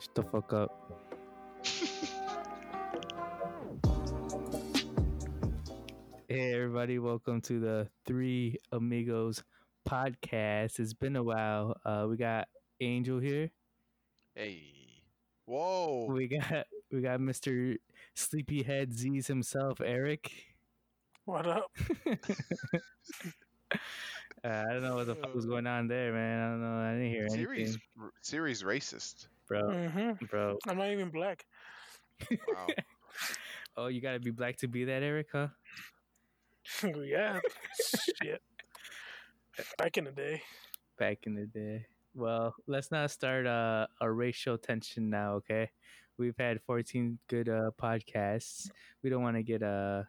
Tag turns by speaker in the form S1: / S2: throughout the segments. S1: Shut the fuck up. Hey everybody, welcome to the Three Amigos podcast. It's been a while. Uh, we got Angel here.
S2: Hey. Whoa.
S1: We got we got Mr. Sleepyhead Z's himself, Eric.
S3: What up?
S1: Uh, I don't know what the fuck was going on there, man. I don't know. I didn't hear anything,
S2: Series series racist.
S1: bro.
S3: hmm
S1: Bro.
S3: I'm not even black.
S2: Wow.
S1: Oh, you gotta be black to be that, Eric, huh?
S3: yeah. Shit. Back in the day.
S1: back in the day. Well, let's not start a, a racial tension now, okay? We've had 14 good uh, podcasts. We don't want to get uh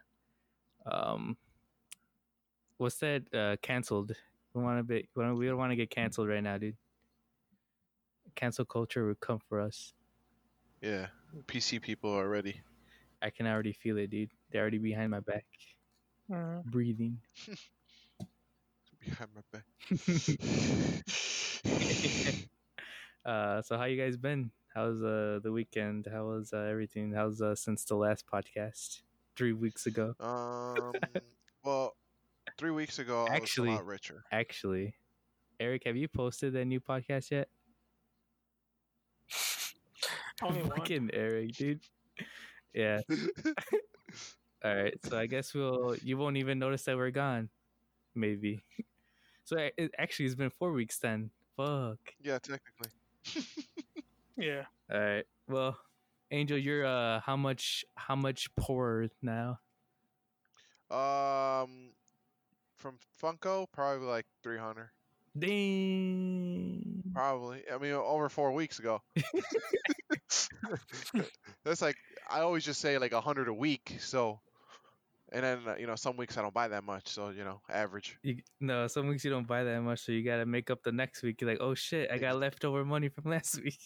S1: um what's that uh canceled. We want to be we don't- we don't want to get canceled right now, dude. Cancel culture would come for us.
S2: yeah. PC people already.
S1: I can already feel it, dude. They're already behind my back,
S3: Mhm.
S1: breathing.
S2: Behind my back.
S1: Uh so how you guys been? How's uh the weekend? How was uh, everything? How's uh since the last podcast 3 weeks ago?
S2: um. Well, three weeks ago,
S1: Actually-
S2: I was a lot richer.
S1: actually eric have you posted that new podcast yet
S3: Only one.
S1: fucking eric dude yeah all right so i guess we'll you won't even notice that we're gone maybe so a- it, actually it's been four weeks then fuck
S2: Yeah, technically.
S3: Yeah.
S1: all right well angel you're uh how much how much poorer now
S2: Um, from Funko, probably like three hundred.
S1: dang
S2: Probably. I mean, over four weeks ago. That's like I always just say like a hundred a week. So, and then uh, you know some weeks I don't buy that much. So you know average.
S1: you, no some weeks you don't buy that much so you gotta make up the next week you're like oh shit i got leftover money from last week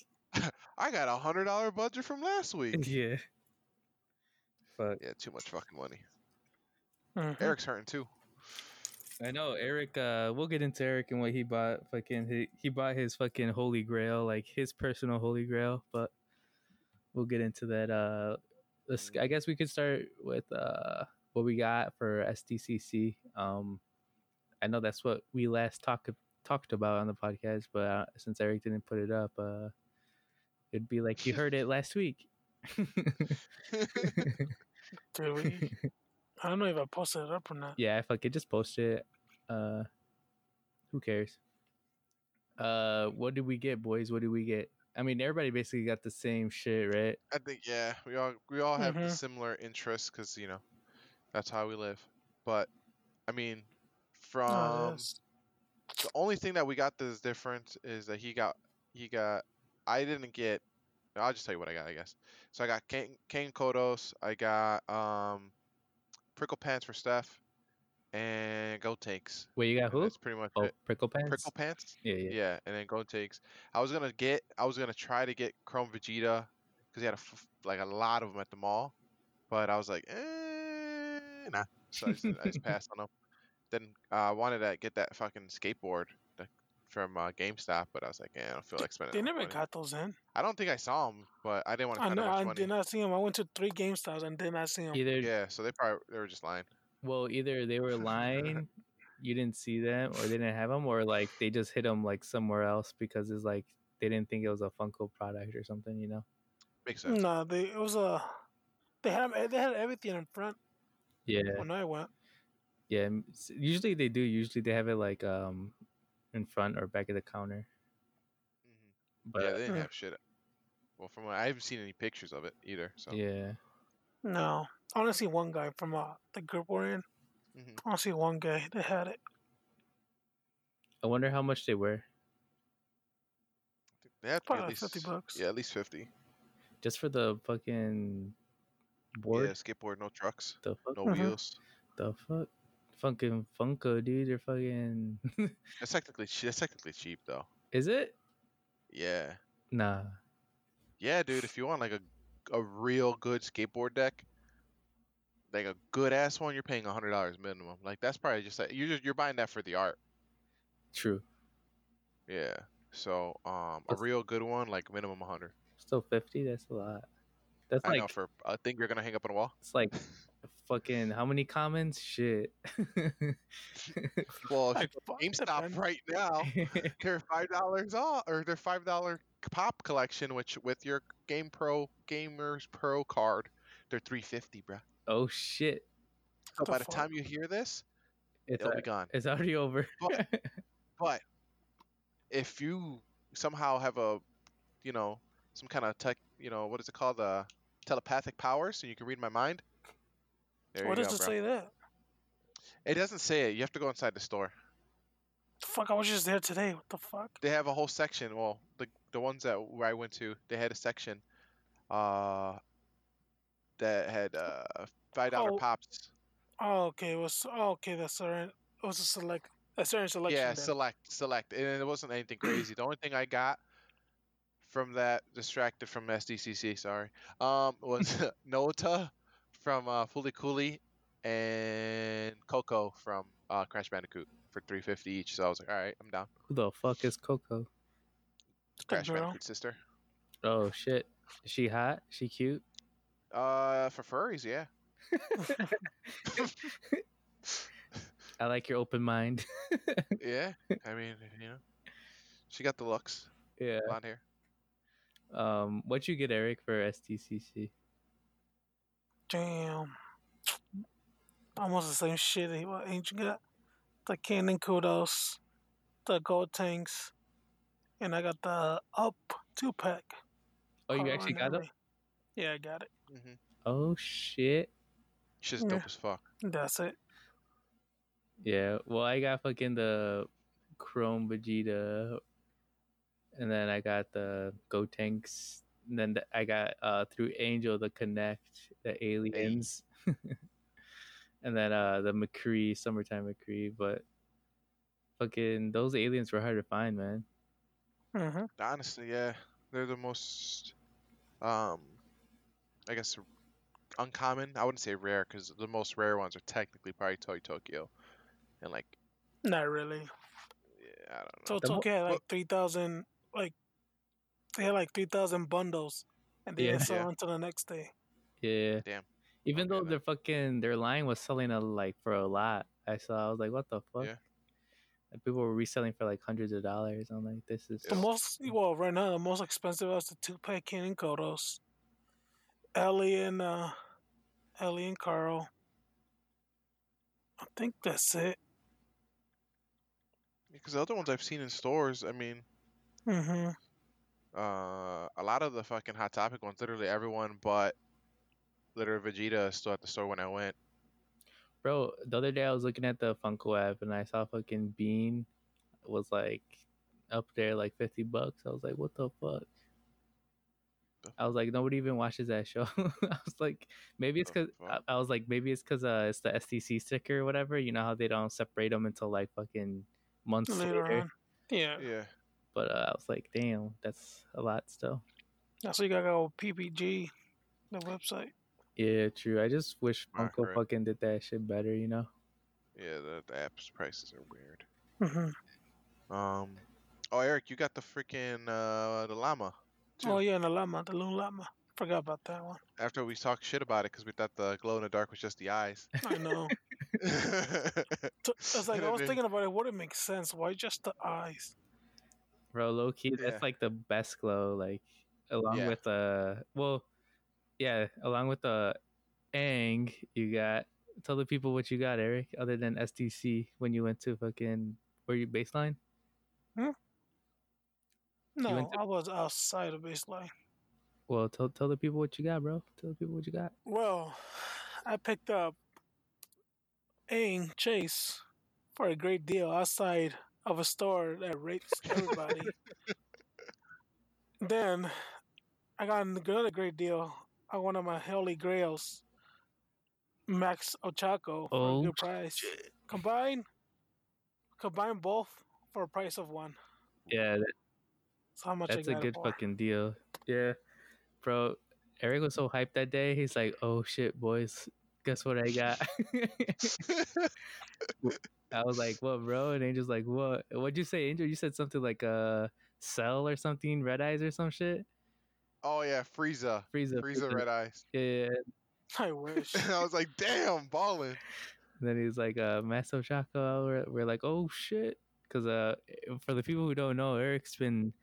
S2: I got a hundred dollar budget from last week.
S1: yeah fuck
S2: yeah, too much fucking money.
S3: Mhm.
S2: Eric's hurting too.
S1: I know Eric. Uh, we'll get into Eric and what he bought. Fucking, he, he bought his fucking holy grail, like his personal holy grail. But we'll get into that. Uh, let's, I guess we could start with uh, what we got for SDCC. Um, I know that's what we last talked talked about on the podcast, but uh, since Eric didn't put it up, uh, it'd be like you heard it last week.
S3: Did we? I don't know if I posted it up or not.
S1: yeah, fuck it, just post it. Uh, who cares? Uh, what did we get, boys? What did we get? I mean, everybody basically got the same shit, right?
S2: I think yeah, we all we all have
S3: Mhm.
S2: similar interests because you know that's how we live. But I mean, from
S3: Oh, that's-
S2: the only thing that we got that is different is that he got he got I didn't get I'll just tell you what I got I guess. So I got Kane, Kane Kodos, I got um Prickle Pants for Steph and Go Takes.
S1: Wait, you got
S2: And
S1: who?
S2: That's pretty much
S1: Oh,
S2: it.
S1: prickle pants.
S2: Prickle Pants?
S1: yeah, yeah,
S2: Yeah. and then Go Takes. I was gonna get I was gonna try to get Chrome Vegeta because he had a f- like a lot of them at the mall, but I was like, eh, nah. So I just, I just passed on them. Then uh, I wanted to get that fucking skateboard that- from uh, GameStop, but I was like, eh, I don't feel like spending.
S3: They
S2: that
S3: never
S2: money.
S3: got those in.
S2: I don't think I saw them, but I didn't want to
S3: I,
S2: spend
S3: know,
S2: that
S3: I
S2: much money.
S3: did not see them. I went to three game styles and did not see them.
S1: Either
S2: Yeah, so they probably they were just lying.
S1: well, either they were lying, you didn't see them, or they didn't have them, or like they just hit them like somewhere else because it's like they didn't think it was a Funko product or something, you know?
S2: Makes sense.
S3: No, they it was a. They had 'em- they had everything in front
S1: Yeah,
S3: when I went.
S1: yeah. m- s- Usually they do. Usually they have it like um in front or back of the counter,
S2: Mhm.
S1: but
S2: yeah, they didn't
S3: Uh.
S2: have shit. Well, from what I haven't seen any pictures of it either. So
S1: yeah.
S3: No, I only see one guy from uh, the group we're in.
S2: Mhm.
S3: I only see one guy that had it.
S1: I wonder how much they were
S2: they had to be at
S3: Probably
S2: least
S3: 50 bucks.
S2: Yeah, at least fifty.
S1: just for the fucking board.
S2: Yeah, skateboard, no trucks,
S1: The fuck,
S2: no
S3: Mhm.
S2: wheels.
S1: the fuck, fucking Funko, dude. They're fucking.
S2: That's technically che- that's technically cheap though.
S1: Is it?
S2: Yeah,
S1: Nah.
S2: yeah, dude. If you want like a a real good skateboard deck, like a good ass one, you're paying hundred dollars minimum. Like that's probably just like you're just, you're buying that for the art.
S1: True.
S2: Yeah. So um, a
S1: That's-
S2: real good one, like minimum 100.
S1: Still fifty. That's a lot. That's
S2: I
S1: like
S2: know for a thing you're gonna hang up on a wall.
S1: it's like fucking how many comments? Shit.
S2: Well, if
S3: Like,
S2: you
S3: fuck
S2: go
S3: the
S2: GameStop
S3: pen.
S2: right now, they're five dollars off, or they're five dollar pop collection, which with your Game Pro Gamers Pro card, they're three fifty, bro.
S1: oh shit!
S2: So
S3: the
S2: by the
S3: fuck?
S2: time you hear this,
S1: It's
S2: it'll
S1: al-
S2: be gone.
S1: it's already over.
S2: But- But if you somehow have a, you know, some kind of tech, you know, what is it called, the telepathic power, so you can read my mind. There
S3: What
S2: you
S3: does
S2: go,
S3: it
S2: bro.
S3: say that?
S2: It doesn't say it. You have to go inside the store.
S3: The fuck, I was just there today. What the fuck?
S2: they have a whole section. Well, the the ones that where I went to, they had a section, uh, that had uh five dollar
S3: Oh,
S2: pops.
S3: Oh, okay. It was oh, okay. That's all right. It was a select, a certain selection.
S2: yeah,
S3: then.
S2: select, select, and it wasn't anything crazy. the only thing I got from that, distracted from SDCC, sorry, um, was Nota from uh, Fully Cooley and Coco from uh, Crash Bandicoot for three fifty each. So I was like, all right, I'm down.
S1: Who the fuck is Coco?
S2: Crash
S3: girl.
S2: Bandicoot sister.
S1: Oh shit! Is she hot? She cute?
S2: Uh, for furries, yeah.
S1: I like your open mind.
S2: Yeah, I mean, you know, she got the looks,
S1: yeah.
S2: blonde hair.
S1: Um, what'd you get, Eric, for STCC?
S3: Damn. Almost the same shit that what Angel got. The Cannon Kudos, the Gold Tanks, and I got the Up 2 pack.
S1: Oh, you actually got them?
S3: Yeah, I got it.
S2: Mm-hmm.
S1: Oh shit!
S2: She's
S3: Yeah.
S2: dope as fuck.
S3: That's it.
S1: Yeah. Well, I got fucking the Chrome Vegeta, and then I got the Go Tanks. And then the- I got uh through Angel the Connect the aliens, and then uh the McCree summertime McCree. But fucking those aliens were hard to find, man.
S3: Mm-hmm.
S2: Honestly, yeah, they're the most, um, I guess, uncommon. I wouldn't say rare because the most rare ones are technically probably Toy Tokyo, and like,
S3: Not really.
S2: yeah, I don't know.
S3: So
S1: The mo-
S3: Tokyo had like
S2: what-
S3: 3,000, like, they had like 3,000 bundles, and they
S1: Yeah.
S3: didn't sell
S2: Yeah.
S3: until the next day.
S1: Yeah.
S2: Damn.
S1: Even
S2: Okay,
S1: though
S2: then.
S1: their fucking their line was selling a like for a lot, I saw I was like, what the fuck?
S2: Yeah.
S1: And people were reselling for like hundreds of dollars. I'm like, this is
S3: The most, well, right now, the most expensive was the two pack Cannon Kodos. Ellie and, uh, Ellie and Carl. I think that's it.
S2: Because the other ones I've seen in stores, I mean,
S3: Mm-hmm.
S2: uh, a lot of the fucking Hot Topic ones, literally everyone but literally Vegeta is still at the store when I went.
S1: bro. The other day I was looking at the Funko app and I saw fucking Bean was like up there like fifty bucks. I was like, what the fuck?
S2: The
S1: I was like, nobody even watches that show. I was like, maybe it's
S2: The
S1: because I, I was like, maybe it's because uh, it's the STC sticker or whatever. You know how they don't separate them until like fucking months
S3: Later
S1: later.
S3: on. Yeah.
S2: Yeah.
S1: but uh, I was like, damn, that's a lot still.
S3: That's what you gotta go with PPG, the website.
S1: Yeah, true. I just wish
S2: Right,
S1: Funko
S2: right.
S1: fucking did that shit better, you know?
S2: Yeah, the, the app's prices are weird.
S3: Mm-hmm.
S2: Um, oh Eric, you got the freaking uh the llama. Too.
S3: Oh, yeah, and the llama, the little llama. Forgot about that one.
S2: After we talked shit about it because we thought the glow in the dark was just the eyes.
S3: I know. T- It's like I was thinking about it. Would it make sense? Why just the eyes?
S1: Bro, low key,
S2: Yeah.
S1: that's like the best glow, like, along
S2: Yeah.
S1: with uh, well, yeah, along with the Ang, you got. Tell the people what you got, Eric, other than SDC when you went to fucking. Were you baseline?
S3: No,
S1: went to-
S3: I was outside of baseline.
S1: Well, tell tell the people what you got, bro. Tell the people what you got.
S3: Well, I picked up Aang Chase for a great deal outside of a store that rapes everybody. then I got another great deal on one of my Holy Grails, Max Ochaco, for
S1: Oh,
S3: a good price. Combine, combine both for a price of one.
S1: Yeah,
S3: That's how much
S1: That's
S3: I
S1: a
S3: got
S1: good
S3: it for.
S1: fucking deal. Yeah. Bro, Eric was so hyped that day. He's like, oh shit, boys. Guess what I got? I was like, what, bro? And Angel's like, what? What'd you say, Angel? You said something like, uh, Cell or something, Red Eyes or some shit.
S2: Oh yeah, Frieza.
S1: Frieza,
S2: Frieza Red Eyes.
S1: Yeah, yeah, yeah.
S3: I wish.
S2: I was like, damn, balling.
S1: And then he's like, uh, Master Shaka. We're, we're like, oh shit, because uh, for the people who don't know, Eric's been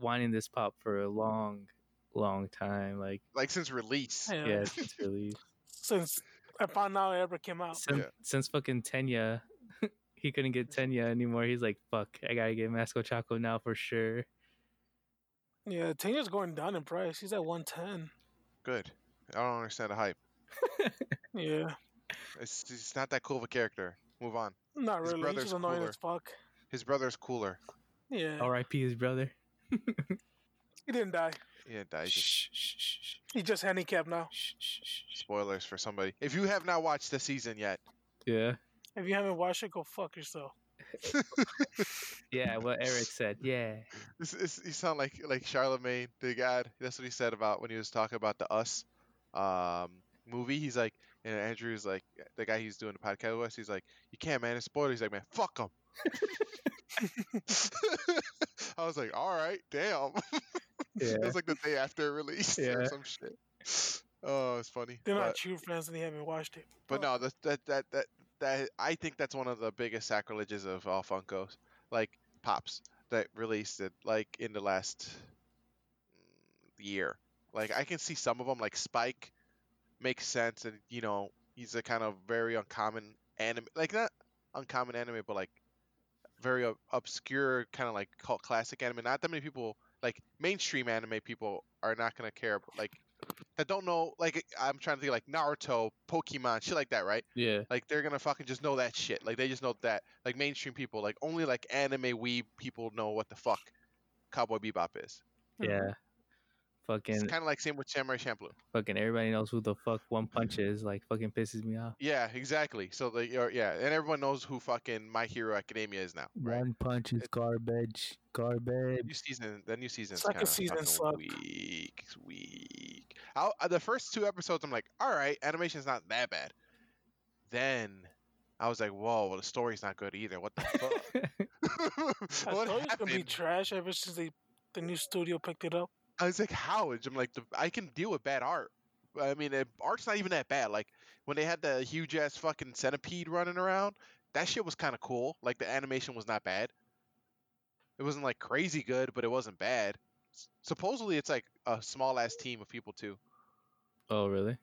S1: wanting this pop for a long, long time. Like,
S2: Like since release.
S3: Yeah.
S1: yeah, since really
S3: Since I found out it ever came out.
S1: since,
S2: Yeah.
S1: since fucking Tenya, he couldn't get Tenya anymore. He's like, fuck, I gotta get Masco Chaco now for sure.
S3: Yeah, Tanya's going down in price. He's at 110.
S2: Good. I don't understand the hype.
S3: Yeah,
S2: It's it's not that cool of a character. Move on.
S3: not
S2: His
S3: really. He's
S2: brother's
S3: just annoying
S2: cooler.
S3: as fuck.
S2: His brother's cooler.
S3: Yeah,
S1: R.I.P. his brother.
S3: he didn't die.
S2: Yeah, dies.
S1: Shh, shh, shh, shh,
S3: He's just handicapped now.
S1: shh, shh, shh, shh.
S2: Spoilers for somebody. If you have not watched the season yet,
S1: Yeah,
S3: If you haven't watched it, go fuck yourself.
S1: yeah. What Eric said. Yeah,
S2: This is you sound like like Charlemagne the God. That's what he said about when he was talking about the Us um, movie. He's like, and Andrew's like, the guy he's doing the podcast with. He's like, you can't, man. It's spoilers. He's like, man, fuck him. I was like, all right, damn.
S1: Yeah.
S2: it was like the day after it released
S1: Yeah.
S2: or some shit. Oh, it's funny.
S3: They're
S2: but-
S3: not true fans and they haven't watched it.
S2: but no, that that that that that I think that's one of the biggest sacrileges of all Funkos, like pops that released it like in the last mm, year. Like I can see some of them, like Spike, makes sense, and you know he's a kind of very uncommon anime, like not uncommon anime, but like very ob- obscure kind of like cult classic anime. Not that many people like mainstream anime people are not gonna care about like that don't know like I'm trying to think like Naruto, Pokemon, shit like that, right?
S1: yeah,
S2: Like they're gonna fucking just know that shit. Like they just know that. Like mainstream people, like only like anime weeb people know what the fuck Cowboy Bebop is.
S1: yeah. Fucking,
S2: It's kind of like same with Samurai Champloo.
S1: fucking. Everybody knows who the fuck One Punch is. Like, fucking pisses me off.
S2: Yeah, exactly. So like or- yeah, and everyone knows who fucking My Hero Academia is now, right?
S1: One Punch is garbage.
S2: New
S1: Garbage.
S2: season, the new season's
S3: Second
S2: kind of
S3: season sucked.
S2: weak. It's weak. I'll, uh, the first two episodes, I'm like, all right, animation's not that bad. Then I was like, whoa, well the story's not good either. What the fuck?
S3: I
S2: what
S3: thought it was gonna be
S2: happened?
S3: trash ever since they, the new studio picked it up.
S2: I was like, how? And I'm like, the, I can deal with bad art. I mean, uh, art's not even that bad. Like when they had the huge ass fucking centipede running around, that shit was kind of cool. Like the animation was not bad. It wasn't like crazy good, but it wasn't bad. S- Supposedly, it's like a small ass team of people too.
S1: oh really?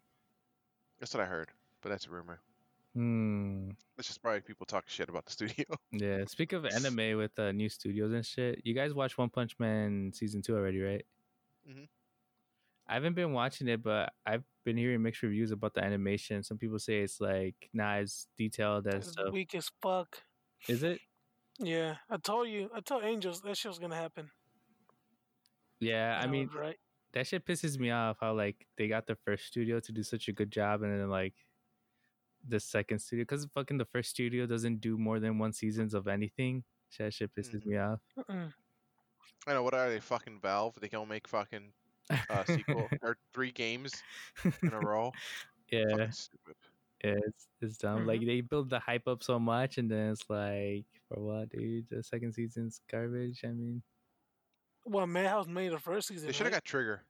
S2: That's what I heard, but that's a rumor.
S1: Hmm.
S2: It's just probably people talking shit about the studio.
S1: Yeah. Speak of anime with uh, new studios and shit, you guys watch One Punch Man season two already, right?
S2: Mhm.
S1: I haven't been watching it, but I've been hearing mixed reviews about the animation. Some people say it's like not as detailed as
S3: It's
S1: stuff.
S3: weak as fuck.
S1: Is it?
S3: Yeah, I told you. I told Angels that shit was gonna happen.
S1: Yeah. I
S3: And
S1: mean,
S3: was right?
S1: that shit pisses me off. How like they got the first studio to do such a good job, and then like the second studio, because fucking the first studio doesn't do more than one seasons of anything. That shit pisses
S2: Mhm.
S1: me off.
S3: Mm-mm.
S2: I know what are they fucking Valve? They can only make fucking uh, sequel or three games in a row.
S1: yeah.
S2: Fucking stupid.
S1: Yeah, it's, it's dumb. Like they build the hype up so much, and then it's like, for what, dude? The second season's garbage. I mean,
S3: Well, Madhouse made the first season.
S2: They should have
S3: right?
S2: got Trigger.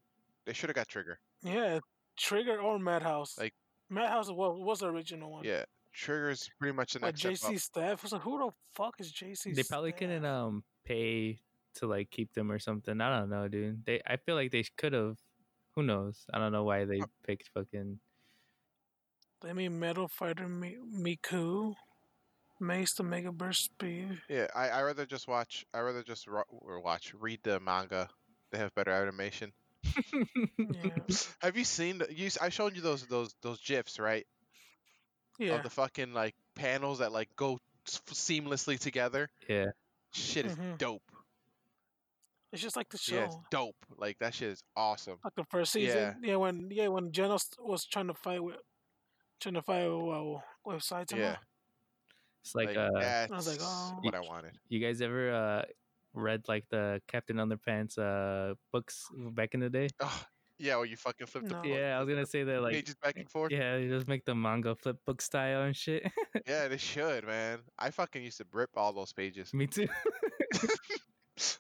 S2: They should have got Trigger.
S3: yeah, Trigger or Madhouse.
S2: Like-
S3: Madhouse was, was the original one.
S2: Yeah, Trigger's pretty much the
S3: Like
S2: next step
S3: JC
S2: up.
S3: Staff. I was like, who the fuck is JC?
S1: they probably
S3: Staff?
S1: couldn't um pay to like keep them or something. I don't know, dude. They, I feel like they could have. Who knows? I don't know why they picked fucking.
S3: They made Metal Fighter Mi- Miku, Mace the Mega Burst Speed.
S2: Yeah, I I rather just watch. I rather just ro- or watch read the manga. They have better animation.
S3: Yeah,
S2: have you seen? The, you s- I showed you those those those gifs right
S3: yeah.
S2: of the fucking like panels that like go s- seamlessly together.
S1: yeah, Mm-hmm.
S2: Shit is
S3: Mhm.
S2: dope.
S3: it's just like the show.
S2: Yeah, it's dope. Like that shit is awesome.
S3: like the first season. Yeah, when yeah when Genos was trying to fight with trying to fight with, uh, with Saitama.
S2: Yeah,
S1: it's like,
S2: like,
S1: uh,
S2: that's
S3: I was like, oh.
S2: what I wanted.
S1: you guys ever uh read like the Captain Underpants uh books back in the day?
S2: Oh, yeah, well you fucking flipped
S3: No.
S2: the
S1: Oh, Yeah, I was gonna say that like.
S2: pages back and forth.
S1: Yeah, they just make the manga flip book style and shit.
S2: yeah, they should, man. I fucking used to rip all those pages.
S1: Me too.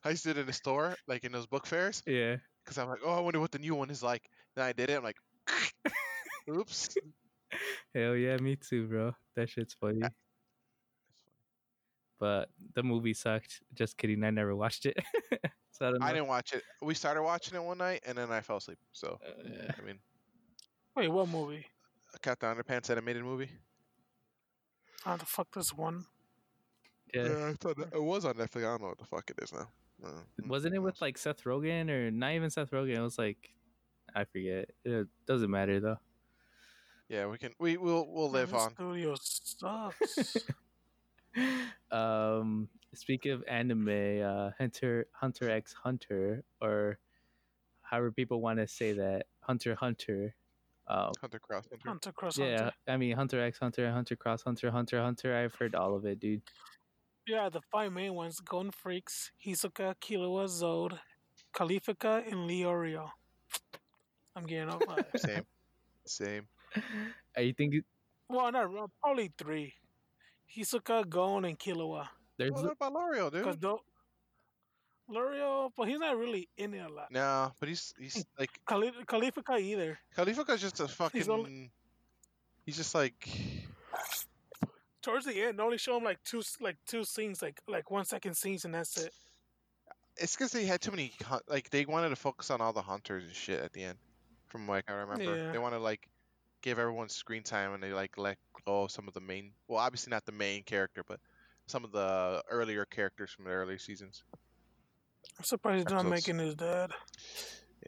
S2: I used to do it in the store, like in those book fairs,
S1: Yeah.
S2: because I'm like, oh, I wonder what the new one is like. Then I did it. I'm like, oops.
S1: Hell yeah, me too, bro. That shit's funny. But the movie sucked. Just kidding. I never watched it. so I don't know.
S2: I didn't watch it. We started watching it one night, and then I fell asleep. So
S1: Uh,
S2: I mean,
S3: Wait, what movie?
S2: Captain Underpants animated movie.
S3: How the fuck this one?
S1: yeah.
S2: I thought that- it Uh, was on Netflix. I don't know what the fuck it is now. Uh, mm,
S1: Wasn't it
S2: who
S1: with
S2: knows?
S1: like Seth Rogen or not even Seth Rogen? It was like I forget. It doesn't matter though.
S2: Yeah, we can. We will. We'll
S3: Man,
S2: live
S3: this
S2: on.
S3: Studio sucks.
S1: um speak of anime uh hunter hunter x hunter or however people want to say that hunter x hunter um
S2: Hunter Cross. Hunter.
S3: Hunter Cross
S1: yeah
S3: Hunter.
S1: i mean hunter x hunter hunter cross hunter hunter hunter i've heard all of it dude
S3: Yeah, the five main ones: Gon Freaks, Hisoka, Killua, Zod, Kalifika, and Leorio. I'm getting off my.
S2: Same. Same.
S1: i think it-
S3: well, not probably three: Hisoka, Gon, and Killua.
S1: there's
S2: Well, what about L'Oreal, Oh,
S3: Because
S2: dude?
S3: though L'Oreal, but he's not really in it a lot.
S2: No, but he's he's like
S3: Kali Kalifika either.
S2: Khalifa's just a fucking. He's,
S3: only-
S2: just like.
S3: Towards the end, they only show him like two, s- like two scenes, like like one second scenes, and that's it.
S2: It's because they had too many. hun- Like they wanted to focus on all the hunters and shit at the end. From like I remember,
S3: Yeah.
S2: they want to like give everyone screen time and they like let go of some of the main. Well, obviously not the main character, but some of the earlier characters from the earlier seasons.
S3: I'm surprised he's not
S2: Episodes.
S3: making his dad.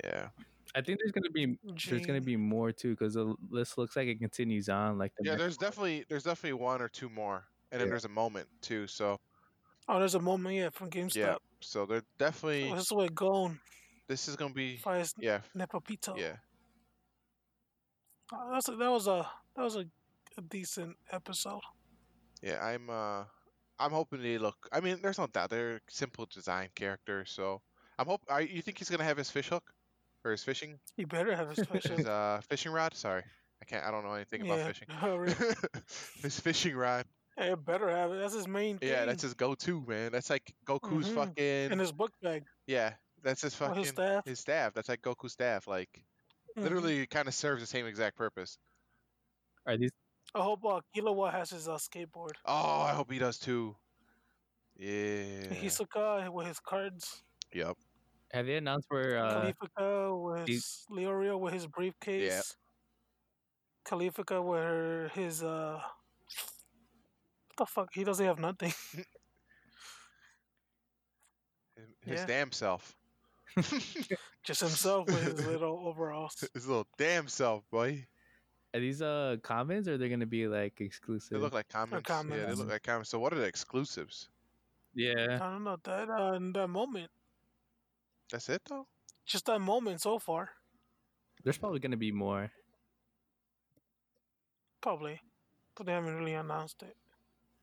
S2: Yeah.
S1: i think there's gonna be there's gonna be
S3: Gene.
S1: more too because the list looks like it continues on like the
S2: Yeah.
S1: next-
S2: There's definitely there's definitely one or two more, and then
S1: Yeah.
S2: there's a moment too. So
S3: Oh, there's a moment yeah from
S2: yeah.
S3: GameStop.
S2: So they're definitely.
S3: Oh, this is where Gon
S2: This is gonna be.
S3: fires
S2: Yeah.
S3: Nepopito.
S2: Yeah.
S3: Oh, that's a, that was a that was a, a decent episode.
S2: Yeah, I'm uh I'm hoping they look I mean, there's no doubt they're simple design characters, so I'm hope are you think he's gonna have his fish hook? Or his fishing?
S3: He better have his fish.
S2: His uh fishing rod? Sorry. I can't I don't know anything about fishing.
S3: hurry.
S2: his fishing rod.
S3: oh, Hey, better have it. That's his main. Thing.
S2: Yeah, that's his go to, man. That's like Goku's
S3: Mhm.
S2: fucking
S3: and his book bag.
S2: Yeah. That's his
S3: Or
S2: fucking
S3: his staff.
S2: his staff. That's like Goku's staff. Like
S3: Mhm.
S2: literally kinda serves the same exact purpose.
S1: are these
S3: I hope uh, Killua has his uh, skateboard.
S2: Oh, I hope he does too. Yeah.
S3: And Hisoka with his cards.
S2: Yep.
S1: have they announced where uh
S3: Kalifika with
S1: you-
S3: his Leorio with his briefcase. Kalifika with her his uh what the fuck? He doesn't have nothing.
S2: His
S3: Yeah.
S2: damn self.
S3: Just himself with his little overalls.
S2: His little damn self, boy.
S1: are these uh commons or are they gonna be like exclusive
S2: They look like comments. Yeah, they
S3: comments.
S2: look like comments. So what are the exclusives?
S1: yeah
S3: I don't know that uh, in that moment.
S2: That's it though.
S3: Just that moment so far.
S1: There's probably gonna be more.
S3: Probably. But they haven't really announced it.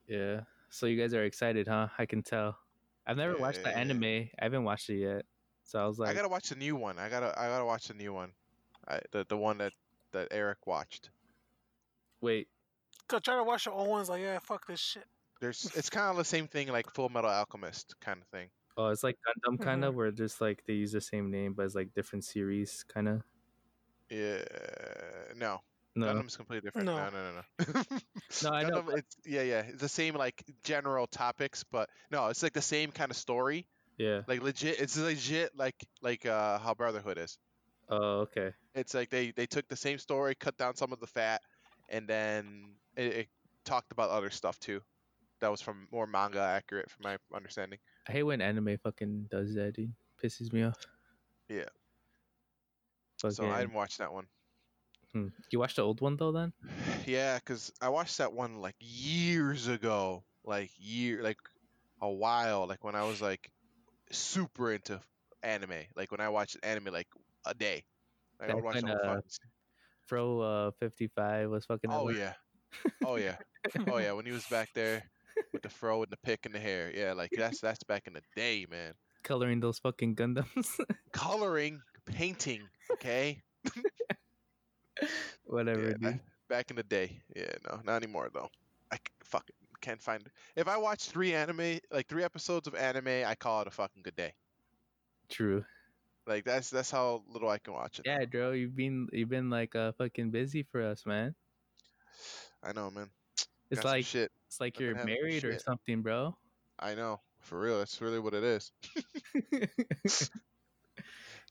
S1: Yeah. So you guys are excited, huh? I can tell. I've never watched the
S2: Yeah.
S1: anime. I haven't watched it yet. So I was like,
S2: I gotta watch the new one. I gotta I gotta watch the new one. I, the the one that that Eric watched.
S1: wait.
S3: Go try to watch your old ones like yeah, fuck this shit.
S2: There's it's kind of the same thing like Full Metal Alchemist kind of thing.
S1: Oh, it's like Gundam kind of where just like they use the same name but it's like different series kind of.
S2: Yeah. No.
S1: No.
S2: Gundam's completely different.
S3: No.
S2: No, no, no, no.
S1: No, I know,
S2: Gundam, It's, yeah, yeah. It's the same like general topics, but no, it's like the same kind of story.
S1: Yeah.
S2: Like legit, it's legit like like uh how Brotherhood is.
S1: Oh, okay.
S2: it's like they they took the same story, cut down some of the fat, and then it, it talked about other stuff too. That was from more manga accurate, from my understanding.
S1: I hate when anime fucking does that, dude. Pisses me off.
S2: Yeah.
S1: Fucking.
S2: So I didn't watch that one.
S1: Hmm. You watched the old one though, then?
S2: Yeah, because I watched that one like years ago, like year, like a while, like when I was like super into anime, like when I watched anime like a day. Like, I
S1: Back
S2: would watch the
S1: when,
S2: whole
S1: uh,
S2: fucking se-
S1: Fro uh, 55 was fucking.
S2: Oh yeah, oh yeah, oh yeah. When he was back there with the fro and the pick and the hair, yeah, like that's that's back in the day, man.
S1: Coloring those fucking Gundams.
S2: coloring, painting. Okay,
S1: Whatever,
S2: Yeah, I-
S1: dude.
S2: back in the day. Yeah, no, not anymore though. I c- fucking can't find. If I watch three anime, like three episodes of anime, I call it a fucking good day.
S1: True.
S2: Like that's that's how little I can watch it.
S1: Yeah, bro, you've been you've been like uh fucking busy for us, man.
S2: I know, man.
S1: It's
S2: Got some
S1: like
S2: shit.
S1: it's like
S2: I've been
S1: you're
S2: having some
S1: married or
S2: shit.
S1: something, bro.
S2: I know. For real, that's really what it is.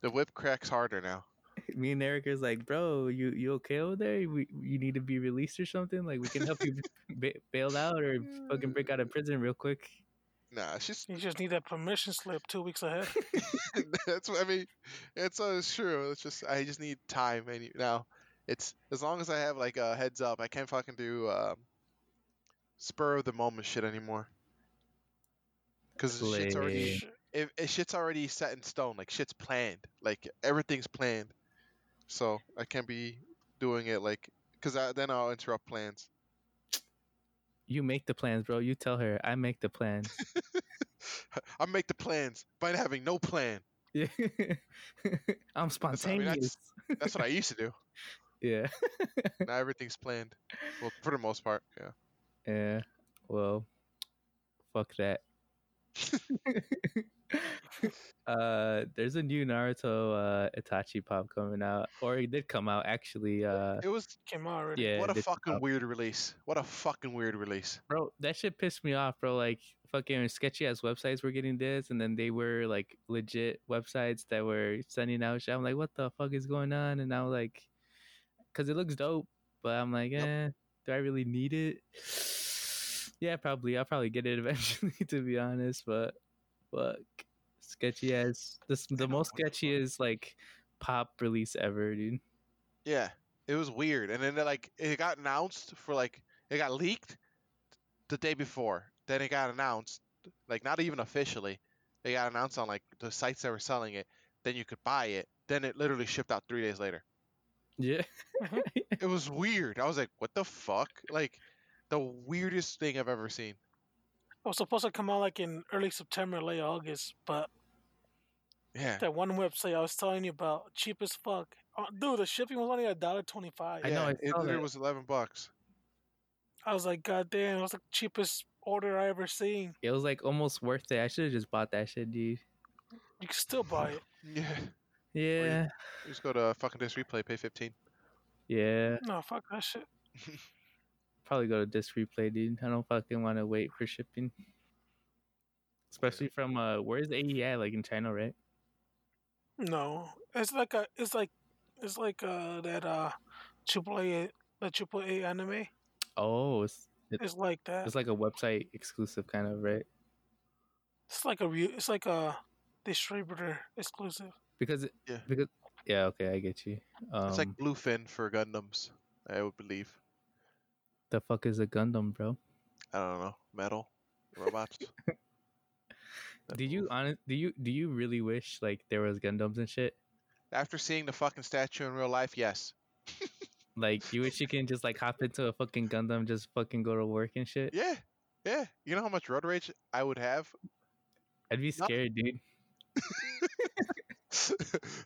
S2: The whip cracks harder now.
S1: Me and Eric is like, bro, you you okay over there? We, you need to be released or something? Like we can help you ba- bail out or fucking break out of prison real quick.
S2: Nah, she's
S3: You just need that permission slip two weeks ahead.
S2: that's what I mean. It's uh, it's true. It's just I just need time and you- now it's as long as I have like a heads up, I can't fucking do um, spur of the moment shit anymore. Cause the shit's already
S1: Slay.
S3: Sh-
S2: if, if shit's already set in stone. Like shit's planned. Like everything's planned. So I can't be doing it like because then I'll interrupt plans.
S1: You make the plans, bro. You tell her. I make the plan.
S2: I make the plans by having no plan.
S1: Yeah. I'm
S2: what I mean, that's-
S1: spontaneous.
S2: That's what I used to do.
S1: Yeah.
S2: Now everything's planned. Well, for the most part, yeah.
S1: Yeah. Well, fuck that. uh there's a new Naruto uh Itachi pop coming out. Or it did come out actually. Uh
S2: It was
S3: Came out already.
S1: yeah.
S2: what a
S1: it did come
S2: fucking
S1: out.
S2: weird release. What a fucking weird release.
S1: bro that shit pissed me off bro like fucking sketchy ass websites were getting this and then they were like legit websites that were sending out shit i'm like what the fuck is going on and i'm like because it looks dope but i'm like eh,
S2: Yep.
S1: do i really need it yeah probably i'll probably get it eventually to be honest but fuck sketchy ass this the
S2: know
S1: most
S2: what the
S1: sketchy
S2: fuck.
S1: is like pop release ever dude
S2: Yeah, it was weird. And then like it got announced for like it got leaked the day before. Then it got announced, like not even officially. They got announced on like the sites that were selling it. Then you could buy it. Then it literally shipped out three days later.
S1: yeah
S2: It was weird. I was like, what the fuck? Like the weirdest thing I've ever seen.
S3: It was supposed to come out like in early September, late August, but
S2: Yeah.
S3: that one website I was telling you about, cheap as fuck. Uh, Dude, the shipping was only a dollar twenty-five.
S1: I
S2: yeah,
S1: know, I
S2: it
S1: saw
S2: literally
S1: that.
S2: was eleven bucks.
S3: I was like, God damn, it was the cheapest order I ever seen.
S1: it was like almost worth it i should have just bought that shit dude
S3: You can still buy it.
S2: Yeah. you-
S1: yeah
S2: You just go to fucking this replay, pay fifteen.
S1: yeah
S3: No, fuck that shit.
S1: probably go to disc replay, dude. I don't fucking want to wait for shipping, especially from uh, where's AE at? Like in China, right?
S3: No, it's like a, it's like, it's like uh that uh, triple A, the triple A anime.
S1: Oh, it's
S3: It's like that.
S1: it's like a website exclusive kind of, right?
S3: It's like a, re- it's like a distributor exclusive.
S1: Because yeah.
S2: Yeah.
S1: because yeah, okay, I get you. Um,
S2: It's like Bluefin for Gundams, I would believe.
S1: the fuck is a Gundam, bro?
S2: I don't know. Metal robots. That
S1: Do you
S2: move.
S1: honest? Do you do you really wish like there was Gundams and shit?
S2: After seeing the fucking statue in real life, yes.
S1: Like you wish you can just like hop into a fucking Gundam, just fucking go to work and shit.
S2: Yeah. Yeah. You know how much road rage I would have?
S1: I'd be
S2: No.
S1: scared, dude.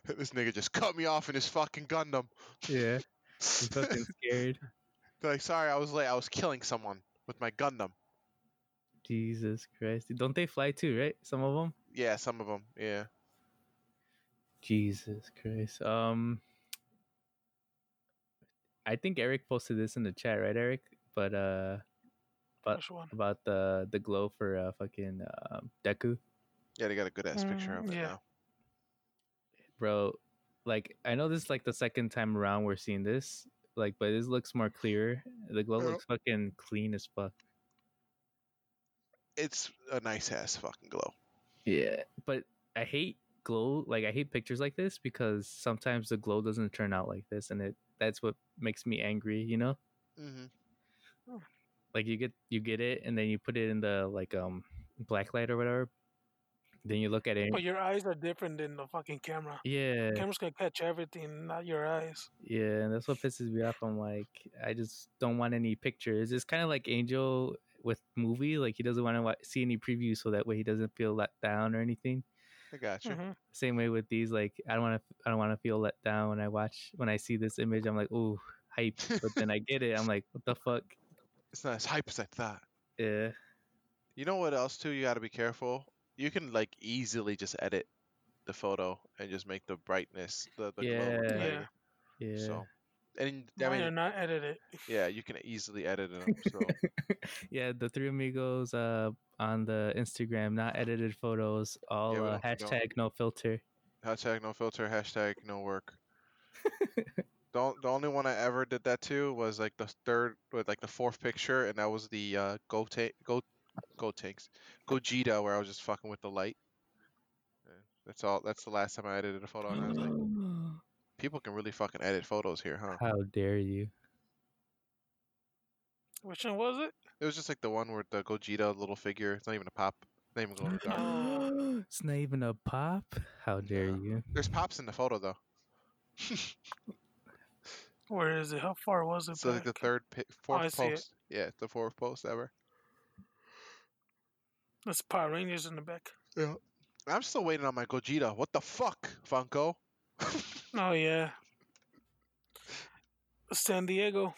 S2: this nigga just cut me off in his fucking Gundam.
S1: Yeah, I'm fucking scared.
S2: They're like, sorry, I was late. I was killing someone with my Gundam.
S1: Jesus Christ! Don't they fly too, right? Some of them.
S2: Yeah, some of them. Yeah.
S1: Jesus Christ. Um I think Eric posted this in the chat, right, Eric? But uh But-
S3: Which one?
S1: about the the glow for uh fucking um Deku.
S2: Yeah, they got a good ass picture
S3: Mm,
S2: of it
S3: yeah.
S2: now.
S1: Bro, like I know this is like the second time around we're seeing this, like but this looks more clear. The glow
S2: Yeah.
S1: looks fucking clean as fuck.
S2: It's a nice ass fucking glow.
S1: Yeah. But I hate glow like I hate pictures like this because sometimes the glow doesn't turn out like this and it that's what makes me angry, you know?
S2: Mm-hmm.
S1: like you get you get it and then you put it in the like um black light or whatever then you look at it
S3: But your eyes are different than the fucking camera.
S1: yeah
S3: Camera's gonna catch everything, not your eyes.
S1: yeah and that's what pisses me off i'm like i just don't want any pictures it's kind of like angel with movie like he doesn't want to wa- see any previews so that way he doesn't feel let down or anything
S2: I got you.
S3: Mhm.
S1: same way with these like i don't want to i don't want to feel let down when i watch when i see this image i'm like oh hype but then i get it i'm like what the fuck
S2: It's not as hype as I thought.
S1: yeah
S2: You know what else too? You got to be careful. You can like easily just edit the photo and just make the brightness the, the glow
S1: Yeah.
S2: look
S1: Yeah.
S2: lighter.
S1: Yeah.
S2: So and I
S3: Mine
S2: mean
S3: are not edited.
S2: yeah, you can easily edit it up. So
S1: yeah, the three amigos uh on the Instagram, not edited photos, all
S2: Yeah, we
S1: uh,
S2: don't- we don't.
S1: hashtag no filter.
S2: hashtag no filter, hashtag no work. Don't the only one I ever did that to was like the third or like the fourth picture and that was the uh go take go go takes. Gogeta where I was just fucking with the light. Yeah, That's all that's the last time I edited a photo and I was
S1: Mm.
S2: like, people can really fucking edit photos here, huh?
S1: How dare you?
S3: Which one was it?
S2: It was just like the one with the Gogeta little figure. It's not even a pop. Not even glow in the dark.
S3: Oh.
S1: it's not even a pop. How dare
S2: No.
S1: you?
S2: There's pops in the photo though.
S3: Where is it? How far was it?
S2: So like the
S3: back? Oh,
S2: third, pi-
S3: I
S2: fourth
S3: see it.
S2: post. Yeah, it's the fourth post ever.
S3: There's Power Rangers in the back.
S2: I'm still waiting on my Gogeta. What the fuck, Funko?
S3: Oh yeah. San Diego.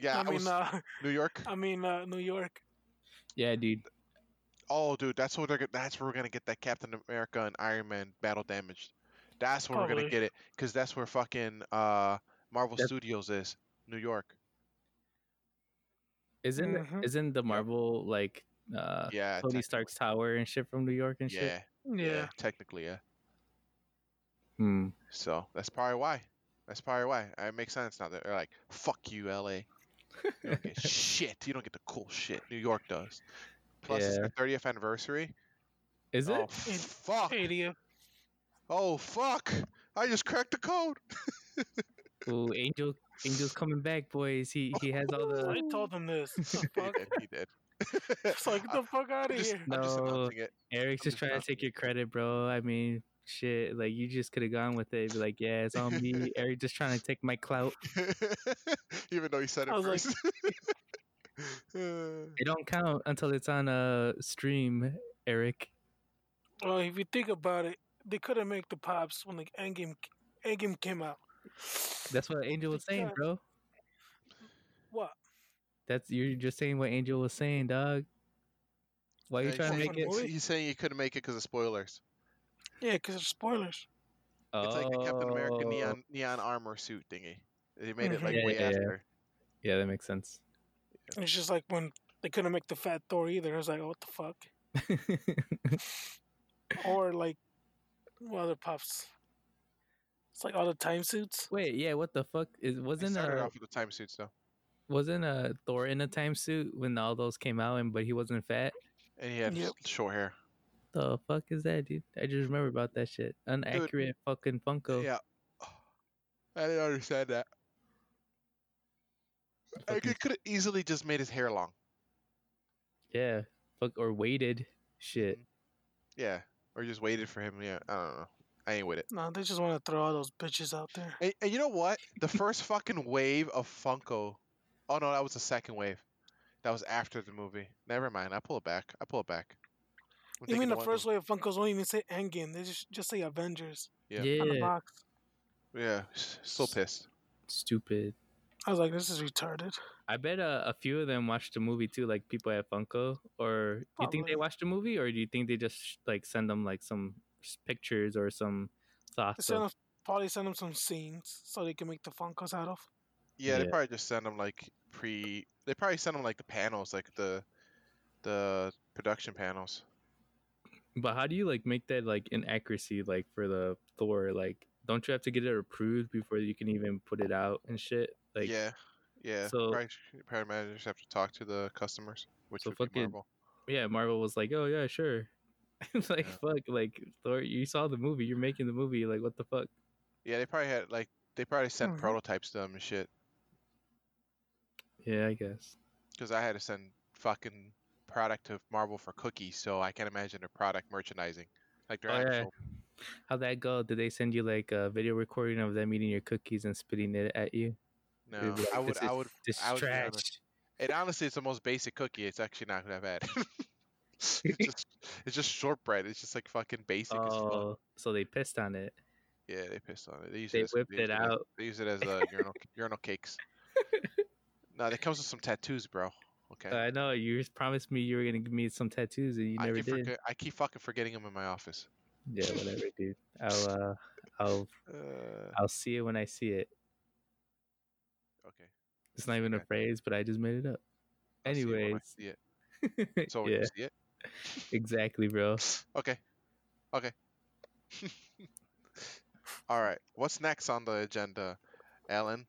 S2: Yeah, I,
S3: I mean,
S2: was
S3: uh,
S2: New York.
S3: I mean uh, New York.
S1: Yeah, dude.
S2: oh, dude, that's what they're. go- That's where we're gonna get that Captain America and Iron Man battle damaged. That's where we're
S3: Probably.
S2: gonna get it, cause that's where fucking uh Marvel
S1: That's-
S2: Studios is, New York.
S1: Isn't
S3: Mhm.
S1: isn't the Marvel like uh
S2: Mm-hmm. yeah,
S1: Tony
S2: tec-
S1: Stark's tower and shit from New York and shit?
S2: yeah,
S3: Yeah.
S2: yeah, technically, yeah.
S1: Hmm.
S2: So that's probably why. That's probably why. It makes sense now. that They're like, fuck you, LA. You don't get shit. You don't get the cool shit. New York does. Plus, it's the 30th anniversary.
S1: Is it?
S2: oh, fuck.
S3: 80th.
S2: Oh, fuck. I just cracked the code. Oh.
S1: Ooh, Angel Angel's coming back, boys. He he has all the
S3: I told them this. The
S2: he
S3: fuck?
S2: did. He did.
S3: It's like, get the fuck out
S2: I'm
S3: of
S2: just,
S3: here.
S2: I'm just
S1: No.
S2: announcing it.
S1: Eric's
S2: I'm
S1: just
S2: just
S1: trying to
S2: messing
S1: take your credit, bro. I mean, shit, like you just could have gone with it. Be like, yeah, it's on me. Eric just trying to take my clout.
S2: Even though he said it
S3: I was like-
S2: first.
S1: It don't count until it's on a stream, Eric.
S3: Well, if you think about it, they couldn't make the pops when the Endgame Endgame came out.
S1: That's what Angel was saying,
S3: Because-
S1: bro.
S3: What?
S1: That's you're just saying what Angel was saying, dog. Why are you
S2: Yeah,
S1: trying to
S2: he's
S1: make it?
S2: saying-
S3: it-
S2: He's saying he couldn't make it because of spoilers.
S3: Yeah, because it's spoilers.
S1: Oh,
S2: It's like a Captain America neon neon armor suit thingy. They made it
S3: Mhm.
S2: like
S1: Yeah,
S2: way
S1: yeah, yeah.
S2: after.
S1: Yeah, that makes sense.
S3: It's just like when they couldn't make the Fat Thor either. I was like, what the fuck? Or like, what other pops? It's like all the time suits.
S1: Wait, yeah, what the fuck is
S2: They
S1: wasn't
S2: started
S1: uh,
S2: off with the time suits though,
S1: wasn't uh, Thor in a time suit when all those came out and but he wasn't fat?
S2: and he had
S3: Yep.
S2: short hair.
S1: The fuck is that, dude? I just remember about that shit. Unaccurate fucking Funko.
S2: Yeah, I didn't understand that. I
S1: Fucking-
S2: could have easily just made his hair long.
S1: yeah. Fuck or weighted
S2: Mm,
S1: shit.
S2: Yeah, or just waited for him. Yeah, I don't know. I ain't with it.
S3: No, they just want to throw all those bitches out there.
S2: And, and you know what? The first fucking wave of Funko. Oh no, that was the second wave. That was after the movie. Never mind. I pull it back. I pull it back. I'm
S3: You
S2: thinking
S3: mean the
S2: one
S3: first
S2: was-
S3: wave of Funkos won't even say Endgame. They just, just say Avengers
S2: Yeah.
S3: on the
S1: yeah.
S3: box.
S2: Yeah, s- still pissed.
S1: Stupid.
S3: I was like, this is retarded.
S1: I bet uh, a few of them watched the movie too, like people at Funko. Or you think they
S3: Probably.
S1: watched the movie, or do you think they just like send them like some s- pictures or some
S3: They
S1: thoughts?
S3: sent
S1: Of,
S3: us, probably send them some scenes so they can make the Funkos out of.
S2: Yeah, they
S1: Yeah.
S2: probably just send them like pre. They probably send them like the panels, like the the production panels.
S1: but how do you like make that like inaccuracy like for the Thor? Like, don't you have to get it approved before you can even put it out and shit? Like,
S2: yeah, yeah.
S1: so-
S2: probably, sh- probably managers have to talk to the customers, which
S1: So
S2: would be
S1: fucking-
S2: Marvel.
S1: yeah, Marvel was like, oh yeah, sure. it's like
S2: Yeah.
S1: fuck, like Thor, you saw the movie, you're making the movie, like what the fuck?
S2: Yeah, they probably had like they probably sent
S3: Mhm.
S2: prototypes to them and shit.
S1: Yeah, I guess.
S2: Because I had to send fucking product to Marvel for cookies, so I can't imagine their product merchandising, like their
S1: Oh, yeah.
S2: actual.
S1: How'd that go? Did they send you like a video recording of them eating your cookies and spitting it at you? They'd
S2: No,
S1: be like,
S2: I would,
S1: "This
S2: I
S1: is-
S2: would.
S1: This
S2: I
S1: is
S2: would be honest.
S1: trash.
S2: It honestly, it's the most basic cookie. It's actually not that bad. it's just, it's just shortbread. It's just like fucking basic as fuck.
S1: Oh, so they pissed on it.
S2: Yeah, they pissed on it. They, use
S1: They
S2: it as,
S1: whipped
S2: use
S1: it
S2: as-
S1: out.
S2: they use it as uh, urinal, urinal cakes. No, that comes with some tattoos, bro. Okay.
S1: I know Uh, you just promised me you were gonna give me some tattoos and you
S2: I
S1: never
S2: keep
S1: did.
S2: forget- I keep fucking forgetting them in my office.
S1: Yeah, whatever, dude. I'll uh, I'll
S2: Uh,
S1: I'll see it when I see it.
S2: okay.
S1: It's not even a
S2: Okay.
S1: phrase, but I just made it up.
S2: I'll see it when I
S1: Anyways,
S2: see it. So when you
S1: yeah,
S2: see it.
S1: exactly, bro.
S2: Okay. Okay. All right. What's next on the agenda, Alan?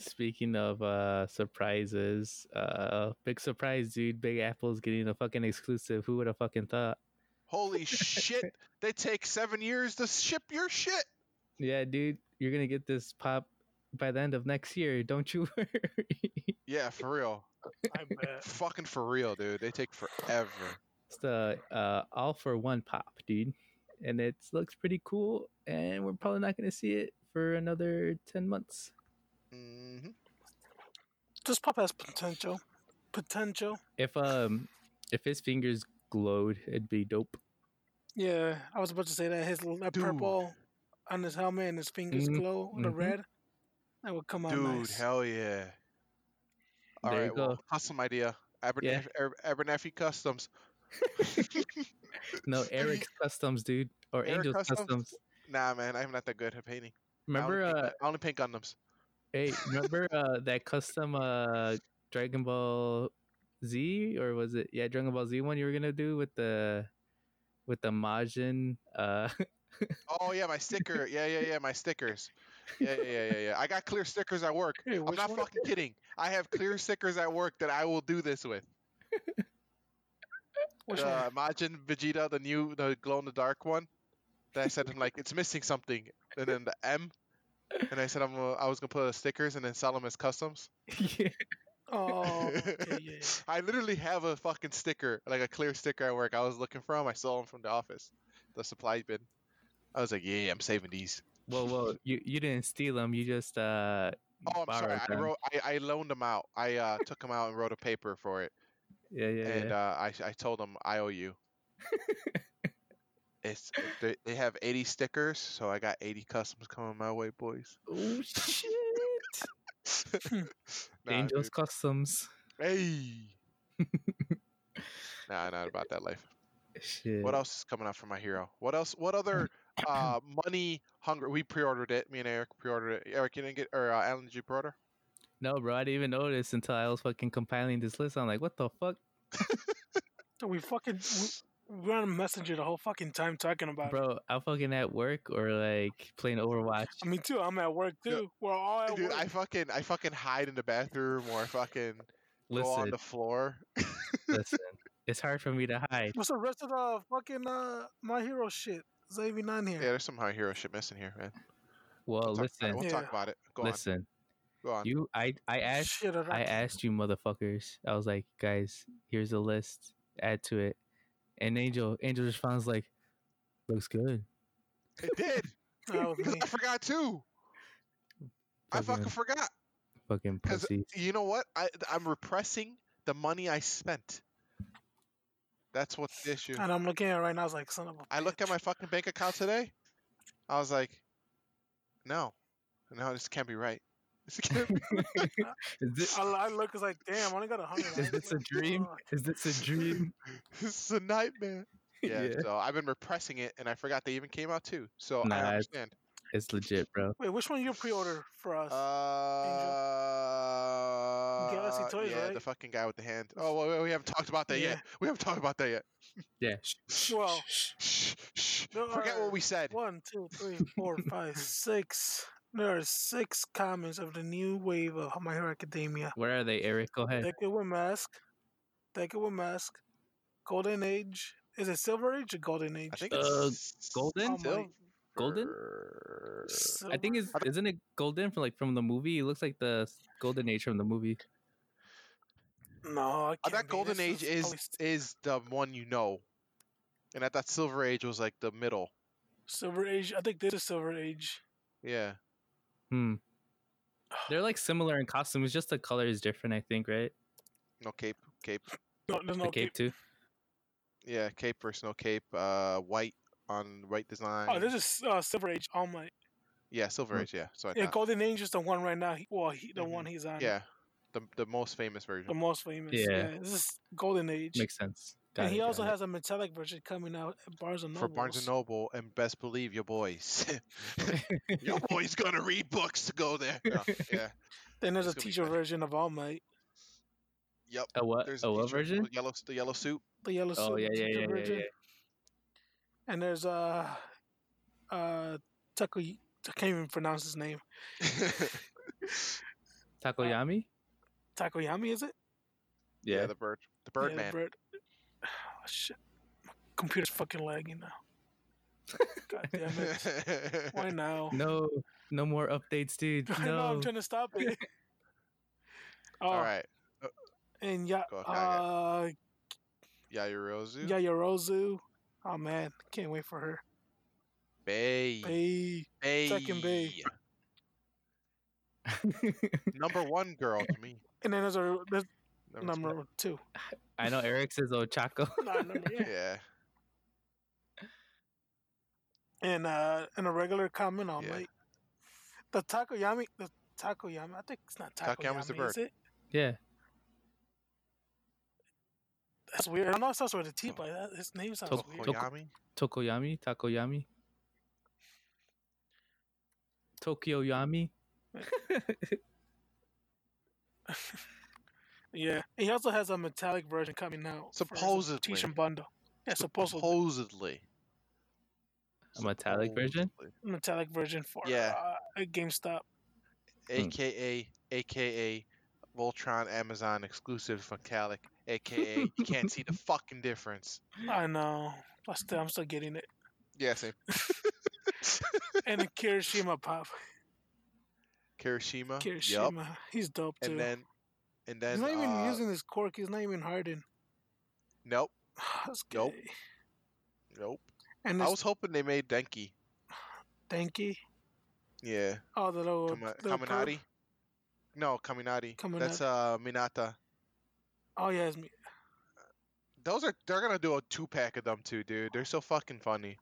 S1: Speaking of uh surprises, uh big surprise, dude. Big Apple's getting a fucking exclusive. Who would have fucking thought?
S2: Holy shit! They take seven years to ship your shit.
S1: Yeah, dude, you're gonna get this pop by the end of next year. Don't you worry.
S2: Yeah, for real.
S3: I bet.
S2: Fucking for real, dude. They take forever.
S1: It's the uh, all for one pop, dude, and it looks pretty cool. And we're probably not gonna see it for another ten months. Mm-hmm.
S2: hmm
S3: This pop has potential. Potential.
S1: If um, if his fingers glowed, it'd be dope.
S3: Yeah, I was about to say that his l- that
S2: Dude.
S3: purple on his helmet and his fingers
S1: Mhm,
S3: glow, the
S1: mhm.
S3: red. That would come out
S2: Dude,
S3: nice.
S2: hell yeah. All right,
S1: There you go.
S2: well, custom idea.
S1: Yeah.
S2: Abernathy, Ab- Abernathy Customs.
S1: No, Eric's customs, dude, or
S2: Eric
S1: Angel's
S2: Customs?
S1: customs.
S2: Nah, man, I'm not that good at painting.
S1: Remember,
S2: I only,
S1: uh,
S2: paint, I only paint Gundams.
S1: hey, remember uh, that custom uh Dragon Ball Z or was it yeah Dragon Ball Z one you were gonna do with the with the Majin uh
S2: Oh yeah, my sticker. Yeah, yeah, yeah, my stickers. Yeah, yeah, yeah, yeah, yeah. I got clear stickers at work.
S3: Hey,
S2: I'm
S3: which
S2: not
S3: one?
S2: fucking kidding. I have clear stickers at work that I will do this with.
S3: Which one?
S2: uh, Majin Vegeta, the new, the glow in the dark one. That I said, I'm like, it's missing something, and then the M, and I said, I'm, gonna- I was gonna put the stickers and then sell them as customs.
S1: yeah.
S3: Oh, okay, yeah, yeah.
S2: I literally have a fucking sticker, like a clear sticker at work. I was looking for 'em. I saw them from the office, the supply bin. I was like, yeah, I'm saving these.
S1: Well, well, you you didn't steal them. You just uh.
S3: Mm,
S2: Oh, I'm sorry.
S1: borrowed
S2: I
S1: them.
S2: wrote, I, I loaned them out. I uh, took them out and wrote a paper for it,
S1: Yeah, yeah,
S2: and
S1: yeah.
S2: uh, I, I told them I owe you. it's they, they have 80 stickers, so I got 80 customs coming my way, boys.
S1: oh shit!
S2: Nah,
S1: Hmm. Angels Customs.
S2: dude. Hey. nah, not about that life.
S1: Shit.
S2: What else is coming out for my hero? What else? What other uh, money hungry? We pre-ordered it. Me and Eric pre-ordered it. Eric, you didn't get or uh, Alan, did you pre-order?
S1: No, bro, I didn't even notice until I was fucking compiling this list. I'm like, what the fuck,
S3: So we fucking we, we we're on messenger the whole fucking time talking about it.
S1: bro? I'm fucking at work or like playing Overwatch.
S3: Me too. I'm at work
S2: Dude,
S3: too. We're all at
S2: Dude,
S3: work.
S2: I fucking I fucking hide in the bathroom or I fucking go on
S1: Listen,
S2: the floor.
S1: listen. It's hard for me to hide.
S3: What's the rest of the fucking uh, my hero shit? It's not even on
S2: Yeah,
S3: here.
S2: there's some high hero shit missing here, man.
S1: Well,
S2: We'll talk about
S1: Oh,
S2: it.
S1: listen,
S2: We'll
S3: Yeah.
S2: talk about it. Go Uh,
S1: listen.
S2: on. Go on.
S1: You, I, I asked
S3: Shit, I don't-
S1: I asked you motherfuckers. I was like, guys, here's a list. Add to it. And Angel, Angel responds like, looks good.
S2: It did.
S3: That was
S2: 'cause
S3: me.
S2: I forgot too. I
S1: Fucking,
S2: fucking forgot.
S1: fucking
S2: 'cause-
S1: pussies.
S2: You know what? I I'm repressing the money I spent. That's what's the issue.
S3: And I'm looking at it right now. I was like, son of a.
S2: I looked at
S3: bitch.
S2: my fucking bank account today. I was like, no, no, this can't be right. This can't be.
S1: Is this,
S2: Oh.
S3: I, I look. It's like, damn. I only got a hundred.
S1: is this a dream? Is this a dream?
S2: this is a nightmare. Yeah,
S1: Yeah.
S2: So I've been repressing it, and I forgot they even came out too. So
S1: Nah,
S2: I
S1: it's-
S2: understand.
S1: It's legit, bro.
S3: Wait, which one you pre-order for us?
S2: Uh,
S3: Galaxy Toys,
S2: yeah, the
S3: right?
S2: fucking guy with the hand. Oh, well, we- we haven't talked about that yet.
S3: Yeah.
S2: We haven't talked about that yet.
S1: Yeah.
S2: Oh.
S3: well,
S2: Shh, shh.
S3: There
S2: Forget
S3: are
S2: what we said.
S3: one, two, three, four, five, six. There are six comments of the new wave of My Hero Academia.
S1: Where are they, Eric? Go ahead.
S3: Deckard with mask. Deckard with mask. Golden Age. Is it Silver Age or Golden Age?
S2: I think
S1: Uh,
S2: it's Uh,
S1: golden?
S2: silver.
S1: Golden? I think it's
S2: I don't-
S1: isn't it golden from like from the movie? It looks like the s- golden age from the movie.
S3: no. It
S2: I
S3: can't
S2: bet
S3: be.
S2: Golden Age
S3: This
S2: is
S3: probably s-
S2: is the one you know, and I thought Silver Age was like the middle.
S3: Silver Age. I think this is Silver Age.
S2: Yeah,
S1: Hmm. They're like similar in costumes, just the color is different, I think, right?
S2: no cape, cape.
S3: No, there's
S1: The
S3: no
S1: cape
S3: cape.
S1: too.
S2: Yeah, cape versus no cape. Uh, white on white design.
S3: Oh, this is uh, Silver Age. All my
S2: yeah, Silver
S1: Hmm.
S2: Age. Yeah, so I
S3: yeah.
S2: thought.
S3: Golden Age is the one right now. He, well, he, the
S2: Mhm.
S3: one he's on.
S2: yeah, the the most famous
S3: The
S2: version.
S3: most famous.
S1: Yeah.
S3: Yeah. This is Golden Age.
S1: Makes sense.
S3: and he
S1: it,
S3: also
S1: got it.
S3: has a metallic version coming out at Barnes and Noble.
S2: for Barnes and Noble, and best believe your boys, your boy's gonna read books to go there. No, yeah,
S3: Then there's a
S2: It's gonna be
S3: teacher
S2: good.
S3: version of All Might,
S2: yep.
S1: a what?
S2: There's
S1: Uh, a what
S2: teacher with
S1: version?
S2: the yellow, the yellow suit.
S3: the yellow suit
S1: Oh yeah, yeah,
S3: teacher
S1: yeah, yeah,
S3: version,
S1: yeah.
S3: and there's uh, uh, Taku. I can't even pronounce his name.
S1: Takoyami?
S3: Takoyami, is it?
S2: yeah.
S1: Yeah.
S2: the bird, the
S3: Yeah,
S2: bird
S3: the
S2: man.
S3: bird. shit, my computer's fucking lagging now. God damn it! Why now?
S1: No, no more updates, dude.
S3: I know
S1: No.
S3: I'm trying to stop it. oh,
S2: All right,
S3: and yeah,
S2: Go, okay,
S3: uh,
S2: Yairozu,
S3: Yayorozu. Oh man, can't wait for her.
S2: Bay,
S3: Hey,
S2: Bay,
S3: second Bay.
S2: number one girl to me.
S3: and then there's a there's
S2: Number two.
S3: number two.
S1: I know Eric says Ochako.
S3: Not number, yeah.
S2: Yeah,
S3: and uh in a regular comment on
S2: Yeah.
S3: like the takoyami the takoyami I think it's not takoyami
S2: Takoyami's the bird.
S3: is it?
S1: yeah.
S3: That's weird. I know it starts with a T, but that, his name sounds
S1: Tok-
S3: weird.
S1: Tok-
S2: Tokoyami.
S1: Tokoyami, Takoyami, Tokyo Yami.
S3: yeah, And he also has a metallic version coming out. for his
S2: Supposedly.
S3: T-shirt bundle. Yeah, supposedly
S2: supposedly.
S1: A metallic version?
S2: Supposedly.
S3: metallic version for
S2: Yeah.
S3: uh, a GameStop.
S2: aka aka Voltron Amazon exclusive metallic, aka you can't see the fucking difference.
S3: I know. Plus, still- I'm still getting it.
S2: Yeah, same.
S3: And a Kirishima pop.
S2: Kirishima.
S3: Kirishima,
S2: Yup.
S3: he's dope too.
S2: And then and then
S3: he's not even
S2: uh,
S3: using his cork. He's not even hardened.
S2: Nope.
S3: That's
S2: Nope.
S3: gay.
S2: Nope.
S3: And
S2: I
S3: this
S2: was hoping they made Denki.
S3: Denki.
S2: Yeah.
S3: Oh, the little,
S2: Kama-
S3: little curb.
S2: Kaminati. No, Kaminati. That's
S3: Kaminati.
S2: uh Minata.
S3: Oh yeah, it's me.
S2: Those are they're gonna do a two pack of them too, dude. They're so fucking funny.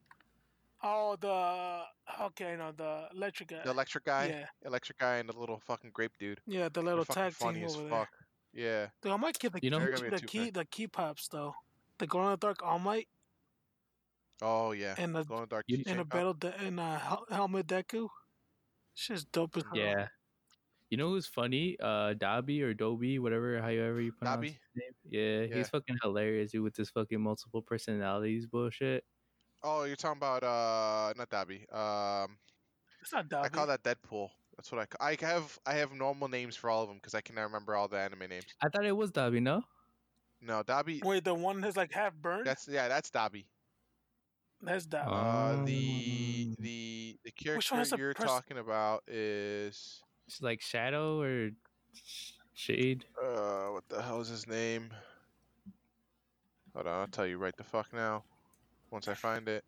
S3: Oh the okay, no, the electric guy.
S2: The electric guy,
S3: Yeah,
S2: electric guy, and the little fucking grape dude.
S3: yeah, the
S2: They're
S3: little
S2: fucking
S3: tag
S2: funny
S3: team
S2: as
S3: over there.
S2: fuck. Yeah.
S3: Dude, I might get the
S1: You know-
S2: They're
S3: key,
S2: gonna be a
S3: the
S2: two-pack.
S3: key the key pops though. The glow in the dark all might
S2: Oh yeah.
S3: and the
S2: Glow in the dark.
S1: You-
S2: keychain.
S3: and the
S2: Oh,
S3: battle de- and uh Hel- helmet Deku. Shit's dope as hell.
S1: Yeah. You know who's funny? Uh, Dobby or Dobby, whatever, however you pronounce
S2: Dobby?
S1: his name. Yeah,
S2: Yeah.
S1: he's fucking hilarious, dude, with this fucking multiple personalities bullshit.
S2: Oh, you're talking about uh, not Dobby. Um,
S3: It's not Dobby.
S2: I call that Deadpool. That's what I ca- I have. I have normal names for all of them because I cannot remember all the anime names.
S1: I thought it was Dobby, no?
S2: No, Dobby.
S3: Wait, the one that's like half burned. That's,
S2: That's yeah. That's Dobby.
S3: Dobby.
S1: Um,
S2: Uh, the the the
S3: Oh. Which one has
S2: character
S3: a
S2: you're
S3: pers-
S2: talking about is
S1: It's like Shadow or Sh- Shade.
S2: uh, what the hell is his name? Hold on, I'll tell you right the fuck now. Once I find it.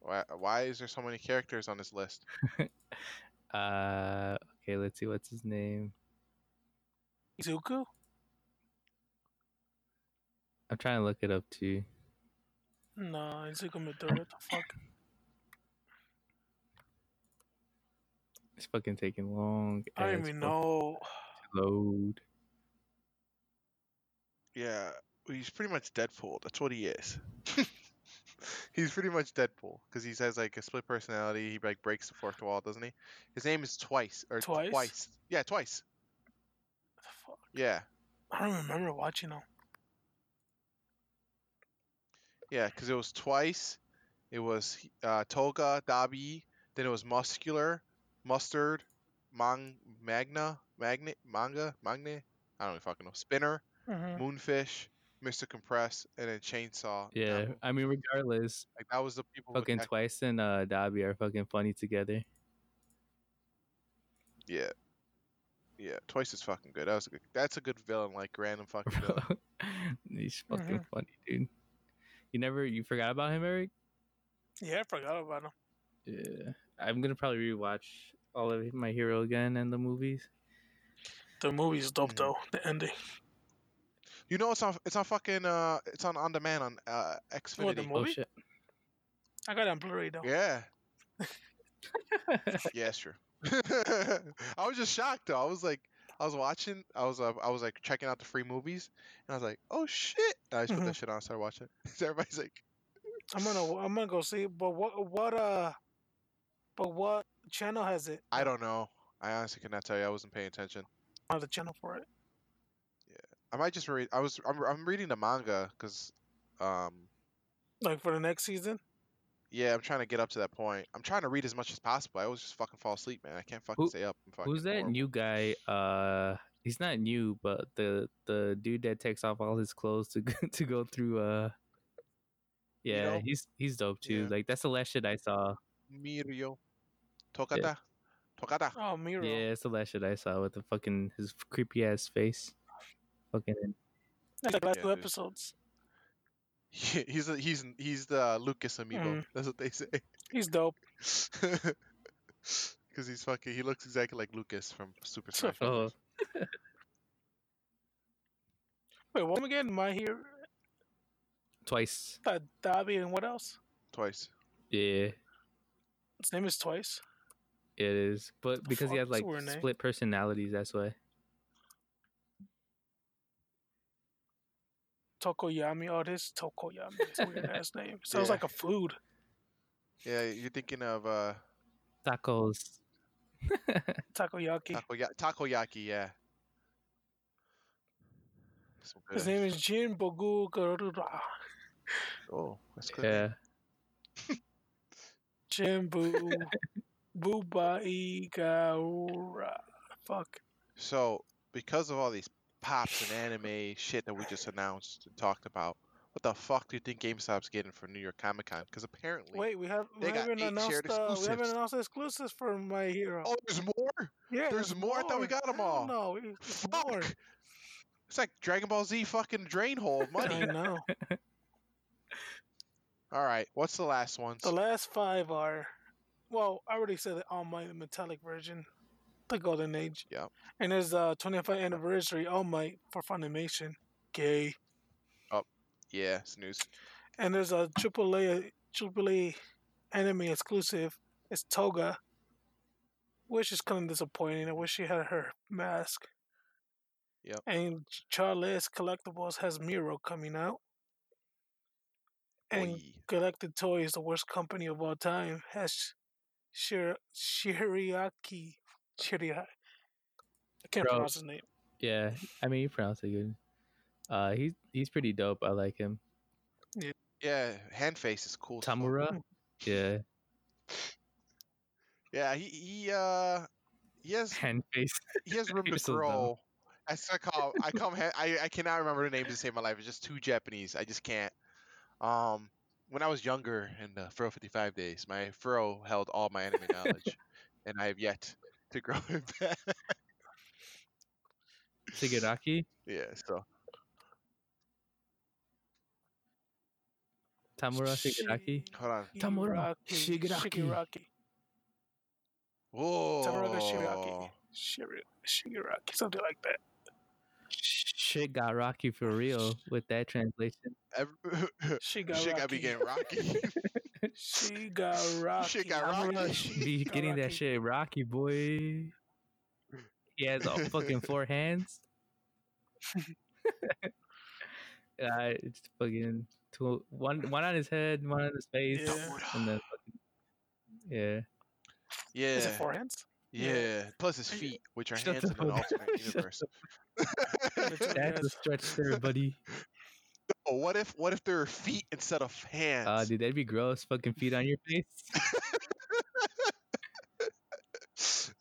S2: Why why is there so many characters on this list?
S1: Uh, okay, let's see what's his name.
S3: Zuko.
S1: I'm trying to look it up too.
S3: No, Zuko Midori. What the fuck?
S1: It's fucking taking long.
S3: I don't
S1: as
S3: even
S1: fuck
S3: know.
S1: to Load.
S2: Yeah, he's pretty much Deadpool. That's what he is. he's pretty much Deadpool because he has like a split personality. He like breaks the fourth wall, doesn't he? His name is Twice or
S3: Twice?
S2: Twice. Yeah, Twice.
S3: What the fuck?
S2: Yeah,
S3: I don't remember watching them.
S2: yeah. Because it was Twice. It was uh, Toga Dabi. Then it was Muscular, Mustard, Mang Magna, Magnet, Manga, Magne. I don't even fucking know. Spinner,
S3: Mm-hmm.
S2: Moonfish, Mr. Compress, and then Chainsaw.
S1: Yeah,
S2: Apple.
S1: I mean, regardless,
S2: like that was the people. with
S1: fucking
S2: that-
S1: Twice and uh, Dobby are fucking funny together.
S2: Yeah. Yeah, twice is fucking good. That was a good, that's a good villain, like random fucking villain.
S1: He's fucking
S3: Mhm.
S1: funny, dude. You never, you forgot about him, Eric?
S3: Yeah, I forgot about them.
S1: Yeah, I'm gonna probably rewatch all of my hero again and the movies.
S3: The movie's dope
S2: Mhm.
S3: though. The ending.
S2: You know, it's on it's on fucking uh, it's on on demand on uh
S3: What, the
S2: Xfinity.
S1: Oh
S3: movie?
S1: shit!
S3: I got it on Blu-ray though.
S2: yeah, yeah, it's true. I was just shocked though. I was like, I was watching. I was uh, I was like checking out the free movies, and I was like, "Oh shit!" And I just put
S3: Mm-hmm.
S2: that shit on, and started watching. it. So everybody's like,
S3: I'm gonna I'm gonna go see. But what what uh, but what channel has it?
S2: "I don't know." I honestly could not tell you. I wasn't paying attention.
S3: Oh, the channel for it.
S2: I might just read. I was. I'm, I'm reading the manga because, um,
S3: Like for the next season.
S2: yeah, I'm trying to get up to that point. I'm trying to read as much as possible. I always just fucking fall asleep, man. I can't fucking
S1: Who-
S2: stay up. I'm fucking
S1: Who's that
S2: horrible.
S1: new guy? Uh, he's not new, but the the dude that takes off all his clothes to go- to go through. Uh,
S2: You
S1: yeah,
S2: know?
S1: he's he's dope too.
S2: Yeah.
S1: Like that's the last shit I saw.
S2: Mirio, Tokata, Tokata.
S3: Oh, Miro.
S1: Yeah, that's the last shit I saw with the fucking his creepy ass face. Fucking
S3: That's like the last
S2: Yeah,
S3: two
S2: dude.
S3: episodes.
S2: he's a, he's he's the Lucas amiibo.
S3: Mhm.
S2: That's what they say.
S3: He's dope.
S2: Because he's fucking, he looks exactly like Lucas from Super Smash. Bros.
S1: oh,
S3: Wait, what am I getting? My Hero,
S1: twice.
S3: Th- Dabi, and what else?
S2: Twice.
S1: Yeah,
S3: His name is Twice.
S1: it is. But
S3: The
S1: because he has
S3: fuck? That's
S1: like
S3: a weird name.
S1: split personalities, that's why.
S3: Tokoyami. Oh, this Tokoyami. It's a weird ass name. Sounds
S2: Yeah.
S3: like a food.
S2: Yeah, you're thinking of uh,
S1: Tacos.
S3: Takoyaki.
S2: takoya- takoyaki, yeah. Some good
S3: His name
S2: ass-
S3: is Jin Bogu Garuda.
S2: Oh, that's good.
S1: Yeah.
S3: Jin Bu Bubai Gaura. Fuck.
S2: So, because of all these pops and anime shit that we just announced and talked about, what the fuck do you think GameStop's getting for New York Comic Con? Because apparently.
S3: Wait, we have we
S2: They got
S3: haven't
S2: eight
S3: announced
S2: shared
S3: uh, we haven't
S2: exclusives.
S3: announced exclusives for My Hero.
S2: Oh, there's more?
S3: yeah,
S2: there's more? I thought we got 'em all.
S3: No,
S2: Fuck! It's like Dragon Ball Z fucking drain hole of
S3: I
S2: money.
S3: know.
S2: All right, what's the last one?
S3: The last five are, well, I already said the All Might metallic version, the Golden Age.
S2: Yep.
S3: And there's the 25th anniversary All Might for Funimation. Gay.
S2: Yeah, snooze.
S3: And there's a AAA AAA anime exclusive. It's Toga. Which is kind of disappointing. I wish she had her mask.
S2: Yep.
S3: And Charles Collectibles has Miro coming out. And
S2: Oy.
S3: Collected Toys, the worst company of all time, has Shir- Shiriaki. Shiria. I can't
S1: Bro.
S3: pronounce his name.
S1: Yeah, I mean, you pronounce it good. Uh, he's he's pretty dope. I like him.
S2: Yeah, hand face is cool. as fuck.
S1: Tamura. Yeah,
S2: Yeah, he he uh he has
S1: hand face.
S2: he has room to
S1: You're so dumb.
S2: grow. I s- I call I come ha- I I cannot remember the names to save my life. It's just too Japanese. I just can't. Um, when I was younger in the Furrow 55 days, my furrow held all my anime knowledge, and I have yet to grow it back.
S1: Shigaraki.
S2: Yeah, so
S1: Tamura Shigaraki.
S2: hold on.
S1: Tamura
S3: Shiraki-
S1: Shigaraki.
S3: Shigiraki.
S2: Whoa.
S3: Tamura Shiraki. Shiri- Shigiraki, something like that.
S1: Shigaraki for real with that translation.
S2: Every- Shit got me
S3: Shigaraki.
S2: getting rocky.
S3: Shigaraki.
S2: Shit
S3: I'm
S2: got
S3: gonna-
S2: rocky.
S1: Be getting that
S3: Shigaraki.
S1: shit rocky, boy. He has all fucking four hands. uh, it's fucking two, one one on his head, one on his face,
S3: Yeah.
S1: and then fucking, yeah.
S3: Is it
S2: Yeah.
S3: four hands?
S2: Yeah.
S3: Yeah.
S2: Plus his
S3: Are you-
S2: feet, which are
S1: Shut
S2: hands
S1: the
S2: in an
S1: fuck up.
S2: alternate
S1: Shut
S2: universe.
S3: Literally.
S1: That's a
S3: Yes.
S1: stretch there, buddy.
S2: oh, what if what if there are feet instead of hands?
S1: Oh, dude, that'd be gross. Fucking feet on your face,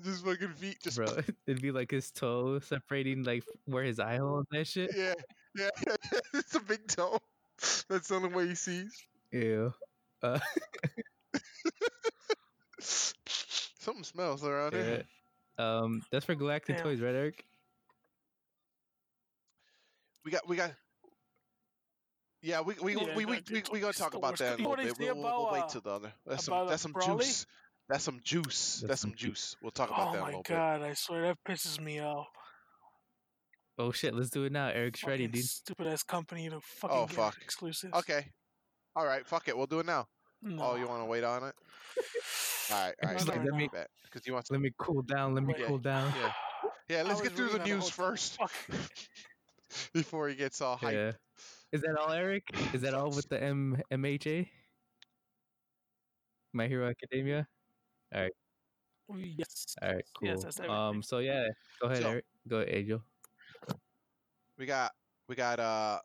S2: Just fucking feet just
S1: bro. It'd be like his toe separating, like where his eye hole and that shit.
S2: Yeah. Yeah. it's a big toe. That's the only way he sees.
S1: Ew.
S2: Something smells around
S1: Yeah.
S2: here.
S1: Um, that's for Galactic
S3: Damn.
S1: Toys, right, Eric?
S2: We got we got yeah, we we
S3: Yeah,
S2: we we,
S3: that-
S2: we, we gonna
S3: it's
S2: talk
S3: the
S2: about
S3: worst.
S2: that in
S3: You
S2: a
S3: wanna
S2: little bit.
S3: see
S2: We'll, we'll, we'll wait
S3: about,
S2: till the other. That's
S3: about
S2: some
S3: a
S2: that's some
S3: Brawley?
S2: juice. That's some juice.
S1: That's
S2: That's
S1: some
S2: some juice. We'll talk about
S3: Oh
S2: that in a
S3: my
S2: little bit.
S3: god, I swear that pisses me off.
S1: Oh shit, let's do it now. Eric's ready,
S3: Fucking
S1: dude.
S3: Stupid ass company to fucking
S2: Oh,
S3: get
S2: fuck.
S3: exclusives.
S2: Okay. All right. Fuck it. We'll do it now.
S3: No.
S2: Oh, you want to wait on it? All right. All right.
S3: Let
S2: Let
S3: me-
S2: Because you want some.
S1: Let me cool down. Let me
S2: Wait.
S1: cool down.
S2: Yeah. Yeah, let's
S3: was
S2: get through
S3: reading
S2: the
S3: on the
S2: news
S3: whole-
S2: first before he gets all hyped.
S1: Yeah. Is that all, Eric? Is that all with the M- MHA? My Hero Academia?
S3: Yes.
S1: All right, cool.
S3: Yes, that's everything.
S1: um, so yeah, go ahead,
S2: So-
S1: Eric. Go ahead, Angel.
S2: We got we got uh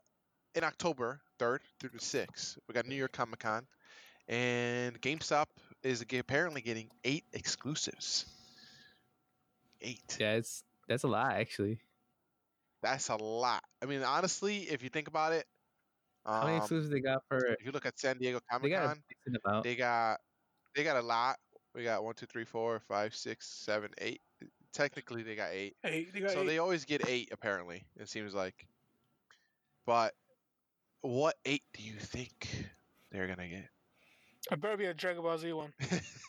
S2: in October third through the sixth. We got New York Comic Con, and GameStop is ge- apparently getting eight exclusives. Eight.
S1: Yeah, it's that's a lot actually.
S2: That's a lot. I mean, honestly, if you think about it,
S1: How many
S2: um,
S1: exclusives they got for?
S2: if you look at San Diego
S1: They
S2: Comic
S1: got
S2: Con,
S1: a decent amount.
S2: They got they got a lot. We got one, two, three, four, five, six, seven, eight. Technically, they got eight.
S3: Hey, they got
S2: so
S3: eight.
S2: they always get eight. Apparently, it seems like. But what eight do you think they're gonna
S3: It better be a Dragon Ball Z one.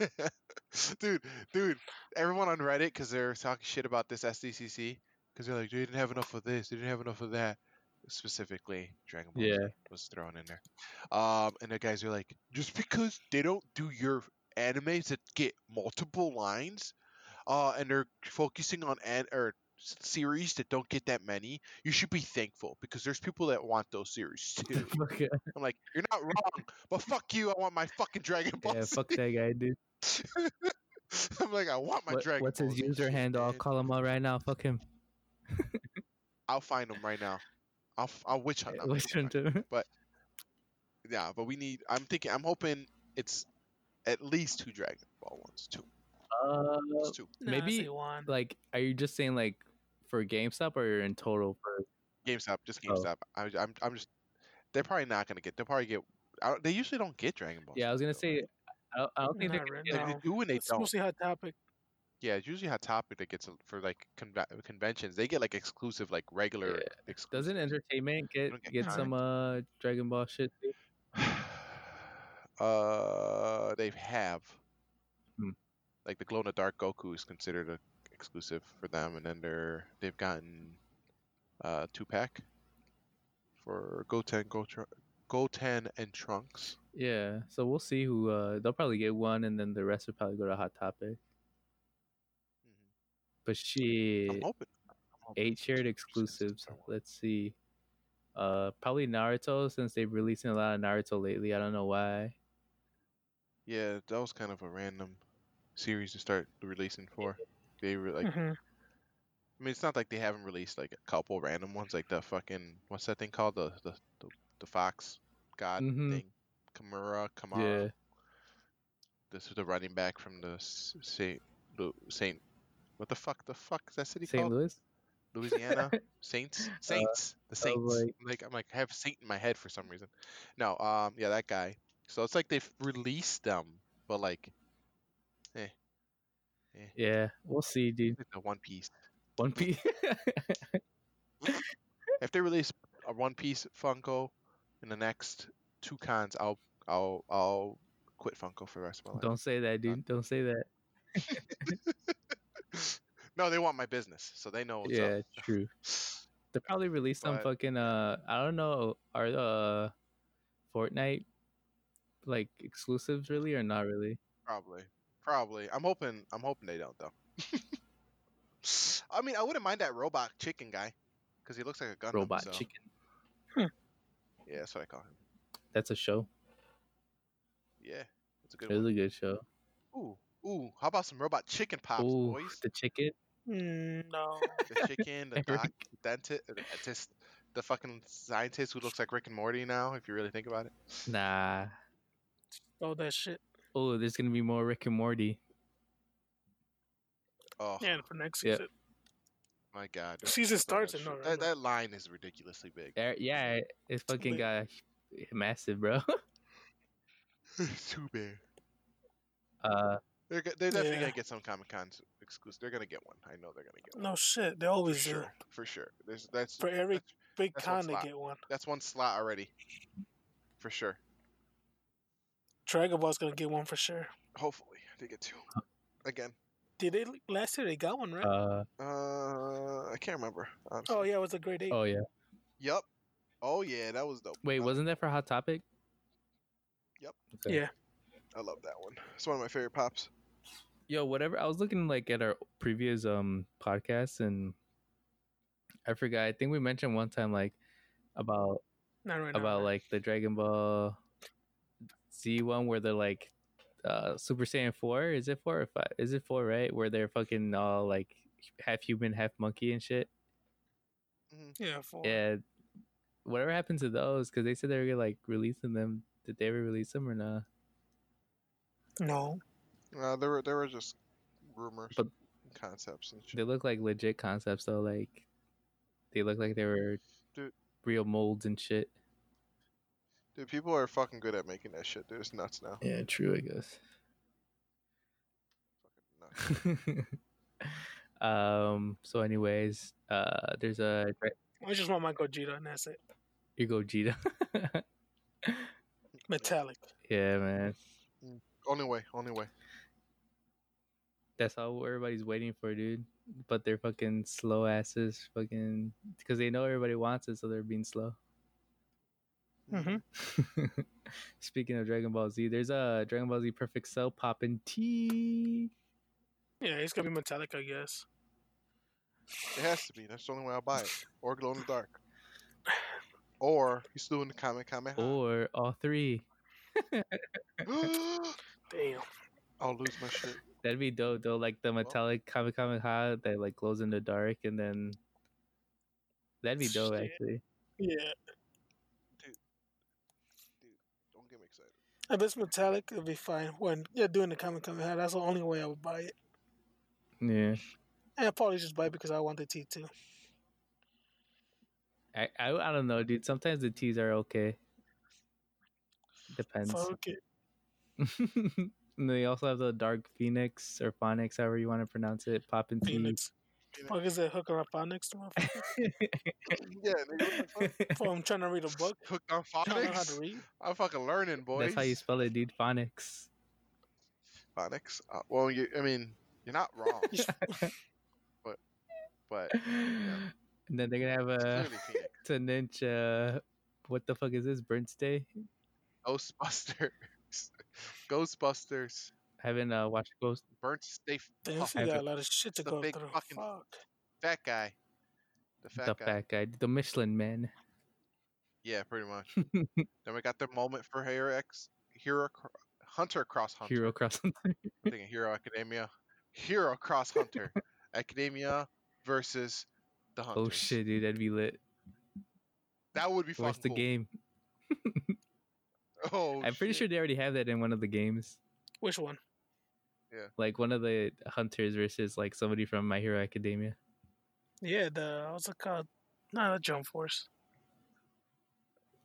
S2: get? dude, dude, everyone on Reddit because they're talking shit about this SDCC because they're like they didn't have enough of this, they didn't have enough of that. Specifically, Dragon Ball
S1: Yeah.
S2: was thrown in there. Um, and the guys are like, just because they don't do your animes that get multiple lines, uh, and they're focusing on an or s- series that don't get that many, you should be thankful because there's people that want those series too.
S1: Okay.
S2: I'm like, you're not wrong, but fuck you, I want my fucking Dragon Ball.
S1: yeah,
S2: Z."
S1: fuck that guy, dude.
S2: I'm like, I want my
S1: What-
S2: Dragon.
S1: what's
S2: Ball
S1: his
S2: Z
S1: user
S2: shit,
S1: handle? I'll
S2: man."
S1: call him out right now. Fuck him.
S2: I'll find him right now. I'll f- I'll witch hunt. him. I'll
S1: Listen
S2: find
S1: to him.
S2: Yeah, but we need. I'm thinking. I'm hoping it's at least two Dragon Ball ones. Two.
S1: Uh,
S2: It's two.
S3: Nah,
S1: Maybe-
S3: I say one.
S1: like, are you just saying like for GameStop or in total for?
S2: GameStop. Just
S1: Oh.
S2: GameStop. I, I'm. I'm just. They're probably not gonna get. They'll probably get. I don't, they usually don't get Dragon Ball.
S1: Yeah, I was gonna
S2: though,
S1: say.
S2: right?
S1: I don't, I don't think they're
S3: Not right
S1: gonna
S2: They-
S1: get
S3: now.
S1: it.
S2: they do and they
S3: It's
S2: don't.
S3: mostly hot topic.
S2: Yeah, it's usually Hot Topic that gets a- for like conve- conventions. They get like exclusive, like regular.
S1: Yeah.
S2: exclusive.
S1: Doesn't entertainment get
S2: don't get
S1: get some uh Dragon Ball shit? too?
S2: uh, they have.
S1: Hmm.
S2: Like the glow in the dark Goku is considered a exclusive for them, and then they're they've gotten uh, two pack for Goten, Gotr- Goten and Trunks.
S1: Yeah, so we'll see who uh they'll probably get one, and then the rest will probably go to Hot Topic. But
S2: I'm
S1: she
S2: hoping
S1: eight shared exclusives. Let's see. Uh, probably Naruto since they've released a lot of Naruto lately. I don't know why.
S2: Yeah, that was kind of a random series to start releasing for. They were like,
S3: Mhm.
S2: I mean, it's not like they haven't released like a couple random ones, like the fucking what's that thing called the the the, the fox god
S1: Mhm.
S2: thing, Kamura Kamara.
S1: Yeah,
S2: This is the running back from the S- Saint Lu- Saint. What the fuck? The fuck is that city
S1: St.
S2: called?
S1: Louis.
S2: Louisiana Saints. Saints. the Saints.
S1: Uh, like-
S2: I'm like I'm like I have Saint in my head for some reason. No. Um. Yeah, that guy. So it's like they've released them, but like eh.
S1: Yeah, we'll see, dude.
S2: the One Piece.
S1: One Piece.
S2: if they release a One Piece Funko in the next two cons, I'll I'll I'll quit Funko for the rest of my life.
S1: Don't say that, dude. Don't say that.
S2: No, they want my business, so they know what's
S1: yeah, true. They probably released some
S2: But-
S1: fucking uh I don't know are uh Fortnite like exclusives really or not really?
S2: up. Probably, probably. I'm hoping I'm hoping they don't though. I mean, I wouldn't mind that robot chicken guy because he looks like a gun.
S1: Robot Chicken.
S2: Yeah, that's what I call him.
S1: That's a show.
S2: Yeah, that's a good
S1: It was
S2: one.
S1: a good show.
S2: Ooh, ooh. How about some robot chicken pops,
S1: Ooh,
S2: boys?
S1: the chicken.
S3: Mm, No.
S2: The chicken, the doc,
S1: Eric.
S2: the dentist, the dentist, the fucking scientist who looks like Rick and Morty now. If you really think about it.
S1: Nah.
S3: All that shit.
S1: Oh, there's gonna be more Rick and Morty.
S2: Oh
S3: Yeah, for next
S1: Yeah.
S3: season.
S2: my god.
S3: The
S2: so
S3: season
S2: much
S3: starts in
S2: shit.
S3: November.
S2: That, that line is ridiculously big.
S1: Er, yeah, it fucking
S3: Wait.
S1: got massive, bro.
S2: Too big.
S1: Uh,
S2: They're, go- they're definitely
S3: Yeah.
S2: gonna get some Comic Con exclusive. They're gonna get one. I know they're gonna get one.
S3: No shit. They
S2: for
S3: always do.
S2: sure. For sure. There's that's
S3: For e- every
S2: that's,
S3: big
S2: that's one
S3: con, they
S2: slot.
S3: get one.
S2: that's one slot already. For sure.
S3: Dragon Ball's gonna get one for sure.
S2: Hopefully they get two. Again.
S3: Did they last year? They got one, right?
S1: uh,
S2: Uh, I can't remember.
S3: oh yeah, it was a great eight.
S1: oh yeah.
S2: Yep. Oh yeah, that was dope.
S1: Wait,
S2: I-
S1: wasn't that for Hot Topic?
S2: Yep.
S1: Okay.
S3: Yeah.
S2: I love that one. It's one of my favorite pops.
S1: yo, whatever. I was looking like at our previous um podcasts, and I forgot. I think we mentioned one time like about
S3: Not right now.
S1: about like the Dragon Ball Z one where they're like uh Super Saiyan four. Is it four or five? Is it four? Right, where they're fucking all like half human, half monkey and shit.
S3: yeah, four.
S1: Yeah, whatever happened to those? Because they said they were like releasing them. Did they ever release them or not?
S3: No,
S2: Uh, there were there were just rumors,
S1: But-
S2: and concepts and shit.
S1: They look like legit concepts though. Like they look like they were
S2: Dude.
S1: real molds and shit.
S2: Dude, people are fucking good at making that shit. Dude, it's nuts now.
S1: Yeah, true. I guess.
S2: Fucking nuts.
S1: um. So, anyways, uh, there's a dra-
S3: I just want my Gogeta, and that's it.
S1: your Gogeta.
S3: Metallic.
S1: yeah, man.
S2: Only way, only way.
S1: That's all everybody's waiting for, dude. But they're fucking slow asses, fucking, because they know everybody wants it, so they're being slow.
S3: Mm-hmm.
S1: Speaking of Dragon Ball Z, there's a Dragon Ball Z Perfect Cell poppin' tea.
S3: Yeah, it's gonna be metallic, I guess.
S2: It has to be. That's the only way I'll buy it. Or glow in the dark. Or he's doing the comment comment.
S1: or all three.
S3: Damn.
S2: I'll lose my shit.
S1: That'd be dope though, like the metallic Kami Kami Ha that like glows in the dark, and then that'd be dope
S3: Shit.
S1: actually.
S3: Yeah,
S2: Don't get me excited.
S3: if it's metallic, it'll be fine. When yeah, doing the comic coming out, that's the only way I would buy it.
S1: Yeah,
S3: And I probably just buy it because I want the T too.
S1: I, I I don't know, dude. Sometimes the teas are okay. Depends.
S3: Fuck it.
S1: and they also have the dark phoenix or phonics, however you want to pronounce it, poppin' tea.
S3: Phoenix. Fuck is that hooker up on next to my
S2: Yeah, nigga, what the fuck?
S3: phone? I'm trying to read a book.
S2: Hooked on
S3: I don't know how to
S2: phonics.
S3: read.
S2: I'm fucking learning, boys.
S1: That's how you spell it, dude. Phonics.
S2: phonics. Uh, well, you, I mean, you're not wrong, but
S1: And then they're gonna have
S2: it's
S1: a
S2: clearly Phoenix.
S1: to ninja. What the fuck is this? Burns Day?
S2: Ghostbusters. Ghostbusters.
S1: I haven't uh, watched Ghost.
S2: Burnt Stay
S3: Damn,
S2: Fuck.
S3: we got a lot of shit to
S2: The
S3: go
S2: big
S3: through.
S2: fucking-
S3: Fuck.
S2: Fat Guy. The Fat
S1: the
S2: Guy.
S1: fat guy, the Michelin Man.
S2: Yeah, pretty much. then we got the moment for Hero X. Hero Cro- Hunter Cross Hunter.
S1: Hero Cross.
S2: I'm thinking Hero Academia. Hero Cross Hunter. Academia versus the Hunter.
S1: oh shit, dude, that'd be lit.
S2: That would be fucking
S1: Where's the
S2: cool.
S1: game?
S2: Oh,
S1: I'm pretty sure
S2: shit.
S1: they already have that in one of the games.
S3: Which one?
S1: Like one of the hunters versus like somebody from My Hero Academia.
S3: Yeah, the what's it called? uh, Not a jump force.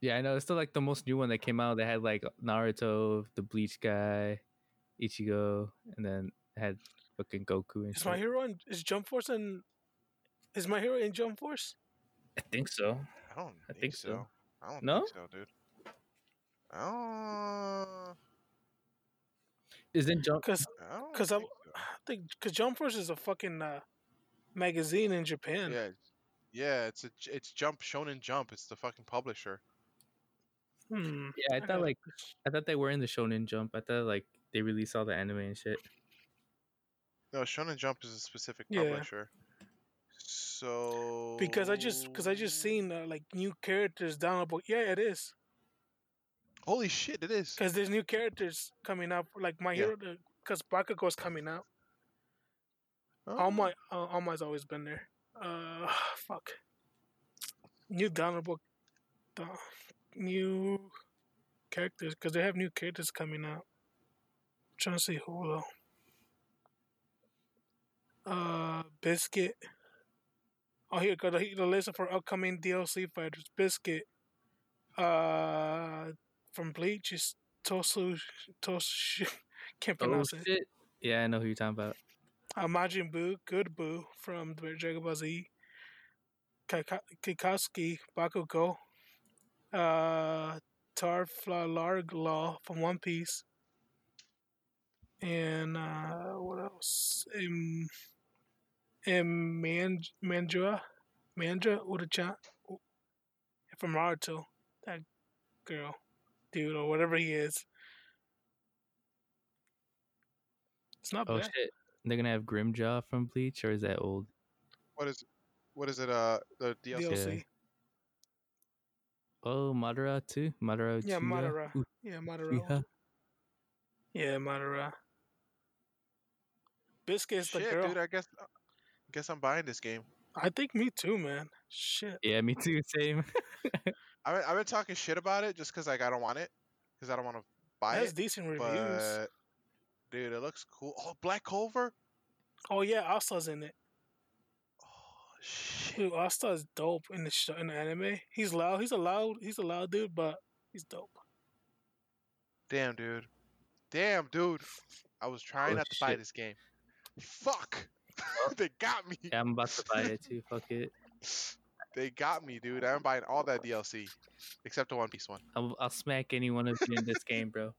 S1: Yeah, I know. It's still like the most new one that came out. They had like Naruto, the Bleach guy, Ichigo, and then had fucking Goku and
S3: Is
S1: shit.
S3: my hero in is jump force and is my hero in jump force?
S1: I think so.
S2: I don't
S1: I
S2: think,
S1: think
S2: so.
S1: so.
S2: I don't
S1: No?
S2: think so, dude. I
S1: Isn't Jump?
S3: Because
S2: don't. I don't
S3: 'Cause I'm-
S2: think so.
S3: I think because jump force is a fucking uh, magazine in Japan.
S2: Yeah, it's- yeah. It's a, j- it's Jump Shonen Jump. It's the fucking publisher.
S3: Hmm.
S1: Yeah, I
S3: Okay.
S1: thought like I thought they were in the Shonen Jump. I thought like they released all the anime and shit.
S2: No, Shonen Jump is a specific
S3: Yeah.
S2: publisher. So
S3: Because I just because I just seen uh, like new characters downloadable. Yeah, it is.
S2: Holy shit! It is.
S3: Because there's new characters coming up. Like my
S2: Yeah.
S3: hero, because Bakugo's coming out.
S2: Oh,
S3: All my uh, All Might's always been there. Uh, fuck. New downloadable, the new characters because they have new characters coming out. trying to see who though. Uh, Biscuit. Oh, here got the, the list for upcoming DLC fighters. Biscuit. Uh, from Bleach is Tosu Tosu. Can't
S1: Oh
S3: pronounce it.
S1: shit! Yeah, I know who you're talking about.
S3: Uh, Majin Buu, Good Boo from the Dragon Ball Z, Kaka- Kikoski, Bakugo, uh, Tarflarglaw from One Piece, and uh, what else? Um, and Man- Mandra, Mandra Uda-chan U- from Naruto, that girl, dude, or whatever he is. It's not
S1: Oh
S3: bad.
S1: shit! They're gonna have Grimjaw from Bleach, or is that old?
S2: What is what is it? Uh, the DLC.
S3: DLC.
S1: Oh, Madara too. Madara.
S3: Yeah,
S1: Uchiha?
S3: Madara. Yeah, Madara.
S1: Uchiha.
S3: Yeah, Madara. Biscuit's the
S2: Shit,
S3: girl.
S2: dude. I guess guess I'm buying this game.
S3: I think me too, man. Shit.
S1: Yeah, me too. Same.
S2: I've been, I've been talking shit about it just because like I don't want it because I don't want to buy
S3: That's
S2: it.
S3: decent reviews.
S2: But dude, it looks cool. Oh, Black Clover.
S3: Oh yeah, Asta's in it.
S2: Oh shit.
S3: Dude, Asta is dope in the show, in the anime. He's loud. He's a loud. He's a loud dude, but he's dope.
S2: Damn, dude. Damn, dude. I was trying
S1: Oh,
S2: not to buy
S1: shit.
S2: this game. Fuck. they got me.
S1: Yeah, I'm about to buy it too. Fuck it.
S2: They got me, dude. I'm buying all that DLC except the One Piece one.
S1: I'll, I'll smack any one of you in this game, bro.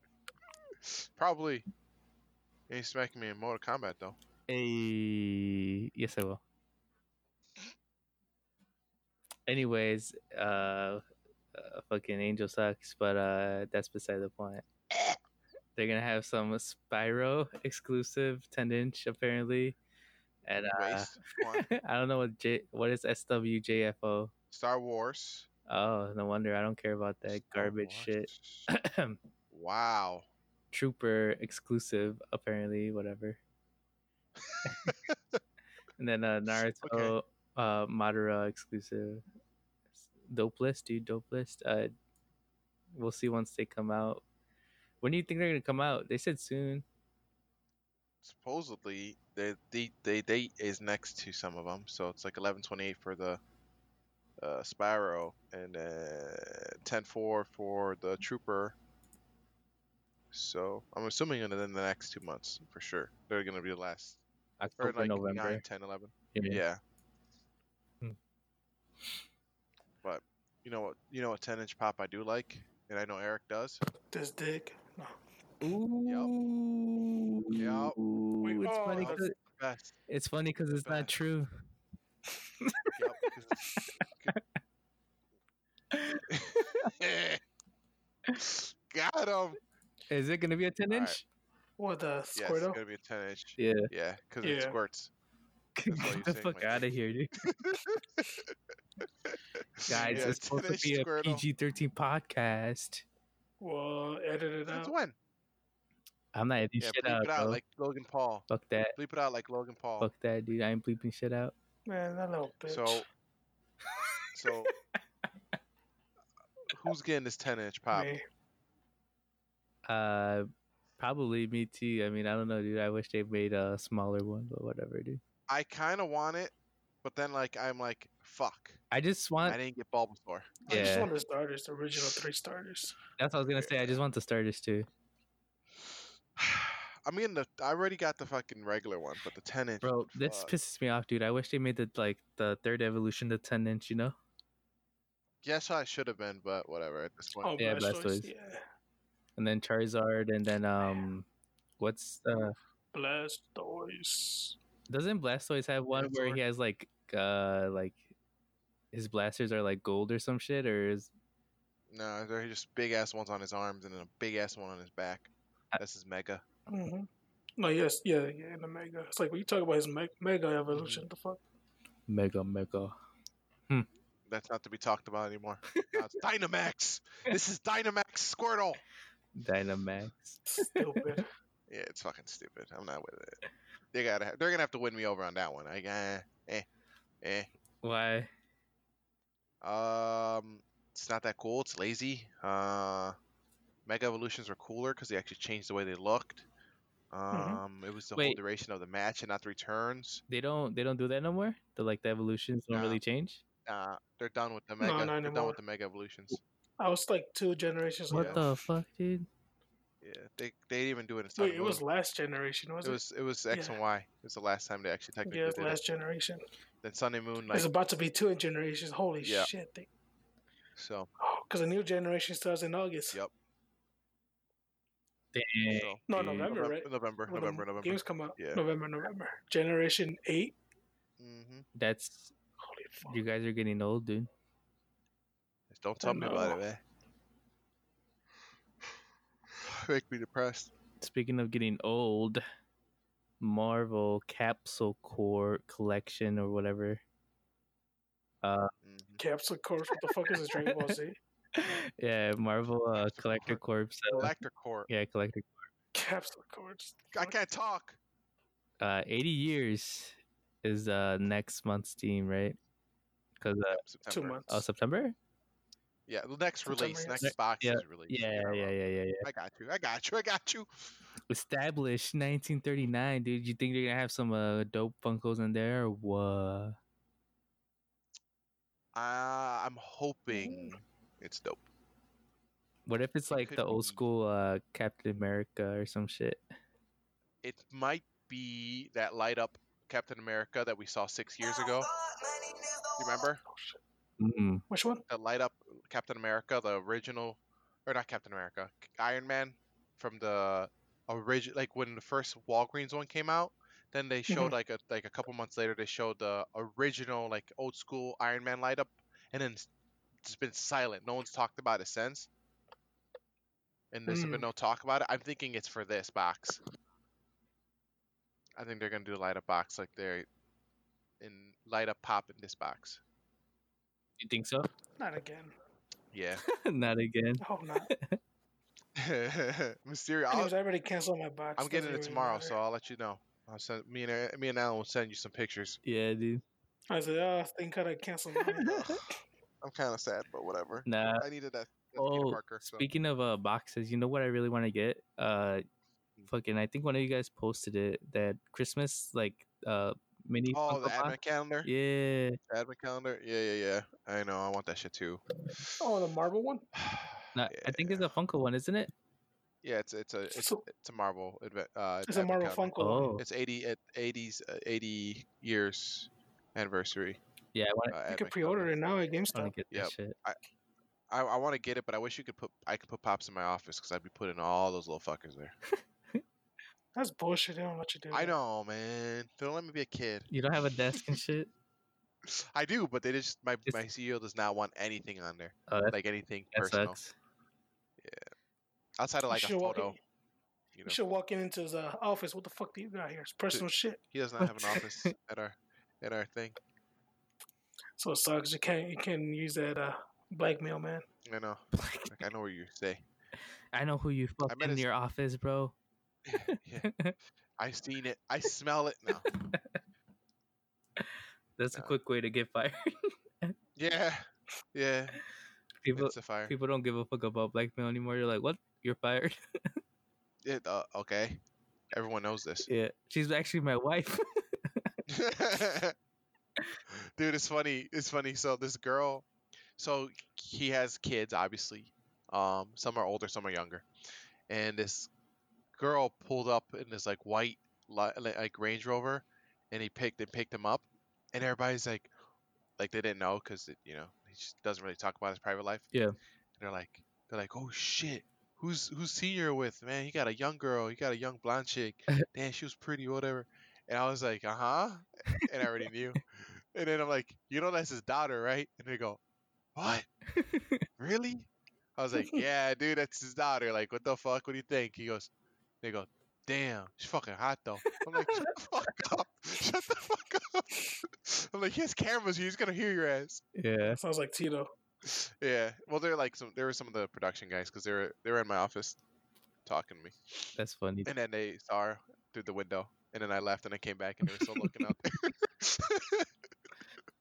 S2: Probably. You ain't smacking me in Mortal Kombat though.
S1: Hey, yes, I will. Anyways, uh, uh fucking Angel sucks, but uh, that's beside the point. They're gonna have some Spyro exclusive 10 inch apparently, and uh,
S2: Waste. One.
S1: I don't know what J what is SWJFO.
S2: Star Wars.
S1: Oh, no wonder I don't care about that
S2: Star
S1: garbage shit.
S2: Wars. Wow.
S1: Trooper exclusive apparently, whatever. and then uh, Naruto
S2: Okay.
S1: uh, Madara exclusive. Dope list, dude. Dope list. Uh, we'll see once they come out. When do you think they're gonna come out? They said soon.
S2: supposedly the the the date is next to some of them, so it's like eleven twenty eight for the uh, Spyro and uh, ten four for the Trooper. So I'm assuming in the, in the next two months for sure they're gonna be the last or
S1: October,
S2: like
S1: November.
S2: nine, 10, 11.
S1: Yeah.
S2: Yeah.
S1: Hmm.
S2: But you know what you know what ten inch pop I do like, and I know Eric does.
S3: This dick. No.
S1: Ooh.
S2: Yup.
S1: Ooh, It's
S3: oh,
S1: funny.
S3: that's-
S1: 'cause-
S2: Best.
S1: It's funny because it's not
S2: Best.
S1: true.
S2: Yep, 'cause it's- Got him.
S1: Is it gonna be a ten
S2: All right.
S1: inch?
S3: What the
S2: Yes, it's
S3: Squirtle?
S2: gonna be a ten inch.
S1: Yeah.
S2: Yeah, because it
S3: Yeah.
S2: squirts.
S1: Get
S2: That's why you
S1: the
S2: say,
S1: fuck
S2: Mike.
S1: out of here, dude. Guys,
S2: Yeah,
S1: it's supposed to
S2: 10-inch
S1: be a
S2: squirtle.
S1: PG 13 podcast.
S3: well, edit it
S2: Since
S3: out.
S2: when?
S1: I'm not editing
S2: Yeah,
S1: shit
S2: bleep
S1: out,
S2: it out
S1: bro.
S2: like Logan Paul.
S1: fuck that.
S2: Bleep it out like Logan Paul.
S1: Fuck that, dude. I ain't bleeping shit out.
S3: Man, that little bitch.
S2: So, so who's getting this ten inch pop?
S3: Me.
S1: Uh, Probably me too. I mean, I don't know, dude. I wish they made a smaller one, but whatever, dude.
S2: I kind of want it, but then like I'm like, fuck,
S1: I just
S2: I
S1: want.
S2: didn't get Bulbasaur.
S3: I just
S1: Yeah.
S3: want the starters, the original three starters.
S1: That's what I was gonna say. I just want the starters too.
S2: I mean, the I already got the fucking regular one, but the ten inch.
S1: Bro, this
S2: fuck.
S1: pisses me off, dude. I wish they made the like the third evolution the ten inch. You know?
S2: Yes, I should have been, but whatever. At this point,
S3: Oh,
S1: Yeah,
S3: Blastoise.
S1: Blastoise.
S3: Yeah,
S1: and then Charizard, and then um, what's uh?
S3: Blastoise.
S1: Doesn't Blastoise have one where
S2: Charizard.
S1: he has like uh like his blasters are like gold or some shit, or is
S2: no, they're just big ass ones on his arms and then a big ass one on his back. That's his mega.
S3: hmm No, yes, yeah, yeah, in the Mega. It's like when you talk about his me- Mega Evolution,
S2: Mm-hmm.
S3: the fuck?
S1: mega mega?
S2: That's not to be talked about anymore. Now it's Dynamax. This is Dynamax Squirtle.
S1: Dynamax.
S3: Stupid.
S2: Yeah, it's fucking stupid. I'm not with it. They gotta. Have, they're gonna have to win me over on that one. I eh, eh, eh.
S1: Why?
S2: Um, it's not that cool. It's lazy. Uh, Mega Evolutions were cooler because they actually changed the way they looked. Um,
S3: Mm-hmm.
S2: it was the whole
S1: Wait.
S2: duration of the match and not the returns.
S1: They don't they don't do that no more? The like the evolutions don't
S2: Nah.
S1: really change?
S2: Uh, they're done with the Mega.
S3: not
S2: they're done
S3: anymore.
S2: with the Mega Evolutions.
S3: I was like two generations
S1: What
S3: ago.
S1: the fuck, dude?
S2: Yeah, they they didn't even do it in Sun
S3: Wait,
S2: and
S3: it was
S2: Moon.
S3: last generation,
S2: it
S3: wasn't it?
S2: was it was X
S3: yeah.
S2: and Y. It was the last time they actually technically
S3: yeah, it was
S2: did
S3: last
S2: it.
S3: generation.
S2: Then Sun and Moon, like
S3: it's about to be two generations. Holy
S2: Yeah.
S3: shit! They,
S2: so.
S3: oh, because the new generation starts in August.
S2: Yep.
S1: Dang.
S2: so.
S3: No,
S1: dude.
S3: November,
S2: November,
S3: right?
S2: November,
S3: When the
S2: November, November.
S3: Games come out
S2: Yeah.
S3: November, November. Generation eight.
S2: Mm-hmm.
S1: That's
S3: Holy fuck!
S1: you guys are getting old, dude.
S2: Don't
S3: I
S2: tell me about it,
S3: know.
S2: man. Make me depressed.
S1: Speaking of getting old, Marvel Capsule Core collection or whatever. Uh,
S2: Mhm.
S3: Capsule Corps. What the fuck is this Dragon Ball Z?
S1: yeah, Marvel uh,
S2: Capsule
S1: Collector Corps. uh,
S2: Collector Corps.
S1: yeah, Collector.
S3: Capsule Corps.
S2: I can't talk.
S1: Uh, 80 years is uh next month's team, right? Because uh,
S2: Yep,
S3: Two
S2: September.
S3: months.
S1: oh September.
S2: Yeah, the next
S3: September,
S2: release,
S3: yes.
S2: next
S1: Ne-
S2: box is released.
S1: Yeah, yeah, yeah,
S2: bro.
S1: yeah, yeah.
S2: I got you. I got you. I got you.
S1: Established 1939, dude. You think they're gonna have some uh dope Funkos in there? Or what?
S2: Uh, I'm hoping it's dope.
S1: What if it's
S2: It
S1: like
S2: could
S1: the old
S2: be.
S1: school uh Captain America or some shit?
S2: It might be that light up Captain America that we saw six years ago. You remember
S3: Oh, shit.
S1: Mm.
S3: Which one?
S2: that light up Captain America, the original, or not Captain America, Iron Man from the original, like when the first Walgreens one came out. Then they showed
S3: Mhm.
S2: like a like a couple months later they showed the original like old school Iron Man light up, and then s- it's been silent. No one's talked about it since. And there's been no talk about it. I'm thinking it's for this box. I think they're gonna do a light up box like they're in light up pop in this box.
S1: You think so?
S3: Not again.
S2: Yeah.
S1: Not again.
S3: I hope not.
S2: Mysterio. I'll,
S3: Anyways, I already canceled my box.
S2: I'm getting
S3: Doesn't
S2: it
S3: really
S2: tomorrow,
S3: matter.
S2: so I'll let you know. I'll send me and me and Alan will send you some pictures.
S1: Yeah, dude.
S3: I was like, oh, thank God I canceled mine.
S2: I'm kind of sad, but whatever.
S1: Nah.
S2: I needed that. that Peter
S1: Oh,
S2: Parker, so.
S1: speaking of uh boxes, you know what I really want to get? Uh, fucking. I think one of you guys posted it that Christmas like uh mini.
S2: oh,
S1: Funko
S2: the
S1: Pop.
S2: advent calendar.
S1: Yeah.
S2: The Advent calendar. Yeah, yeah, yeah. I know. I want that shit too.
S3: oh, the Marvel one?
S1: No, I think it's
S2: Yeah.
S1: a Funko one, isn't it?
S2: yeah. It's it's a it's,
S3: So-
S2: it's a Marvel advent. Uh,
S3: It's a
S2: advent
S3: Marvel
S2: calendar.
S3: Funko one.
S1: Oh,
S2: It's 80 at 80s uh, 80 years anniversary.
S1: yeah. I want
S2: Uh,
S3: You
S2: advent
S3: could pre-order
S2: calendar.
S3: it now at
S1: to
S3: GameStop.
S1: get that
S2: Yep.
S1: shit.
S2: I, I want to get it, but I wish you could put I could put pops in my office because I'd be putting all those little fuckers there.
S3: That's bullshit. They don't let you do
S2: I
S3: that.
S2: know, man. They don't let me be a kid.
S1: You don't have a desk and shit.
S2: I do, but they just my
S1: It's-
S2: my CEO does not want anything on there,
S1: Oh, that,
S2: like anything
S1: that
S2: personal
S1: sucks.
S2: outside of like a
S3: should walk
S2: photo.
S3: in-
S2: You
S3: You
S2: know,
S3: should walk in into his uh, office. What the fuck do you got here? It's personal shit.
S2: he does not have an office at our at our thing.
S3: So it sucks. You can't you can't use that uh, blackmail, man.
S2: I know. Like, I know where you stay.
S1: I know who you fucked
S2: bet
S1: in
S2: it's-
S1: your office, bro.
S2: Yeah. I seen it. I smell it now.
S1: That's a
S2: Nah.
S1: quick way to get fired.
S2: Yeah, yeah.
S1: people,
S2: It's a fire.
S1: people don't give a fuck about blackmail anymore. You're like, what? You're fired.
S2: It, uh, okay, everyone knows this.
S1: yeah, she's actually my wife.
S2: Dude, it's funny. It's funny. So this girl, so he has kids, obviously. Um, some are older, some are younger, and this girl pulled up in this like white li- li- like Range Rover, and he picked and picked him up, and everybody's like, like they didn't know because you know he just doesn't really talk about his private life.
S1: Yeah.
S2: And they're like, they're like, oh shit. Who's who's senior with man? He got a young girl. He got a young blonde chick. Damn, she was pretty, whatever. And I was like, uh huh. And I already knew. And then I'm like, you know, that's his daughter, right? And they go, what? Really? I was like, yeah, dude, that's his daughter. Like, what the fuck? What do you think? He goes, they go, damn, she's fucking hot though. I'm like, shut the fuck up. Shut the fuck up. I'm like, he has cameras here. He's going to hear your ass.
S1: yeah.
S3: Sounds like Tito.
S2: Yeah. Well, they're like some, there were some of the production guys because they were, they were in my office talking to me.
S1: That's funny.
S2: And then they saw her through the window. And then I left and I came back and they were still looking out there.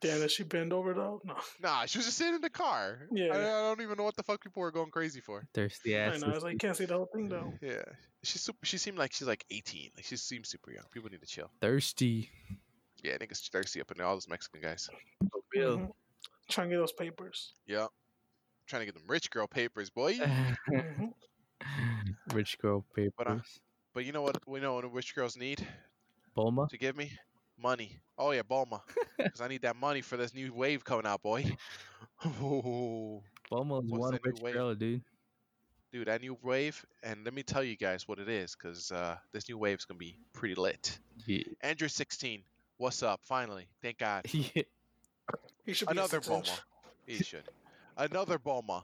S3: Damn, did she bend over though? No,
S2: Nah, she was just sitting in the car.
S3: Yeah.
S2: I, I don't even know what the fuck people were going crazy for.
S1: Thirsty
S3: I
S1: ass.
S3: know. I was like, can't see the whole thing though.
S2: Yeah, she's super. She seemed like she's like 18. Like she seems super young. People need to chill.
S1: thirsty.
S2: Yeah, niggas thirsty up in there. All those Mexican guys.
S1: For real.
S3: Mhm. Trying to get those papers.
S2: Yep. Trying to get them rich girl papers, boy.
S3: hmm
S1: Rich girl papers.
S2: uh, but you know what? We know what rich girls need
S1: Bulma.
S2: to give me money. Oh yeah, Bulma, because I need that money for this new wave coming out, boy. Ooh.
S1: Bulma is
S2: what's
S1: one
S2: that new
S1: rich
S2: wave?
S1: girl, dude.
S2: Dude, that new wave, and let me tell you guys what it is, because uh, this new wave's gonna be pretty lit.
S1: Yeah.
S2: Andrew 16, what's up? Finally, thank God.
S3: He should be
S2: Another
S3: a citizen.
S2: Bulma. He should. Another Bulma.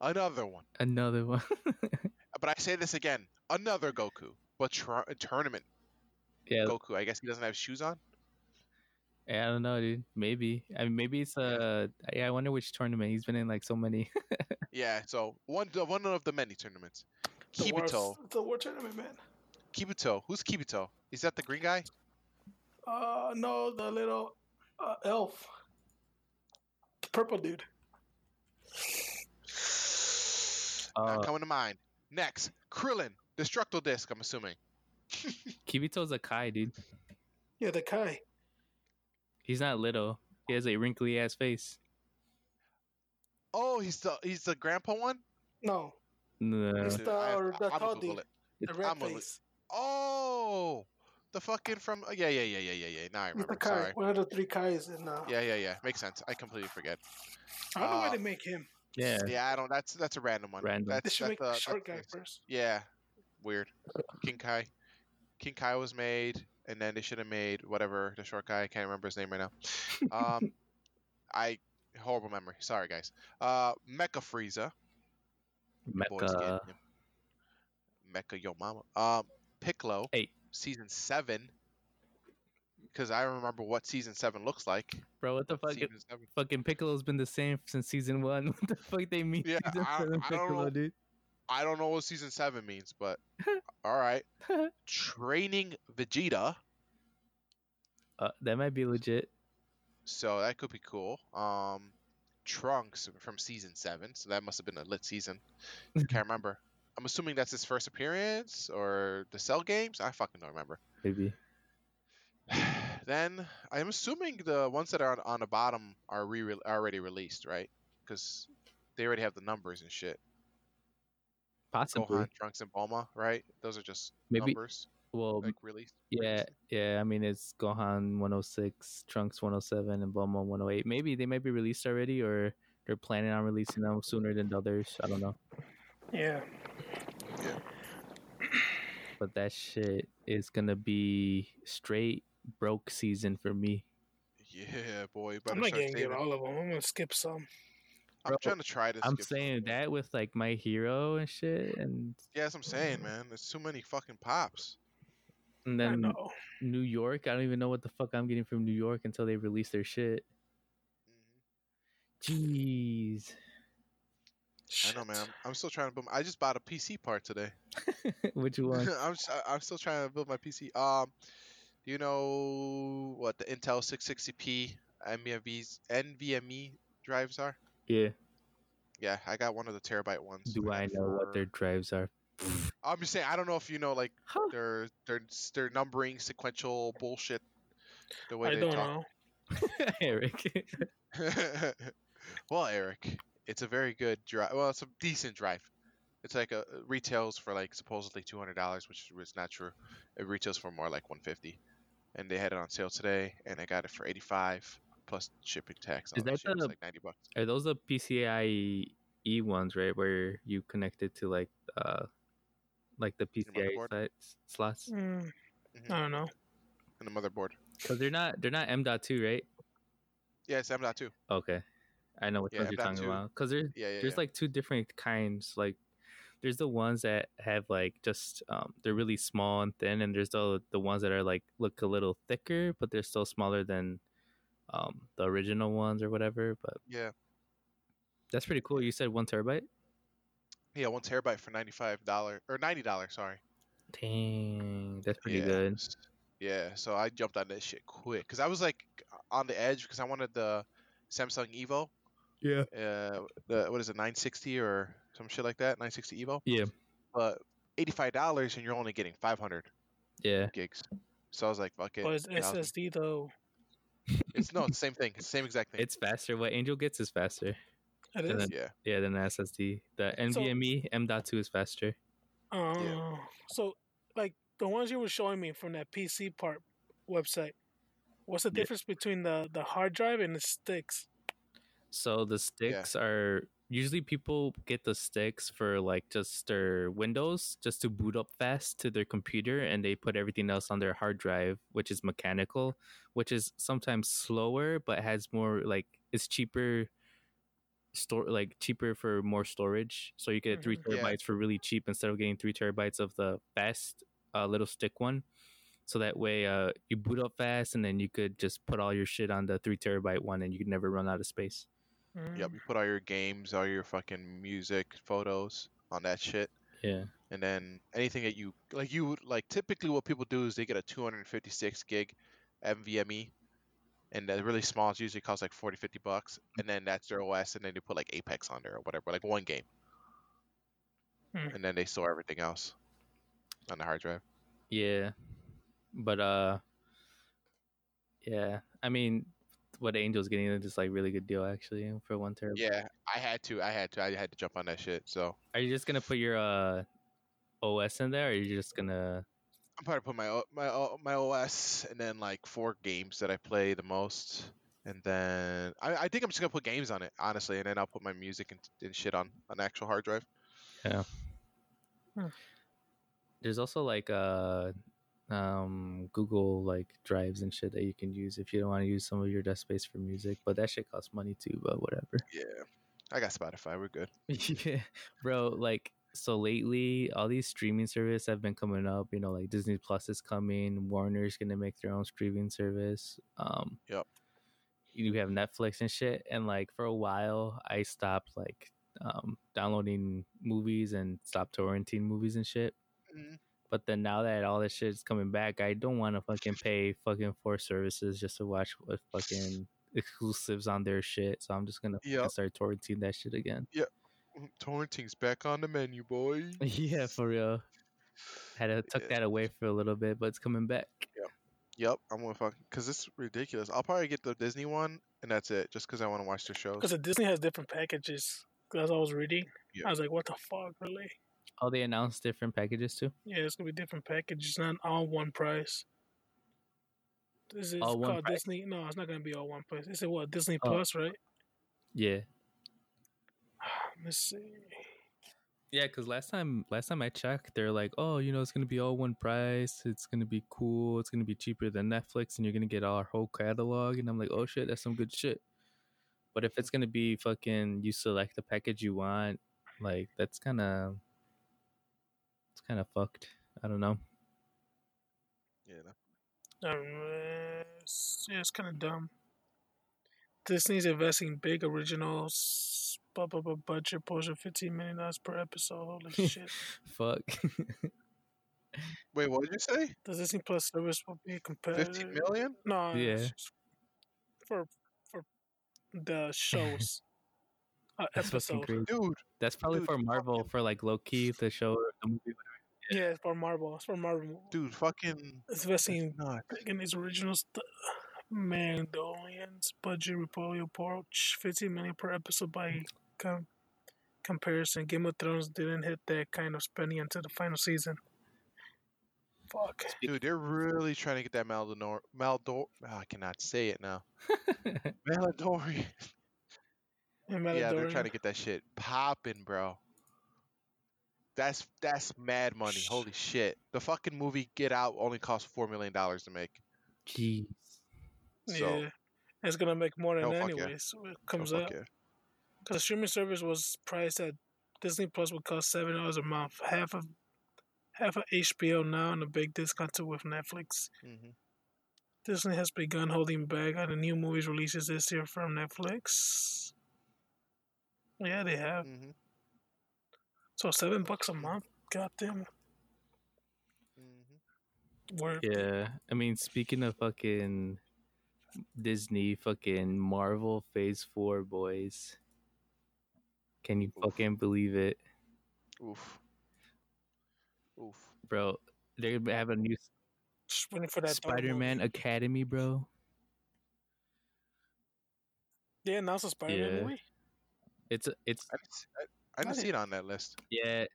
S2: Another one.
S1: Another one.
S2: But I say this again. Another Goku. But tr- uh, tournament.
S1: Yeah.
S2: Goku. I guess he doesn't have shoes on.
S1: Yeah, I don't know, dude. Maybe. I mean, maybe it's uh yeah, I wonder which tournament. He's been in like so many.
S2: Yeah, so one the- one of the many tournaments.
S3: The
S2: Kibito.
S3: War, the war tournament, man.
S2: Kibito. Who's Kibito? Is that the green guy?
S3: Uh, no, the little uh, elf, the purple dude.
S1: Uh,
S2: Not coming to mind. Next, Krillin. Destructo disc. I'm assuming.
S1: Kibito's a Kai, dude.
S3: Yeah, the Kai.
S1: He's not little. He has a wrinkly ass face.
S2: Oh, he's the he's the grandpa one.
S3: No,
S1: No.
S3: He's
S2: Dude, I-
S3: the- the
S2: I'ma
S3: tall
S2: Google
S3: dude.
S2: it.
S3: the red
S2: I'm a li-
S3: face.
S2: Oh, the fucking from oh, yeah yeah yeah yeah yeah yeah. Now I
S3: He's the
S2: remember.
S3: Kai.
S2: Sorry.
S3: One of the three Kais. And uh,
S2: Yeah yeah yeah. Makes sense. I completely forget.
S3: I don't know
S2: Uh,
S3: why they make him.
S1: Yeah.
S2: Yeah, I don't. That's that's a random one.
S1: Random.
S2: That's,
S3: They
S2: that's
S3: should make
S2: a-
S3: the
S2: that's
S3: short
S2: a-
S3: guy first.
S2: Yeah, weird. King Kai, King Kai was made, and then they should have made whatever the short guy. I can't remember his name right now. Um, I horrible memory. Sorry, guys. Uh, Mecha Frieza. The boys
S1: Mecha.
S2: getting him. Mecha Yo Mama. Um, Piccolo.
S1: Hey.
S2: Season seven. Because I remember what season seven looks like.
S1: Bro, what the fuck?
S2: Season seven.
S1: Fucking Piccolo's been the same since season one. What the fuck they mean?
S2: Yeah,
S1: season
S2: I-
S1: seven
S2: I don't know.
S1: dude.
S2: I don't know what season seven means, but all right. Training Vegeta.
S1: Uh, that might be legit.
S2: So that could be cool. Um, Trunks from season seven, so that must have been a lit season. Can't remember. I'm assuming that's his first appearance or the Cell games. I fucking don't remember.
S1: Maybe.
S2: then I'm assuming the ones that are on, on the bottom are re are already released, right? Because they already have the numbers and shit.
S1: Possibly.
S2: Gohan, Trunks, and Bulma, right? Those are just
S1: Maybe.
S2: numbers
S1: Well,
S2: like released.
S1: yeah, yeah. I mean, it's Gohan 106, Trunks 107, and Bulma 108. Maybe they might be released already, or they're planning on releasing them sooner than others. I don't know.
S3: Yeah.
S1: But that shit is gonna be straight broke season for me.
S2: Yeah, boy.
S3: I'm
S2: better
S3: not
S2: start
S3: gonna get
S2: saving.
S3: all of them. I'm gonna skip some.
S2: I'm
S1: Bro,
S2: trying to try this.
S1: I'm saying that with like my hero and shit, and,
S2: Yeah, that's what I'm saying, man. There's too many fucking pops.
S1: and
S3: I
S2: Mm.
S1: then
S3: know.
S1: New York. I don't even know what the fuck I'm getting from New York until they release their shit. Jeez.
S2: I know, man. I'm, I'm still trying to build. My, I just bought a PC part today.
S1: Which one?
S2: I'm s- I- I'm still trying to build my PC. Um, do you know what the Intel 660p NVMe's NVMe E drives are?
S1: Yeah.
S2: Yeah, I got one of the terabyte ones.
S1: Do I
S2: got
S1: know what their
S2: for-
S1: drives are?
S2: I'm just saying. I don't know if you know like
S1: Huh.
S2: their their s- their numbering sequential bullshit. The way
S3: I
S2: they
S3: don't
S2: talk.
S3: know.
S1: Eric.
S2: well, Eric, it's a very good drive. Well, it's a decent drive. It's like a retails for like supposedly two hundred dollars, which was not true. It retails for more like one fifty, and they had it on sale today, and I got it for eighty five plus shipping tax. and
S1: Is
S2: all
S1: that
S2: shit. It's
S1: the-
S2: like ninety bucks?
S1: Are those the PCIe E ones, right? Where you connect it to like uh like the
S2: Your
S1: PCIe
S2: motherboard?
S1: side, slots?
S3: Mm,
S2: Mhm.
S3: I don't know.
S2: And the motherboard.
S1: Because they're not they're not M dot two, right?
S2: Yeah, it's M dot two.
S1: Okay. I know which
S2: Yeah,
S1: ones you're talking
S2: M.2.
S1: about. Because there's
S2: Yeah, yeah.
S1: there's
S2: yeah.
S1: like two different kinds. Like there's the ones that have like just um they're really small and thin, and there's the the ones that are like look a little thicker, but they're still smaller than um the original ones or whatever. But
S2: yeah,
S1: that's pretty cool. You said one terabyte.
S2: yeah. One terabyte for ninety five dollar or ninety dollars. Sorry.
S1: Dang, that's pretty
S2: yeah.
S1: good.
S2: s- Yeah, so I jumped on that shit quick because I was like on the edge because I wanted the Samsung Evo.
S1: Yeah.
S2: Uh, the, what is it, 960 or some shit like that? 960 Evo.
S1: Yeah.
S2: But eighty-five dollars and you're only getting 500
S1: Yeah.
S2: gigs. So I was like, fuck it.
S3: But it's
S2: and I was-
S3: SSD though.
S2: it's no, it's the same thing. It's the same exact thing.
S1: It's faster. What Angel gets is faster.
S3: It
S1: And
S3: is.
S1: then-
S2: yeah.
S1: Yeah, than the SSD. The NVMe M dot two is faster.
S3: Oh. So, like the ones you were showing me from that PC part website. What's the
S1: Yeah.
S3: difference between the the hard drive and the sticks?
S1: So the sticks are usually people get the sticks for like just their Windows, just to boot up fast to their computer, and they put everything else on their hard drive, which is mechanical, which is sometimes slower but has more like it's cheaper. Store like cheaper for more storage, so you get three
S3: Mhm.
S2: Yeah.
S1: terabytes for really cheap instead of getting three terabytes of the fast uh, little stick one. so that way uh, you boot up fast, and then you could just put all your shit on the three terabyte one, and you could never run out of space. Mm.
S2: Yep, you put all your games, all your fucking music, photos on that shit,
S1: Yeah,
S2: and then anything that you like, you would- like typically what people do is they get a 256 gig NVMe, E, and that really small. It's usually costs like 40, 50 bucks, and then that's their OS, and then they put like Apex on there or whatever, like one game,
S3: Hmm.
S2: and then they store everything else on the hard drive.
S1: yeah, but uh, yeah. I mean, what Angel's getting is just like really good deal actually for one terabyte.
S2: Yeah, I had to, I had to, I had to jump on that shit. So
S1: Are you just gonna put your uh, OS in there, or are you just gonna?
S2: I'm probably put my O- my O- my OS and then like four games that I play the most, and then I, I think I'm just gonna put games on it honestly, and then I'll put my music and, and shit on an actual hard drive.
S1: There's also like uh, um, Google like drives and shit that you can use if you don't want to use some of your desk space for music, but that shit costs money too. But whatever.
S2: Yeah, I got Spotify. We're good.
S1: yeah, bro. Like so lately, all these streaming services have been coming up. You know, like Disney Plus is coming. Warner's gonna make their own streaming service. Um,
S2: Yep.
S1: You have Netflix and shit, and like for a while, I stopped like um, downloading movies and stopped torrenting movies and shit.
S2: Mhm.
S1: But then now that all this shit's coming back, I don't want to fucking pay fucking for services just to watch what fucking exclusives on their shit. So I'm just gonna fucking
S2: Yep.
S1: start torrenting that shit again.
S2: Torrenting's back on the menu, boy.
S1: Yeah, for real. Had to tuck
S2: Yeah.
S1: that away for a little bit, but it's coming back.
S2: Yep, I'm gonna fuck because it's ridiculous. I'll probably get the Disney one, and that's it, just because I want to watch their shows.
S3: Because Disney has different packages. 'Cause As I was reading,
S2: Yeah.
S3: I was like, "What the fuck, really?"
S1: Oh, they announced different packages too.
S3: Yeah, it's gonna be different packages, not all one price. This is
S1: All one
S3: called
S1: price?
S3: Disney. No, it's not gonna be all one price. It's what Disney
S1: Oh.
S3: Plus, right?
S1: Yeah,
S3: Let's see.
S1: yeah. Because last time, last time I checked, they're like, oh, you know, it's gonna be all one price. It's gonna be cool. It's gonna be cheaper than Netflix, and you're gonna get our whole catalog. And I'm like, oh shit, that's some good shit. But if it's gonna be fucking, you select the package you want, like that's kind of, it's kind of fucked. I don't know.
S2: Yeah, no.
S3: Um, uh, it's, yeah, it's kind of dumb. Disney's investing big originals, blah blah blah, budget portion fifteen million dollars per episode. Holy shit!
S1: Fuck.
S2: Wait, what did you say?
S3: The Disney Plus service will be
S2: Fifty
S3: competitive.
S2: million?
S3: No,
S1: Yeah.
S3: it's just for for the shows, uh,
S1: That's fucking
S3: episode.
S1: crazy.
S2: Dude,
S1: That's probably
S2: Dude,
S1: for Marvel
S2: fucking-
S1: for like low key the show or the movie.
S3: Yeah, it's for Marvel. It's for Marvel.
S2: dude, fucking. that's
S3: It's investing
S2: nuts.
S3: big in these original stuff. Mandalorian's budget report approach fifteen million per episode by com- comparison. Game of Thrones didn't hit that kind of spending until the final season. Fuck.
S2: Dude, they're really trying to get that Maldonor Maldor. oh, I cannot say it now. Maladorian.
S3: And
S2: yeah, they're
S3: Mandalorian-
S2: trying to get that shit popping, bro. That's that's mad money. Holy shit! The fucking movie Get Out only cost four million dollars to make.
S1: Jeez.
S2: So
S3: yeah. It's gonna make more than
S2: No, fuck yeah.
S3: anyways. when It comes
S2: so
S3: up.
S2: fuck yeah.
S3: Because the streaming service was priced at Disney Plus would cost seven dollars a month, half of half of HBO now, and a big discount with Netflix.
S2: Mhm.
S3: Disney has begun holding back on the new movies releases this year from Netflix. Yeah, they have.
S2: Mhm.
S3: So seven bucks a month. Goddamn.
S2: Mhm.
S3: Word.
S1: Yeah. I mean, speaking of fucking Disney, fucking Marvel Phase 4, boys. Can you
S2: Oof.
S1: fucking believe it?
S2: Oof. Oof.
S1: Bro, they're gonna have a new
S3: Just waiting for that dog movie.
S1: Spider Man Academy, bro.
S3: They announced a Spider Man
S1: Yeah.
S3: movie.
S1: It's, it's,
S2: I didn't, see- I, I didn't
S3: Got
S2: see it on that list.
S1: yeah,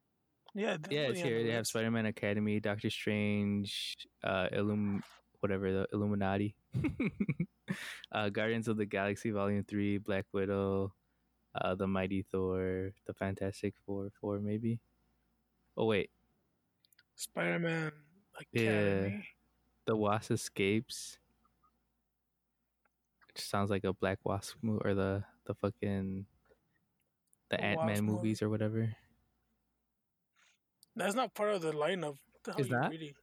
S3: Yeah.
S1: yeah, it's here. They have Spider Man Academy, Doctor Strange, uh, Illum, whatever the Illuminati, uh, Guardians of the Galaxy Volume Three, Black Widow, uh, the Mighty Thor, the Fantastic Four, four maybe. Oh wait,
S3: Spider Man
S1: Yeah.
S3: Academy.
S1: the Wasp escapes. Which sounds like a Black Wasp movie or the the fucking the
S3: The
S1: Ant
S3: Wasp
S1: Man
S3: movie.
S1: movies or whatever.
S3: That's not part of the lineup. What the hell
S1: Is
S3: are you
S1: that?
S3: reading?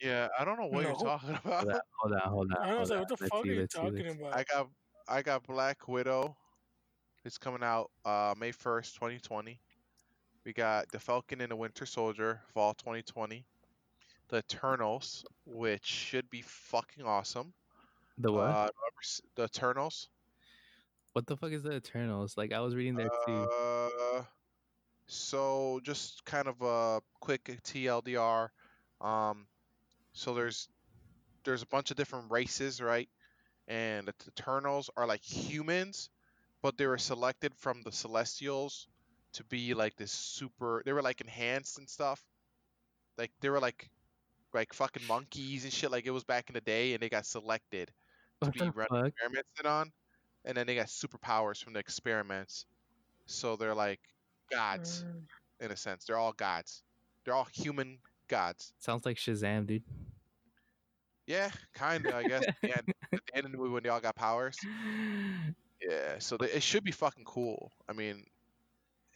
S2: Yeah, I don't know what you're
S3: No.
S2: talking
S1: Hold
S2: about.
S1: on, hold on, hold on.
S3: I
S1: hold
S3: was like,
S1: on.
S3: what the
S1: Let's
S3: fuck
S1: see,
S3: are you
S1: let's see,
S3: talking
S1: let's-
S3: about?
S2: I got I got Black Widow. It's coming out uh, May first, twenty twenty. We got The Falcon and the Winter Soldier, fall twenty twenty. The Eternals, which should be fucking awesome.
S1: The what?
S2: Uh, November s- the Eternals.
S1: what the fuck is the Eternals? Like I was reading that too.
S2: Uh, so just kind of a quick TLDR. Um, so there's there's a bunch of different races, right? And the Eternals are like humans, but they were selected from the Celestials to be like this super. They were like enhanced and stuff. Like they were like like fucking monkeys and shit. Like it was back in the day, and they got selected to
S1: What
S2: be
S1: the
S2: run
S1: fuck?
S2: experimented on, and then they got superpowers from the experiments. So they're like gods
S3: Mm,
S2: in a sense. They're all gods. They're all human gods.
S1: Sounds like Shazam, dude.
S2: Yeah, kind of. I guess. Yeah, at the end of the movie when they all got powers. Yeah, so the, it should be fucking cool. I mean,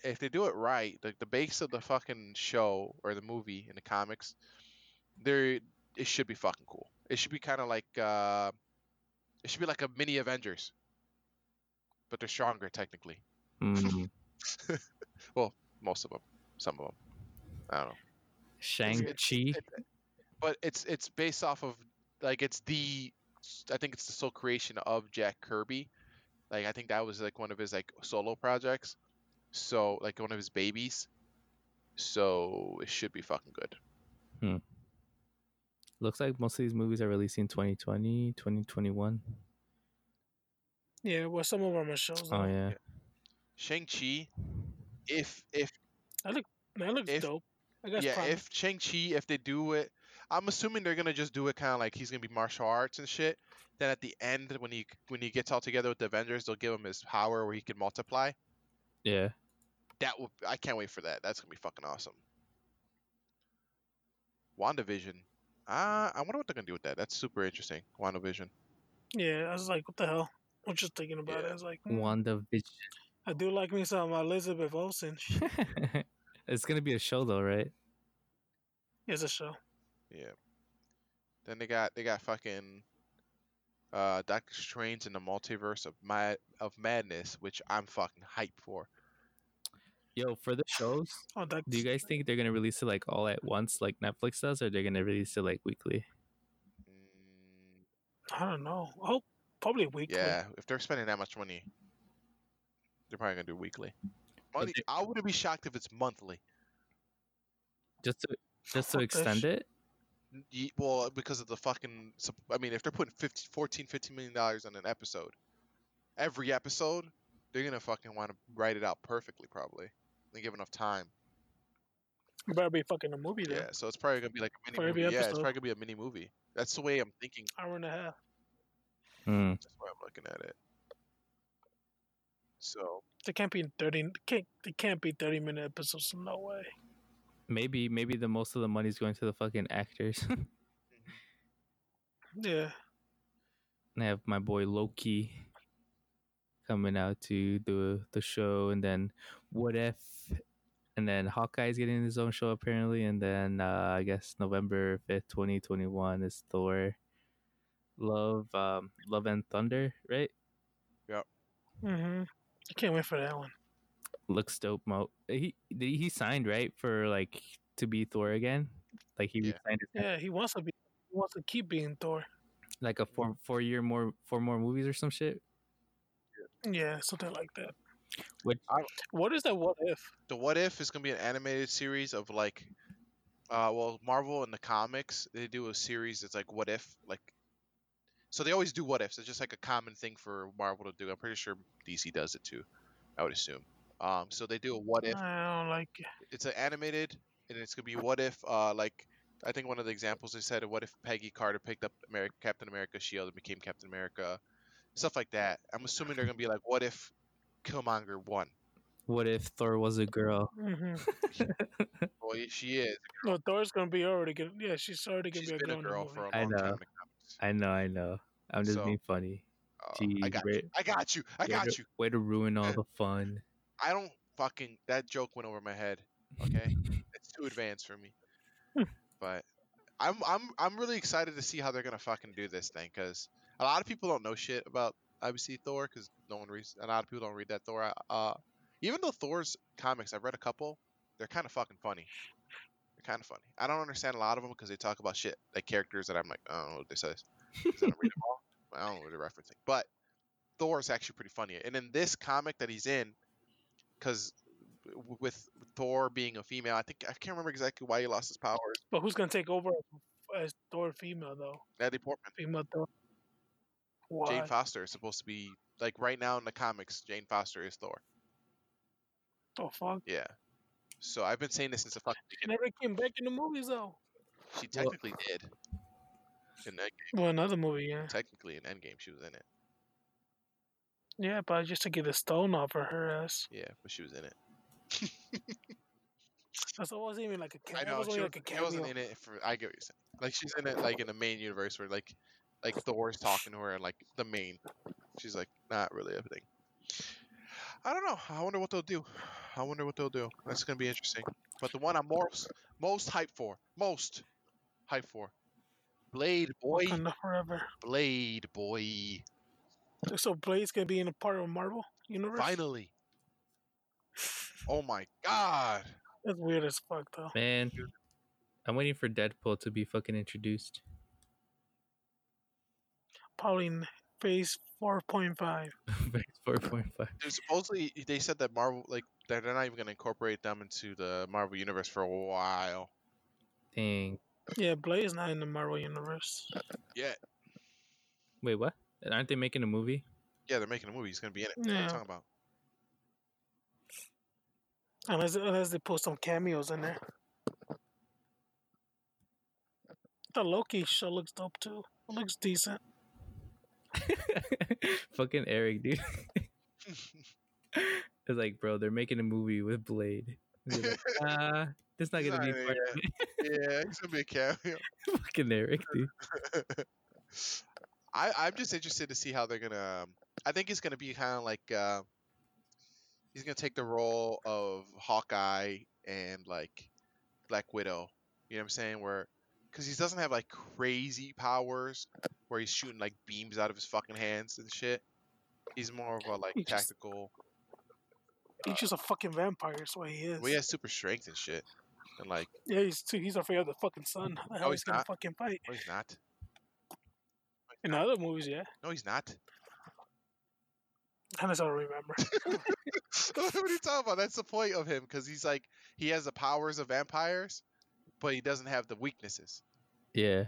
S2: if they do it right, like the base of the fucking show or the movie in the comics, there it should be fucking cool. It should be kind of like uh, it should be like a mini Avengers, but they're stronger technically.
S1: Mm,
S2: Most of them, some of them, I don't know.
S1: Shang Chi.
S2: It's- But it's it's based off of like it's the I think it's the sole creation of Jack Kirby. Like I think that was like one of his like solo projects. So like one of his babies. So it should be fucking good.
S1: Looks like most of these movies are released in 2020, 2021.
S3: yeah, well, some of them are shows.
S1: Oh
S3: though.
S1: yeah.
S2: Shang Chi, if if
S3: That looks
S2: If-
S3: dope. I guess
S2: yeah,
S3: yeah,
S2: if Shang Chi if they do it, I'm assuming they're gonna just do it kind of like he's gonna be martial arts and shit. Then at the end when he when he gets all together with the Avengers, they'll give him his power where he can multiply.
S1: Yeah.
S2: That will. I can't wait for that. That's gonna be fucking awesome. WandaVision. Uh, I wonder what they're gonna do with that. That's super interesting. WandaVision.
S3: yeah, I was like, what the hell? I was just thinking about it. I was like, mm,
S1: Wanda
S3: I do like me some Elizabeth Olsen.
S1: Vision. it's gonna be a show though, right?
S3: It's a show.
S2: Yeah. Then they got they got fucking uh Doctor Strange in the Multiverse of Mad of Madness, which I'm fucking hyped for.
S1: Yo, for the shows,
S3: Oh, that,
S1: do you guys think they're gonna release it like all at once, like Netflix does, or they're gonna release it like weekly?
S2: Mm,
S3: I don't know. Oh, probably weekly.
S2: yeah, if they're spending that much money, they're probably gonna do weekly. Money,
S1: they-
S2: I wouldn't be shocked if it's monthly.
S1: Just to just to
S3: Fuck that
S1: extend
S3: shit.
S1: it?
S2: Ye- well because of the fucking sup- i mean if they're putting 50, 14 15 million dollars on an episode every episode they're gonna fucking want to write it out perfectly probably and give enough time
S3: It better be fucking a movie
S2: yeah,
S3: there.
S2: so it's probably gonna be like a mini
S3: For every
S2: movie yeah it's
S3: episode.
S2: probably gonna be a mini movie that's the way i'm thinking
S3: Hour and a half.
S1: Mm.
S2: that's why i'm looking at it so
S3: They can't be thirty. Can't, they can't be thirty minute episodes. No way.
S1: Maybe maybe the most of the money's going to the fucking actors.
S3: Yeah.
S1: I have my boy Loki coming out to do the show, and then What If, and then Hawkeye's getting his own show apparently, and then uh, I guess November fifth, twenty twenty one is Thor, Love, um, Love and Thunder, right?
S3: Mm-hmm. I can't wait for that one.
S1: Looks dope, Mo. He did he signed right for like to be Thor again, like he
S2: Yeah.
S1: signed his
S3: Yeah, he wants to be. He wants to keep being Thor.
S1: like a four four year more four more movies or some shit.
S3: Yeah, something like that.
S1: Which
S3: What is that? What if?
S2: the what if is gonna be an animated series of like uh well marvel in the comics they do a series that's like what if like so they always do what ifs it's just like a common thing for marvel to do i'm pretty sure dc does it too i would assume um so they do a what if
S3: I don't like. it.
S2: it's an animated and it's gonna be what if uh like i think one of the examples they said what if peggy carter picked up America, captain america's shield and became captain america stuff like that i'm assuming they're gonna be like what if killmonger won
S1: what if Thor was a girl?
S3: Mm-hmm.
S2: well she is
S3: No, Thor's gonna be already. Gonna, yeah, she's already gonna
S2: She's
S3: be a
S2: been a
S3: girl. in the
S2: girl
S3: movie.
S2: for a long
S1: I know.
S2: time. in comics.
S1: I know, I know. I'm just
S2: So,
S1: being funny.
S2: Uh, I
S1: Jeez,
S2: got
S1: way,
S2: you. I got you. I
S1: way
S2: got
S1: to-
S2: you.
S1: Way to ruin all the fun.
S2: I don't fucking that joke went over my head. Okay, it's too advanced for me. But I'm I'm I'm really excited to see how they're gonna fucking do this thing because a lot of people don't know shit about obviously Thor because no one reads a lot of people don't read that Thor. Uh, even though Thor's comics, I've read a couple. They're kind of fucking funny. They're kind of funny. I don't understand a lot of them because they talk about shit like characters that I'm like, I don't know what this is. 'Cause I don't read them all. I don't know what they're referencing. But Thor is actually pretty funny. And in this comic that he's in, because with Thor being a female, I think I can't remember exactly why he lost his powers.
S3: But who's gonna take over as Thor female though?
S2: Natalie Portman.
S3: Female Thor. Why?
S2: Jane Foster is supposed to be like right now in the comics. Jane Foster is Thor.
S3: the fuck?
S2: Yeah. So I've been saying this since the fucking
S3: She
S2: beginning.
S3: never came back in the movies though.
S2: She technically did. In End-
S3: Well, another movie, yeah.
S2: technically in Endgame, she was in it.
S3: Yeah, but just to get the stone off of her ass.
S2: Yeah, but she was in it.
S3: That's always even like a cameo.
S2: I
S3: That
S2: know
S3: was
S2: she,
S3: only
S2: was,
S3: like a
S2: she wasn't
S3: cameo.
S2: in it for. I get what you're saying. Like she's in it like in the main universe where like like Thor's talking to her and like the main. She's like not really a thing. I don't know. I wonder what they'll do. I wonder what they'll do. That's gonna be interesting. But the one I'm most most hyped for, most hyped for, Blade Boy,
S3: Wakanda forever.
S2: Blade Boy.
S3: So Blade's gonna be in a part of Marvel universe.
S2: Finally. Oh my god.
S3: That's weird as fuck though.
S1: Man, I'm waiting for Deadpool to be fucking introduced.
S3: Probably in phase four point five.
S1: Four point five.
S2: Dude, supposedly they said that Marvel like they're they're not even gonna incorporate them into the Marvel universe for a while.
S1: Dang.
S3: Yeah, Blade is not in the Marvel universe.
S2: Yeah,
S1: Wait, what? Aren't they making a movie?
S2: yeah, they're making a movie. He's gonna be in it. That's what I'm
S3: Yeah.
S2: talking about.
S3: Unless unless they put some cameos in there. The Loki show looks dope too. It looks decent.
S1: fucking Eric, dude. It's like, bro, they're making a movie with Blade. And you're Like, ah, that's not
S2: He's
S1: gonna be
S2: not in it
S1: part of it.
S2: yeah, it's gonna be a cameo.
S1: fucking Eric, dude.
S2: I I'm just interested to see how they're gonna. Um, I think it's gonna be kind of like uh, he's gonna take the role of Hawkeye and like Black Widow. You know what I'm saying? Where because he doesn't have like crazy powers where he's shooting like beams out of his fucking hands and shit. He's more of a like
S3: He just-
S2: tactical.
S3: He's just a fucking vampire. That's what he is.
S2: Uh Well, he has super strength and shit. And like,
S3: Yeah, he's too. He's afraid of the fucking sun. How the hell
S2: No,
S3: he's,
S2: Oh, he's
S3: gonna
S2: not.
S3: fucking fight?
S2: no, he's not.
S3: In other movies, yeah.
S2: No, he's not.
S3: I just don't remember.
S2: what are you talking about? That's the point of him because he's like he has the powers of vampires, but he doesn't have the weaknesses.
S1: Yeah.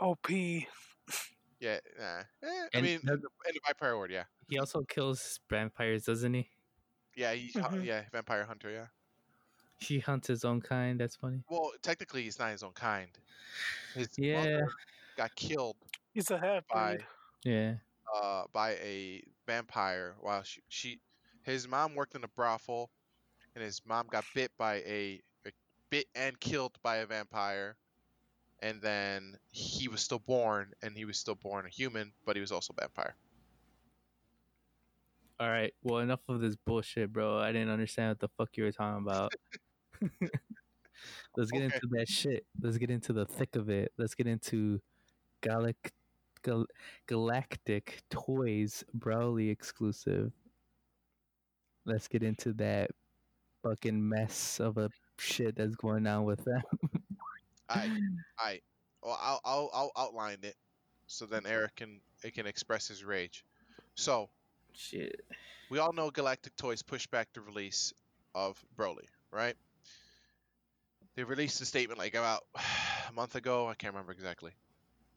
S3: OP.
S2: Yeah, nah. Eh, I
S1: And
S2: mean,
S1: no-
S2: in Vampire Award, yeah,
S1: He also kills vampires, doesn't he?
S2: yeah, he, hu-
S1: Mm-hmm.
S3: Mhm.
S2: yeah, Vampire Hunter, yeah.
S1: He hunts his own kind. That's funny.
S2: Well, technically, he's not his own kind. His
S1: Yeah. Mm-hmm.
S2: mother got killed
S3: He's a half
S2: by
S3: breed.
S1: Yeah.
S2: uh by a vampire while she she his mom worked in a brothel, and his mom got bit by a bit and killed by a vampire, and then he was still born, and he was still born a human, but he was also a vampire.
S1: All right. Well, enough of this bullshit, bro. I didn't understand what the fuck you were talking about. Let's get
S2: Okay.
S1: into that shit. Let's get into the thick of it. Let's get into Galac- Gal- Galactic Toys Broly exclusive. Let's get into that fucking mess of a shit that's going on with them.
S2: I Well, I'll, I'll, I'll outline it so then Eric can it can express his rage. So
S1: shit.
S2: we all know Galactic Toys pushed back the release of Broly, right? They released a statement like about a month ago. I can't remember exactly.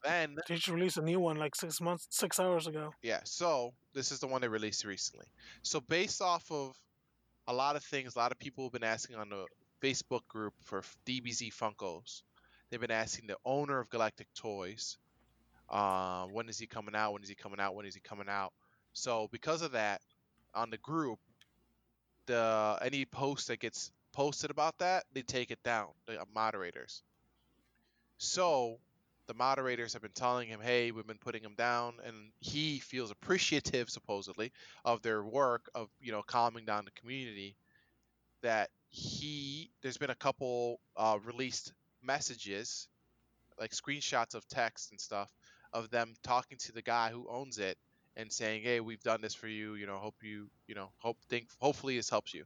S2: Then
S3: They just released a new one like six months, six hours ago.
S2: yeah, so this is the one they released recently. So based off of a lot of things, a lot of people have been asking on the Facebook group for DBZ Funkos. They've been asking the owner of Galactic Toys, uh, when is he coming out? When is he coming out? When is he coming out? So because of that, on the group, the any post that gets posted about that, they take it down. The moderators. So the moderators have been telling him, "Hey, we've been putting him down," and he feels appreciative, supposedly, of their work of you know calming down the community. That he, there's been a couple uh, released messages, like screenshots of text and stuff, of them talking to the guy who owns it and saying, "Hey, we've done this for you. You know, hope you, you know, hope think hopefully this helps you."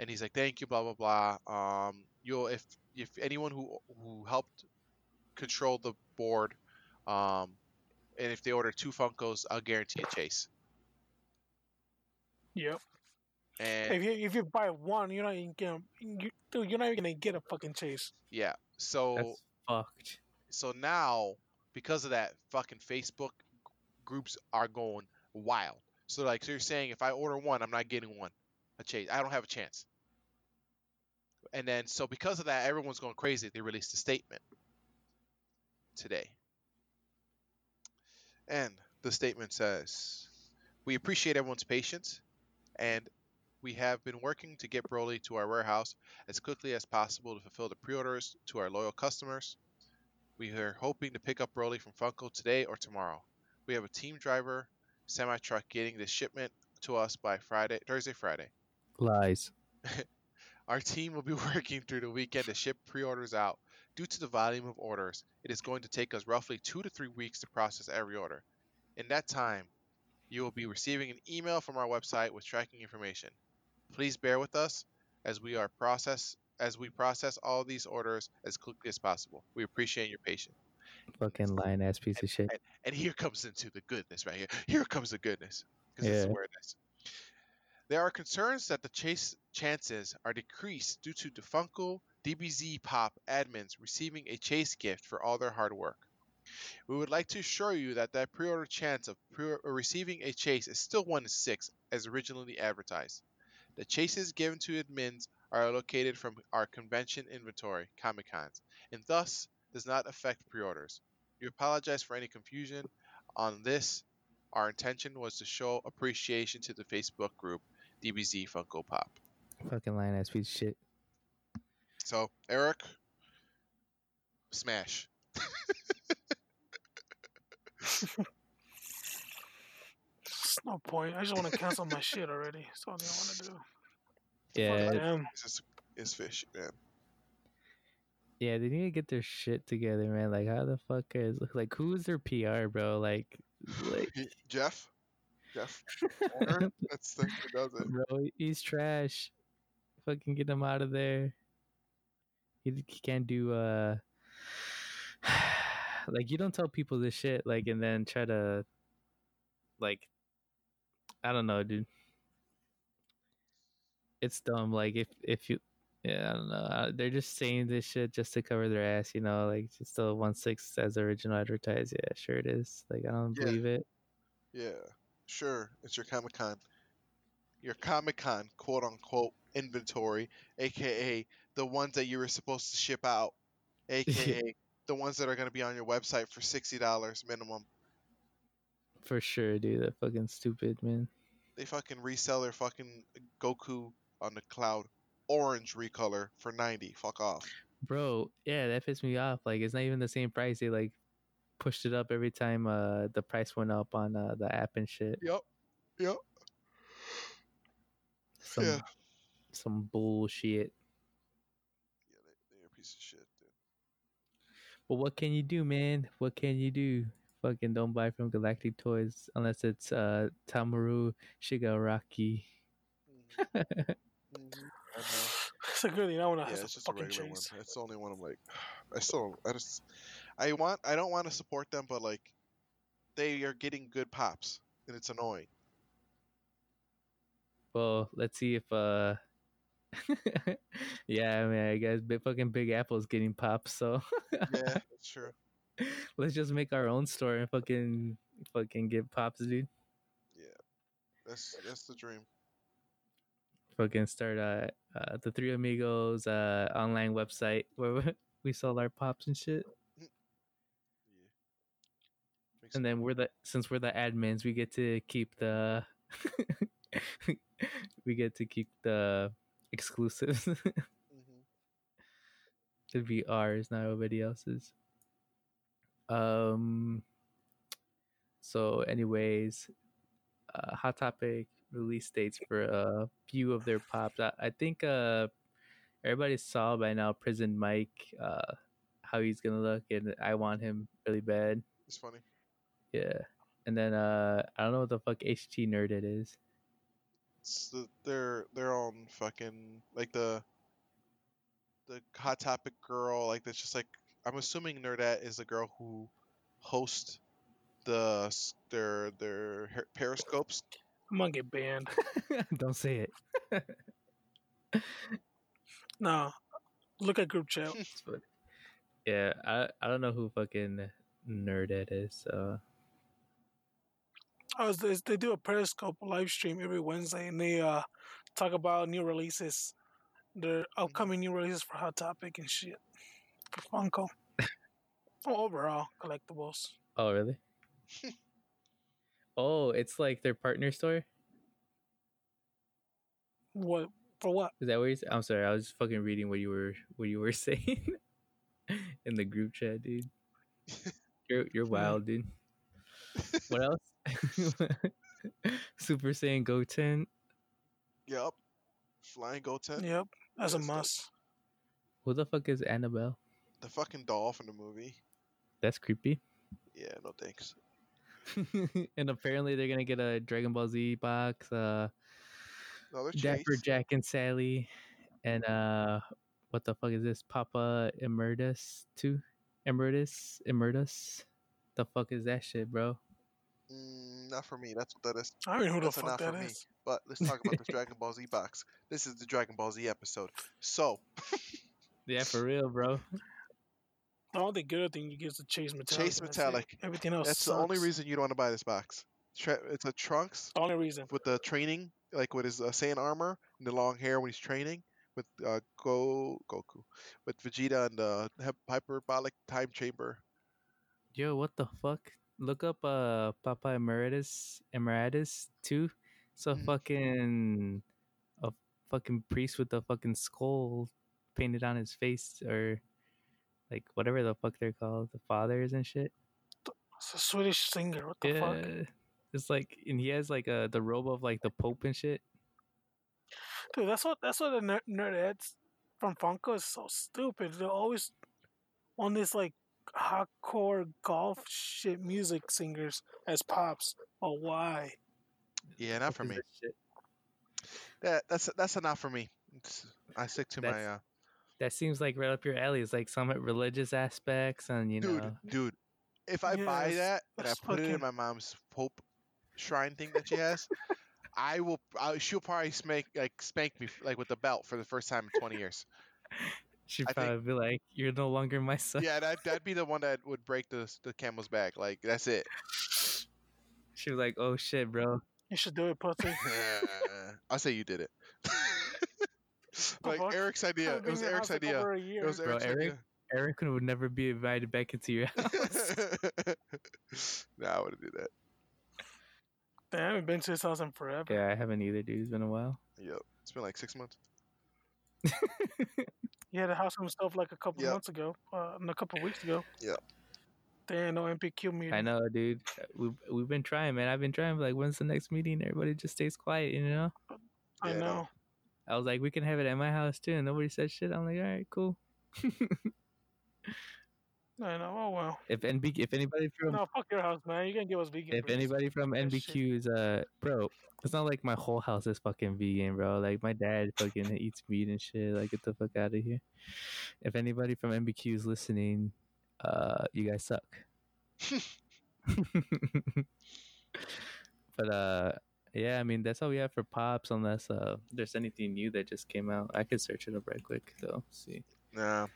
S2: And he's like, "Thank you, blah blah blah. Um, you'll if if anyone who who helped control the board, um, and if they order two Funkos, I'll guarantee a chase."
S3: Yep.
S2: And
S3: If you if you buy one, you're not even gonna you, dude, you're not even gonna get a fucking chase.
S2: yeah, so
S1: That's fucked.
S2: so now because of that fucking facebook g- groups are going wild so like so you're saying if i order one i'm not getting one a chase i don't have a chance and then so because of that everyone's going crazy they released a statement today and the statement says we appreciate everyone's patience and we have been working to get broly to our warehouse as quickly as possible to fulfill the pre-orders to our loyal customers we are hoping to pick up Broly from Funko today or tomorrow. We have a team driver semi truck getting the shipment to us by Friday, Thursday, Friday.
S1: Lies.
S2: Our team will be working through the weekend to ship pre-orders out. Due to the volume of orders, it is going to take us roughly two to three weeks to process every order. In that time, you will be receiving an email from our website with tracking information. Please bear with us as we are process as we process all these orders as quickly as possible. We appreciate your patience.
S1: Fucking lying ass piece of shit.
S2: And here comes into the goodness right here. Here comes the goodness. Because this is
S1: Yeah.
S2: where it is. There are concerns that the chase chances are decreased due to Defunko DBZ Pop admins receiving a chase gift for all their hard work. We would like to assure you that that pre-order chance of pre- or receiving a chase is still 1 in 6 as originally advertised. The chases given to admins are allocated from our convention inventory, Comic-Cons, and thus does not affect pre-orders. We apologize for any confusion on this. Our intention was to show appreciation to the Facebook group DBZ Funko Pop.
S1: Fucking lying ass piece of shit.
S2: So, Eric, smash.
S3: There's no point. I just want to cancel my shit already. That's all I want to do.
S1: Yeah,
S3: Fuck them.
S2: This is it's fishy, man.
S1: yeah. They need to get their shit together, man. Like, how the fuck is like who is their PR, bro? Like, like,
S2: Jeff, Jeff, Warner? that's that's who does it.
S1: bro, he's trash. Fucking get him out of there. He, he can't do uh, like you don't tell people this shit, like, and then try to, like, I don't know, dude. It's dumb. Like, if if you, yeah, I don't know. Uh, They're just saying this shit just to cover their ass, you know. Like, it's still one six as original advertised. Yeah, sure it is. Like, I don't
S2: Yeah.
S1: believe it.
S2: Yeah, sure. It's your Comic Con, your Comic Con quote unquote inventory, aka the ones that you were supposed to ship out, aka the ones that are going to be on your website for sixty dollars minimum.
S1: For sure, dude. That fucking stupid man.
S2: They fucking resell their fucking Goku on the cloud orange recolor for ninety. Fuck off.
S1: Bro, yeah, that pissed me off. Like it's not even the same price. They like pushed it up every time uh the price went up on uh, the app and shit.
S2: Yep. Yep.
S1: Some
S2: Yeah.
S1: some bullshit.
S2: Yeah, they, they're a piece of shit, dude.
S1: But what can you do, man? What can you do? Fucking don't buy from Galactic Toys unless it's uh Tamaru Shigaraki.
S2: Mm-hmm. I know.
S3: It's a good thing. I want to
S2: Yeah,
S3: have
S2: it's
S3: a
S2: just a
S3: fucking
S2: regular one.
S3: chase.
S2: That's the only one I'm like. I still, I just, I want, I don't want to support them, but like, they are getting good pops, and it's annoying.
S1: Well, let's see if uh yeah, man, I guess big fucking Big Apple's getting popped, so
S2: Yeah, that's true.
S1: let's just make our own store and fucking fucking get pops, dude.
S2: That's that's the dream.
S1: fucking start uh, uh the three amigos uh online website where we- we sell our pops and shit
S2: Yeah. Makes
S1: and
S2: it-
S1: then we're the since we're the admins we get to keep the we get to keep the exclusives
S2: Mhm.
S1: to be ours not everybody else's um so anyways uh hot topic release dates for a few of their pops i, I think uh everybody saw by now prison mike uh how he's gonna look, and I want him really bad.
S2: It's funny.
S1: Yeah. And then uh I don't know what the fuck HT nerd it is.
S2: It's the, they're they're on fucking like the the hot topic girl. Like that's just like I'm assuming Nerdette is the girl who hosts the s- their their her- periscopes.
S3: I'm gonna get banned.
S1: don't say it.
S3: No, look at group chat.
S1: It's funny. Yeah, I I don't know who fucking nerd it is. So
S3: I was, Oh, they, they do a Periscope live stream every Wednesday, and they uh talk about new releases, their upcoming new releases for Hot Topic and shit, for Funko, oh, overall collectibles.
S1: oh really? oh, it's like their partner store.
S3: What for? What?
S1: Is that what you said? I'm sorry, I was fucking reading what you were what you were saying in the group chat, dude. You're you're wild, dude. What else? Super Saiyan Goten.
S2: Yep. Flying Goten,
S3: Yep, that's
S2: Uh, That's
S3: a
S2: dope.
S3: must.
S1: Who the fuck is Annabelle?
S2: the fucking doll from the movie.
S1: That's creepy.
S2: Yeah, no thanks.
S1: and apparently they're gonna get a Dragon Ball Z box, uh
S2: No, they're
S1: Dapper
S2: chased.
S1: Jack and Sally, and uh what the fuck is this? Papa Emeritus too? Emeritus? Emeritus? The fuck is that shit, bro?
S2: Mm, not for me. That's what that is.
S3: I don't even know who the
S2: That's a
S3: fuck
S2: not
S3: that
S2: for me.
S3: is.
S2: But let's talk about this Dragon Ball Z box. This is the Dragon Ball Z episode. So
S1: Yeah, for real, bro.
S3: The only good thing you get is the Chase Metallic.
S2: Chase
S3: and that's it.
S2: Metallic.
S3: Everything else.
S2: that's the only
S3: sucks.
S2: reason you don't want to buy this box. Tra- it's a trunks
S3: The only reason.
S2: with the training, like with his uh, Saiyan armor and the long hair when he's training with uh, Go Goku, with Vegeta and the hy- hyperbolic time chamber.
S1: Yo, what the fuck? Look up uh Papa Emeritus Emeritus too. It's a
S2: Mhm.
S1: fucking a fucking priest with a fucking skull painted on his face or like whatever the fuck they're called, the fathers and shit.
S3: It's a Swedish singer. What the
S1: yeah.
S3: fuck?
S1: It's like and he has like uh the robe of like the Pope and shit.
S3: Dude, that's what that's what the nerd, nerd ads from Funko is so stupid. They're always on this like hardcore golf shit music singers as pops. Oh why?
S2: Yeah, not for
S1: Is
S2: me.
S1: that shit?
S2: That that's that's a not for me. It's, I stick to my
S1: That's-
S2: uh,
S1: That seems like right up your alley. It's like some religious aspects and you
S2: dude,
S1: know
S2: dude. If I buy
S3: Yes,
S2: that and I
S3: that's
S2: put it in
S3: fucking-
S2: my mom's Pope shrine thing that she has, I will. I, she'll probably spank like spank me f- like with the belt for the first time in twenty years.
S1: she'd
S2: I think-
S1: probably be like, You're no longer my son.
S2: yeah, that that'd be the one that would break the the camel's back. Like that's it.
S1: She was like, Oh shit, bro.
S3: You should do it, pussy.
S2: I say you did it. like
S3: fuck?
S2: Eric's
S3: I've
S2: idea. It
S3: been
S2: was
S3: in your
S2: Eric's
S3: house, like,
S2: idea.
S3: over a
S2: It was
S3: year.
S1: Bro,
S2: Eric's
S1: Eric?
S2: idea.
S1: Eric would never be invited back into your house.
S2: nah, I wouldn't do that.
S3: Damn, I haven't been to his house in forever.
S1: yeah, I haven't either, dude. It's been a while.
S2: Yep, it's been like six months.
S3: He had a house for himself like a couple
S2: Yep.
S3: months ago, uh, no, a couple weeks ago.
S2: Yep.
S3: Damn, no MPQ meeting.
S1: I know, dude. We've we've been trying, man. I've been trying. Like, when's the next meeting? Everybody just stays quiet, you know.
S3: I
S2: Yeah, I know.
S3: know.
S1: I was like, we can have it at my house too, and nobody said shit. I'm like, all right, cool.
S3: I know. Oh well.
S1: If NB, if anybody from
S3: No, fuck your house, man. You're gonna give us vegan.
S1: if
S3: burgers.
S1: anybody from
S3: that shit.
S1: NBQ is uh, bro, it's not like my whole house is fucking vegan, bro. Like my dad fucking eats meat and shit. Like get the fuck out of here. If anybody from NBQ is listening, uh, you guys suck. but uh, yeah, I mean that's all we have for pops, unless uh, there's anything new that just came out. I could search it up right quick though. See,
S2: Nah.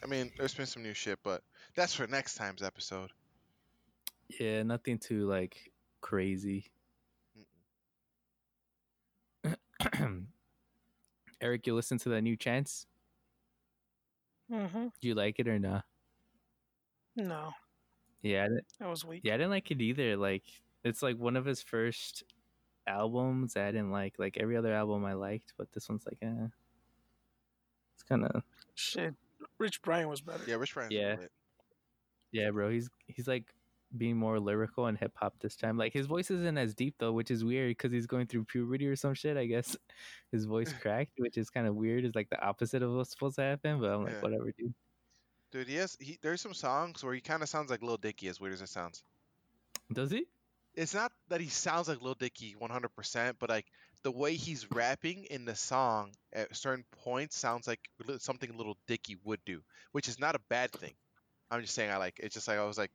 S2: I mean, there's been some new shit, but that's for next time's episode.
S1: yeah, nothing too like crazy. Eric, you listen to that new Chance?
S3: Mhm.
S1: Do you like it or not?
S3: No,
S1: Yeah, I didn't,
S3: that was weak.
S1: yeah, I didn't like it either. Like it's like one of his first albums that I didn't like. Like every other album I liked, but this one's like, eh. it's kind of
S3: Shit, Rich Brian was better.
S2: Yeah, Rich Brian's
S1: Yeah.
S2: lit.
S1: yeah, bro. He's he's like being more lyrical and hip hop this time. Like his voice isn't as deep though, which is weird because he's going through puberty or some shit. I guess his voice cracked, which is kind of weird. Is like the opposite of what's supposed to happen. But I'm like,
S2: Yeah.
S1: whatever, dude.
S2: Dude, he has he, there's some songs where he kind of sounds like Lil Dicky, as weird as it sounds.
S1: Does he?
S2: It's not that he sounds like Lil Dicky 100%, but like the way he's rapping in the song at certain points sounds like li- something Little Dicky would do, which is not a bad thing. I'm just saying I like it's just like I was like,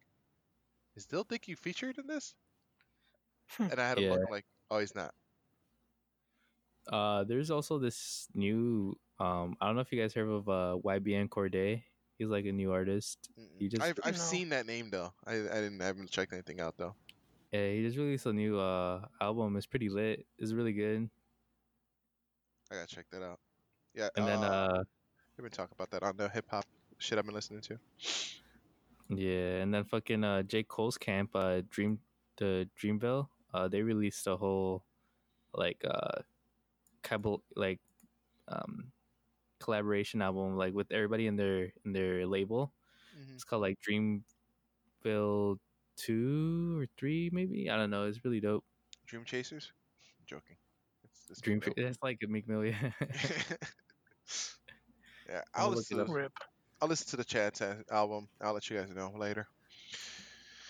S2: is Lil Dicky featured in this?
S3: Hmm.
S2: And I had a
S1: Yeah.
S2: look like, oh, he's not.
S1: Uh, there's also this new. Um, I don't know if you guys heard of uh, YBN Corday. He's like a new artist.
S2: Mm-mm.
S1: You just-
S2: I've, I've
S3: No.
S2: seen that name though. I, I didn't I haven't checked anything out though.
S1: Yeah, he just released a new uh album. It's pretty lit. It's really good.
S2: I gotta check that out. Yeah,
S1: And then uh,
S2: we've been talking about that on the hip hop shit I've been listening to.
S1: Yeah, and then fucking uh J. Cole's camp, uh Dream the Dream Bell, uh they released a whole like uh cabo- like um collaboration album like with everybody in their in their label.
S2: Mhm.
S1: It's called like Dreamville two or three maybe. I don't know. It's really dope.
S2: Dream Chasers, joking. It's, it's
S1: Dream
S2: Meek Mill.
S1: that's like a Meek Mill, yeah.
S2: yeah,
S1: I'll
S2: I'll
S1: look
S2: listen,
S1: it
S2: to
S1: up.
S2: the,
S3: Rip.
S2: I'll listen to the Chad's a- album. I'll let you guys know later.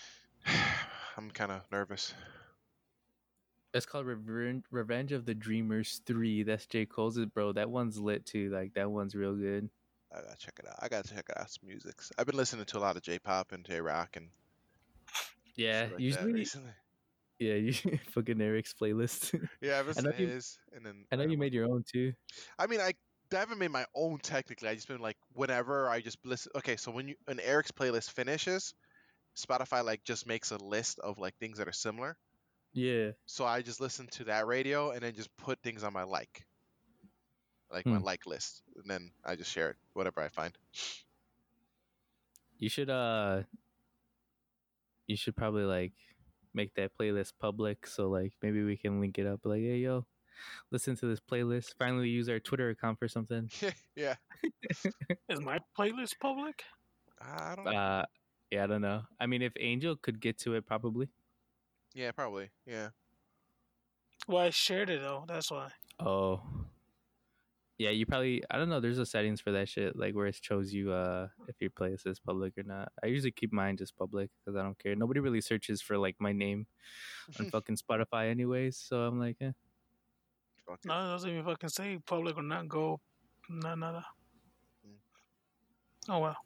S2: I'm kind of nervous.
S1: it's called Reven- Revenge of the Dreamers three. That's J. Cole's bro. That one's lit too. Like that one's real good.
S2: I gotta check it out. I gotta check out some music. I've been listening to a lot of J-pop and J-rock and
S1: Yeah,
S2: shit like
S1: usually
S2: that recently.
S1: Yeah, you fucking Eric's playlist.
S2: Yeah, I've listened
S1: know
S2: to
S1: you-
S2: his, and then
S1: I know
S2: uh,
S1: you made your own too.
S2: I mean, I, I haven't made my own technically. I just been like, whenever I just listen. Okay, so when you an Eric's playlist finishes, Spotify like just makes a list of like things that are similar.
S1: Yeah.
S2: So I just listen to that radio and then just put things on my like, like my
S1: Hmm.
S2: like list, and then I just share it whatever I find.
S1: You should uh you should probably like make that playlist public so like maybe we can link it up like, hey yo, listen to this playlist. Finally use our Twitter account for something.
S2: yeah,
S3: Is my playlist public?
S2: I don't.
S1: Uh yeah, I don't know. I mean if Angel could get to it probably.
S2: yeah, probably. Yeah.
S3: Well, I shared it though. That's why.
S1: Oh. Yeah, you probably I don't know, there's a settings for that shit, like where it shows you uh if your playlist is public or not. I usually keep mine just public because I don't care. Nobody really searches for like my name on fucking Spotify anyways, so I'm like, eh.
S2: Fuck it.
S3: No, it doesn't even fucking say public or not. Go, no, no, no.
S2: Mm.
S3: Oh well.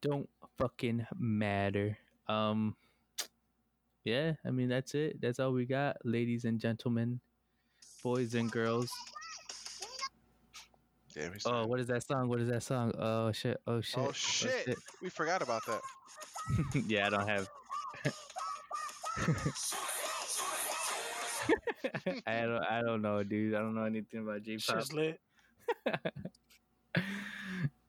S1: don't fucking matter. Um yeah, I mean that's it. That's all we got, ladies and gentlemen, boys and girls.
S2: Damn, he's
S1: Oh, what is that song? What is that song? Oh shit. Oh shit.
S2: Oh, shit. we forgot about that.
S1: shit. yeah, I don't have I don't I don't know, dude. I don't know anything about J pop.
S3: Shit's lit.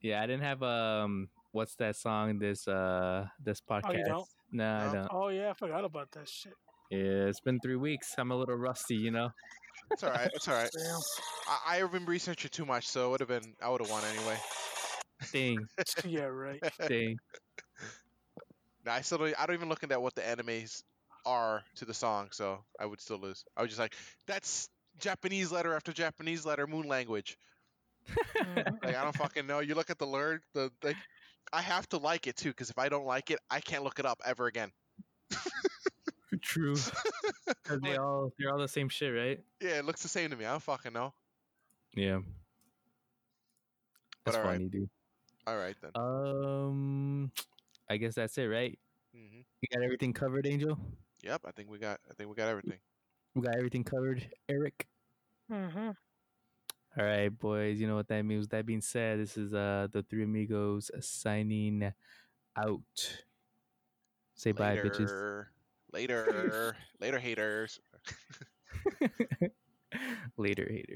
S1: yeah, I didn't have um what's that song this uh this podcast.
S3: Oh, you don't?
S1: No,
S2: No?
S1: I don't.
S3: Oh yeah, I forgot about that shit.
S1: Yeah, it's been three weeks. I'm a little rusty, you know.
S2: It's all right. It's all right.
S3: Damn.
S2: I, I've been researching too much, so it would have been. I would have won anyway.
S1: Ding,
S3: yeah, right.
S1: ding.
S2: No, I still don't. I don't even look at what the animes are to the song, so I would still lose. I was just like, that's Japanese letter after Japanese letter, moon language.
S3: Mhm.
S2: Like I don't fucking know. You look at the lyric, the like. I have to like it too, because if I don't like it, I can't look it up ever again.
S1: True. 'Cause they
S2: Like-
S1: all they're all the same shit, right?
S2: Yeah, it looks the same to me. I don't fucking know.
S1: Yeah.
S2: But
S1: That's
S2: alright.
S1: funny, dude.
S2: All right
S1: Uh,
S2: then.
S1: Um, I guess that's it, right?
S2: hmm
S1: You got everything covered, Angel.
S2: Yep, I think we got. I think we got everything.
S1: We got everything covered, Eric.
S3: Mhm.
S1: All right, boys. You know what that means. That being said, this is uh the three amigos signing out. Say bye, bitches.
S2: Later. Later. Later, haters.
S1: Later, hater.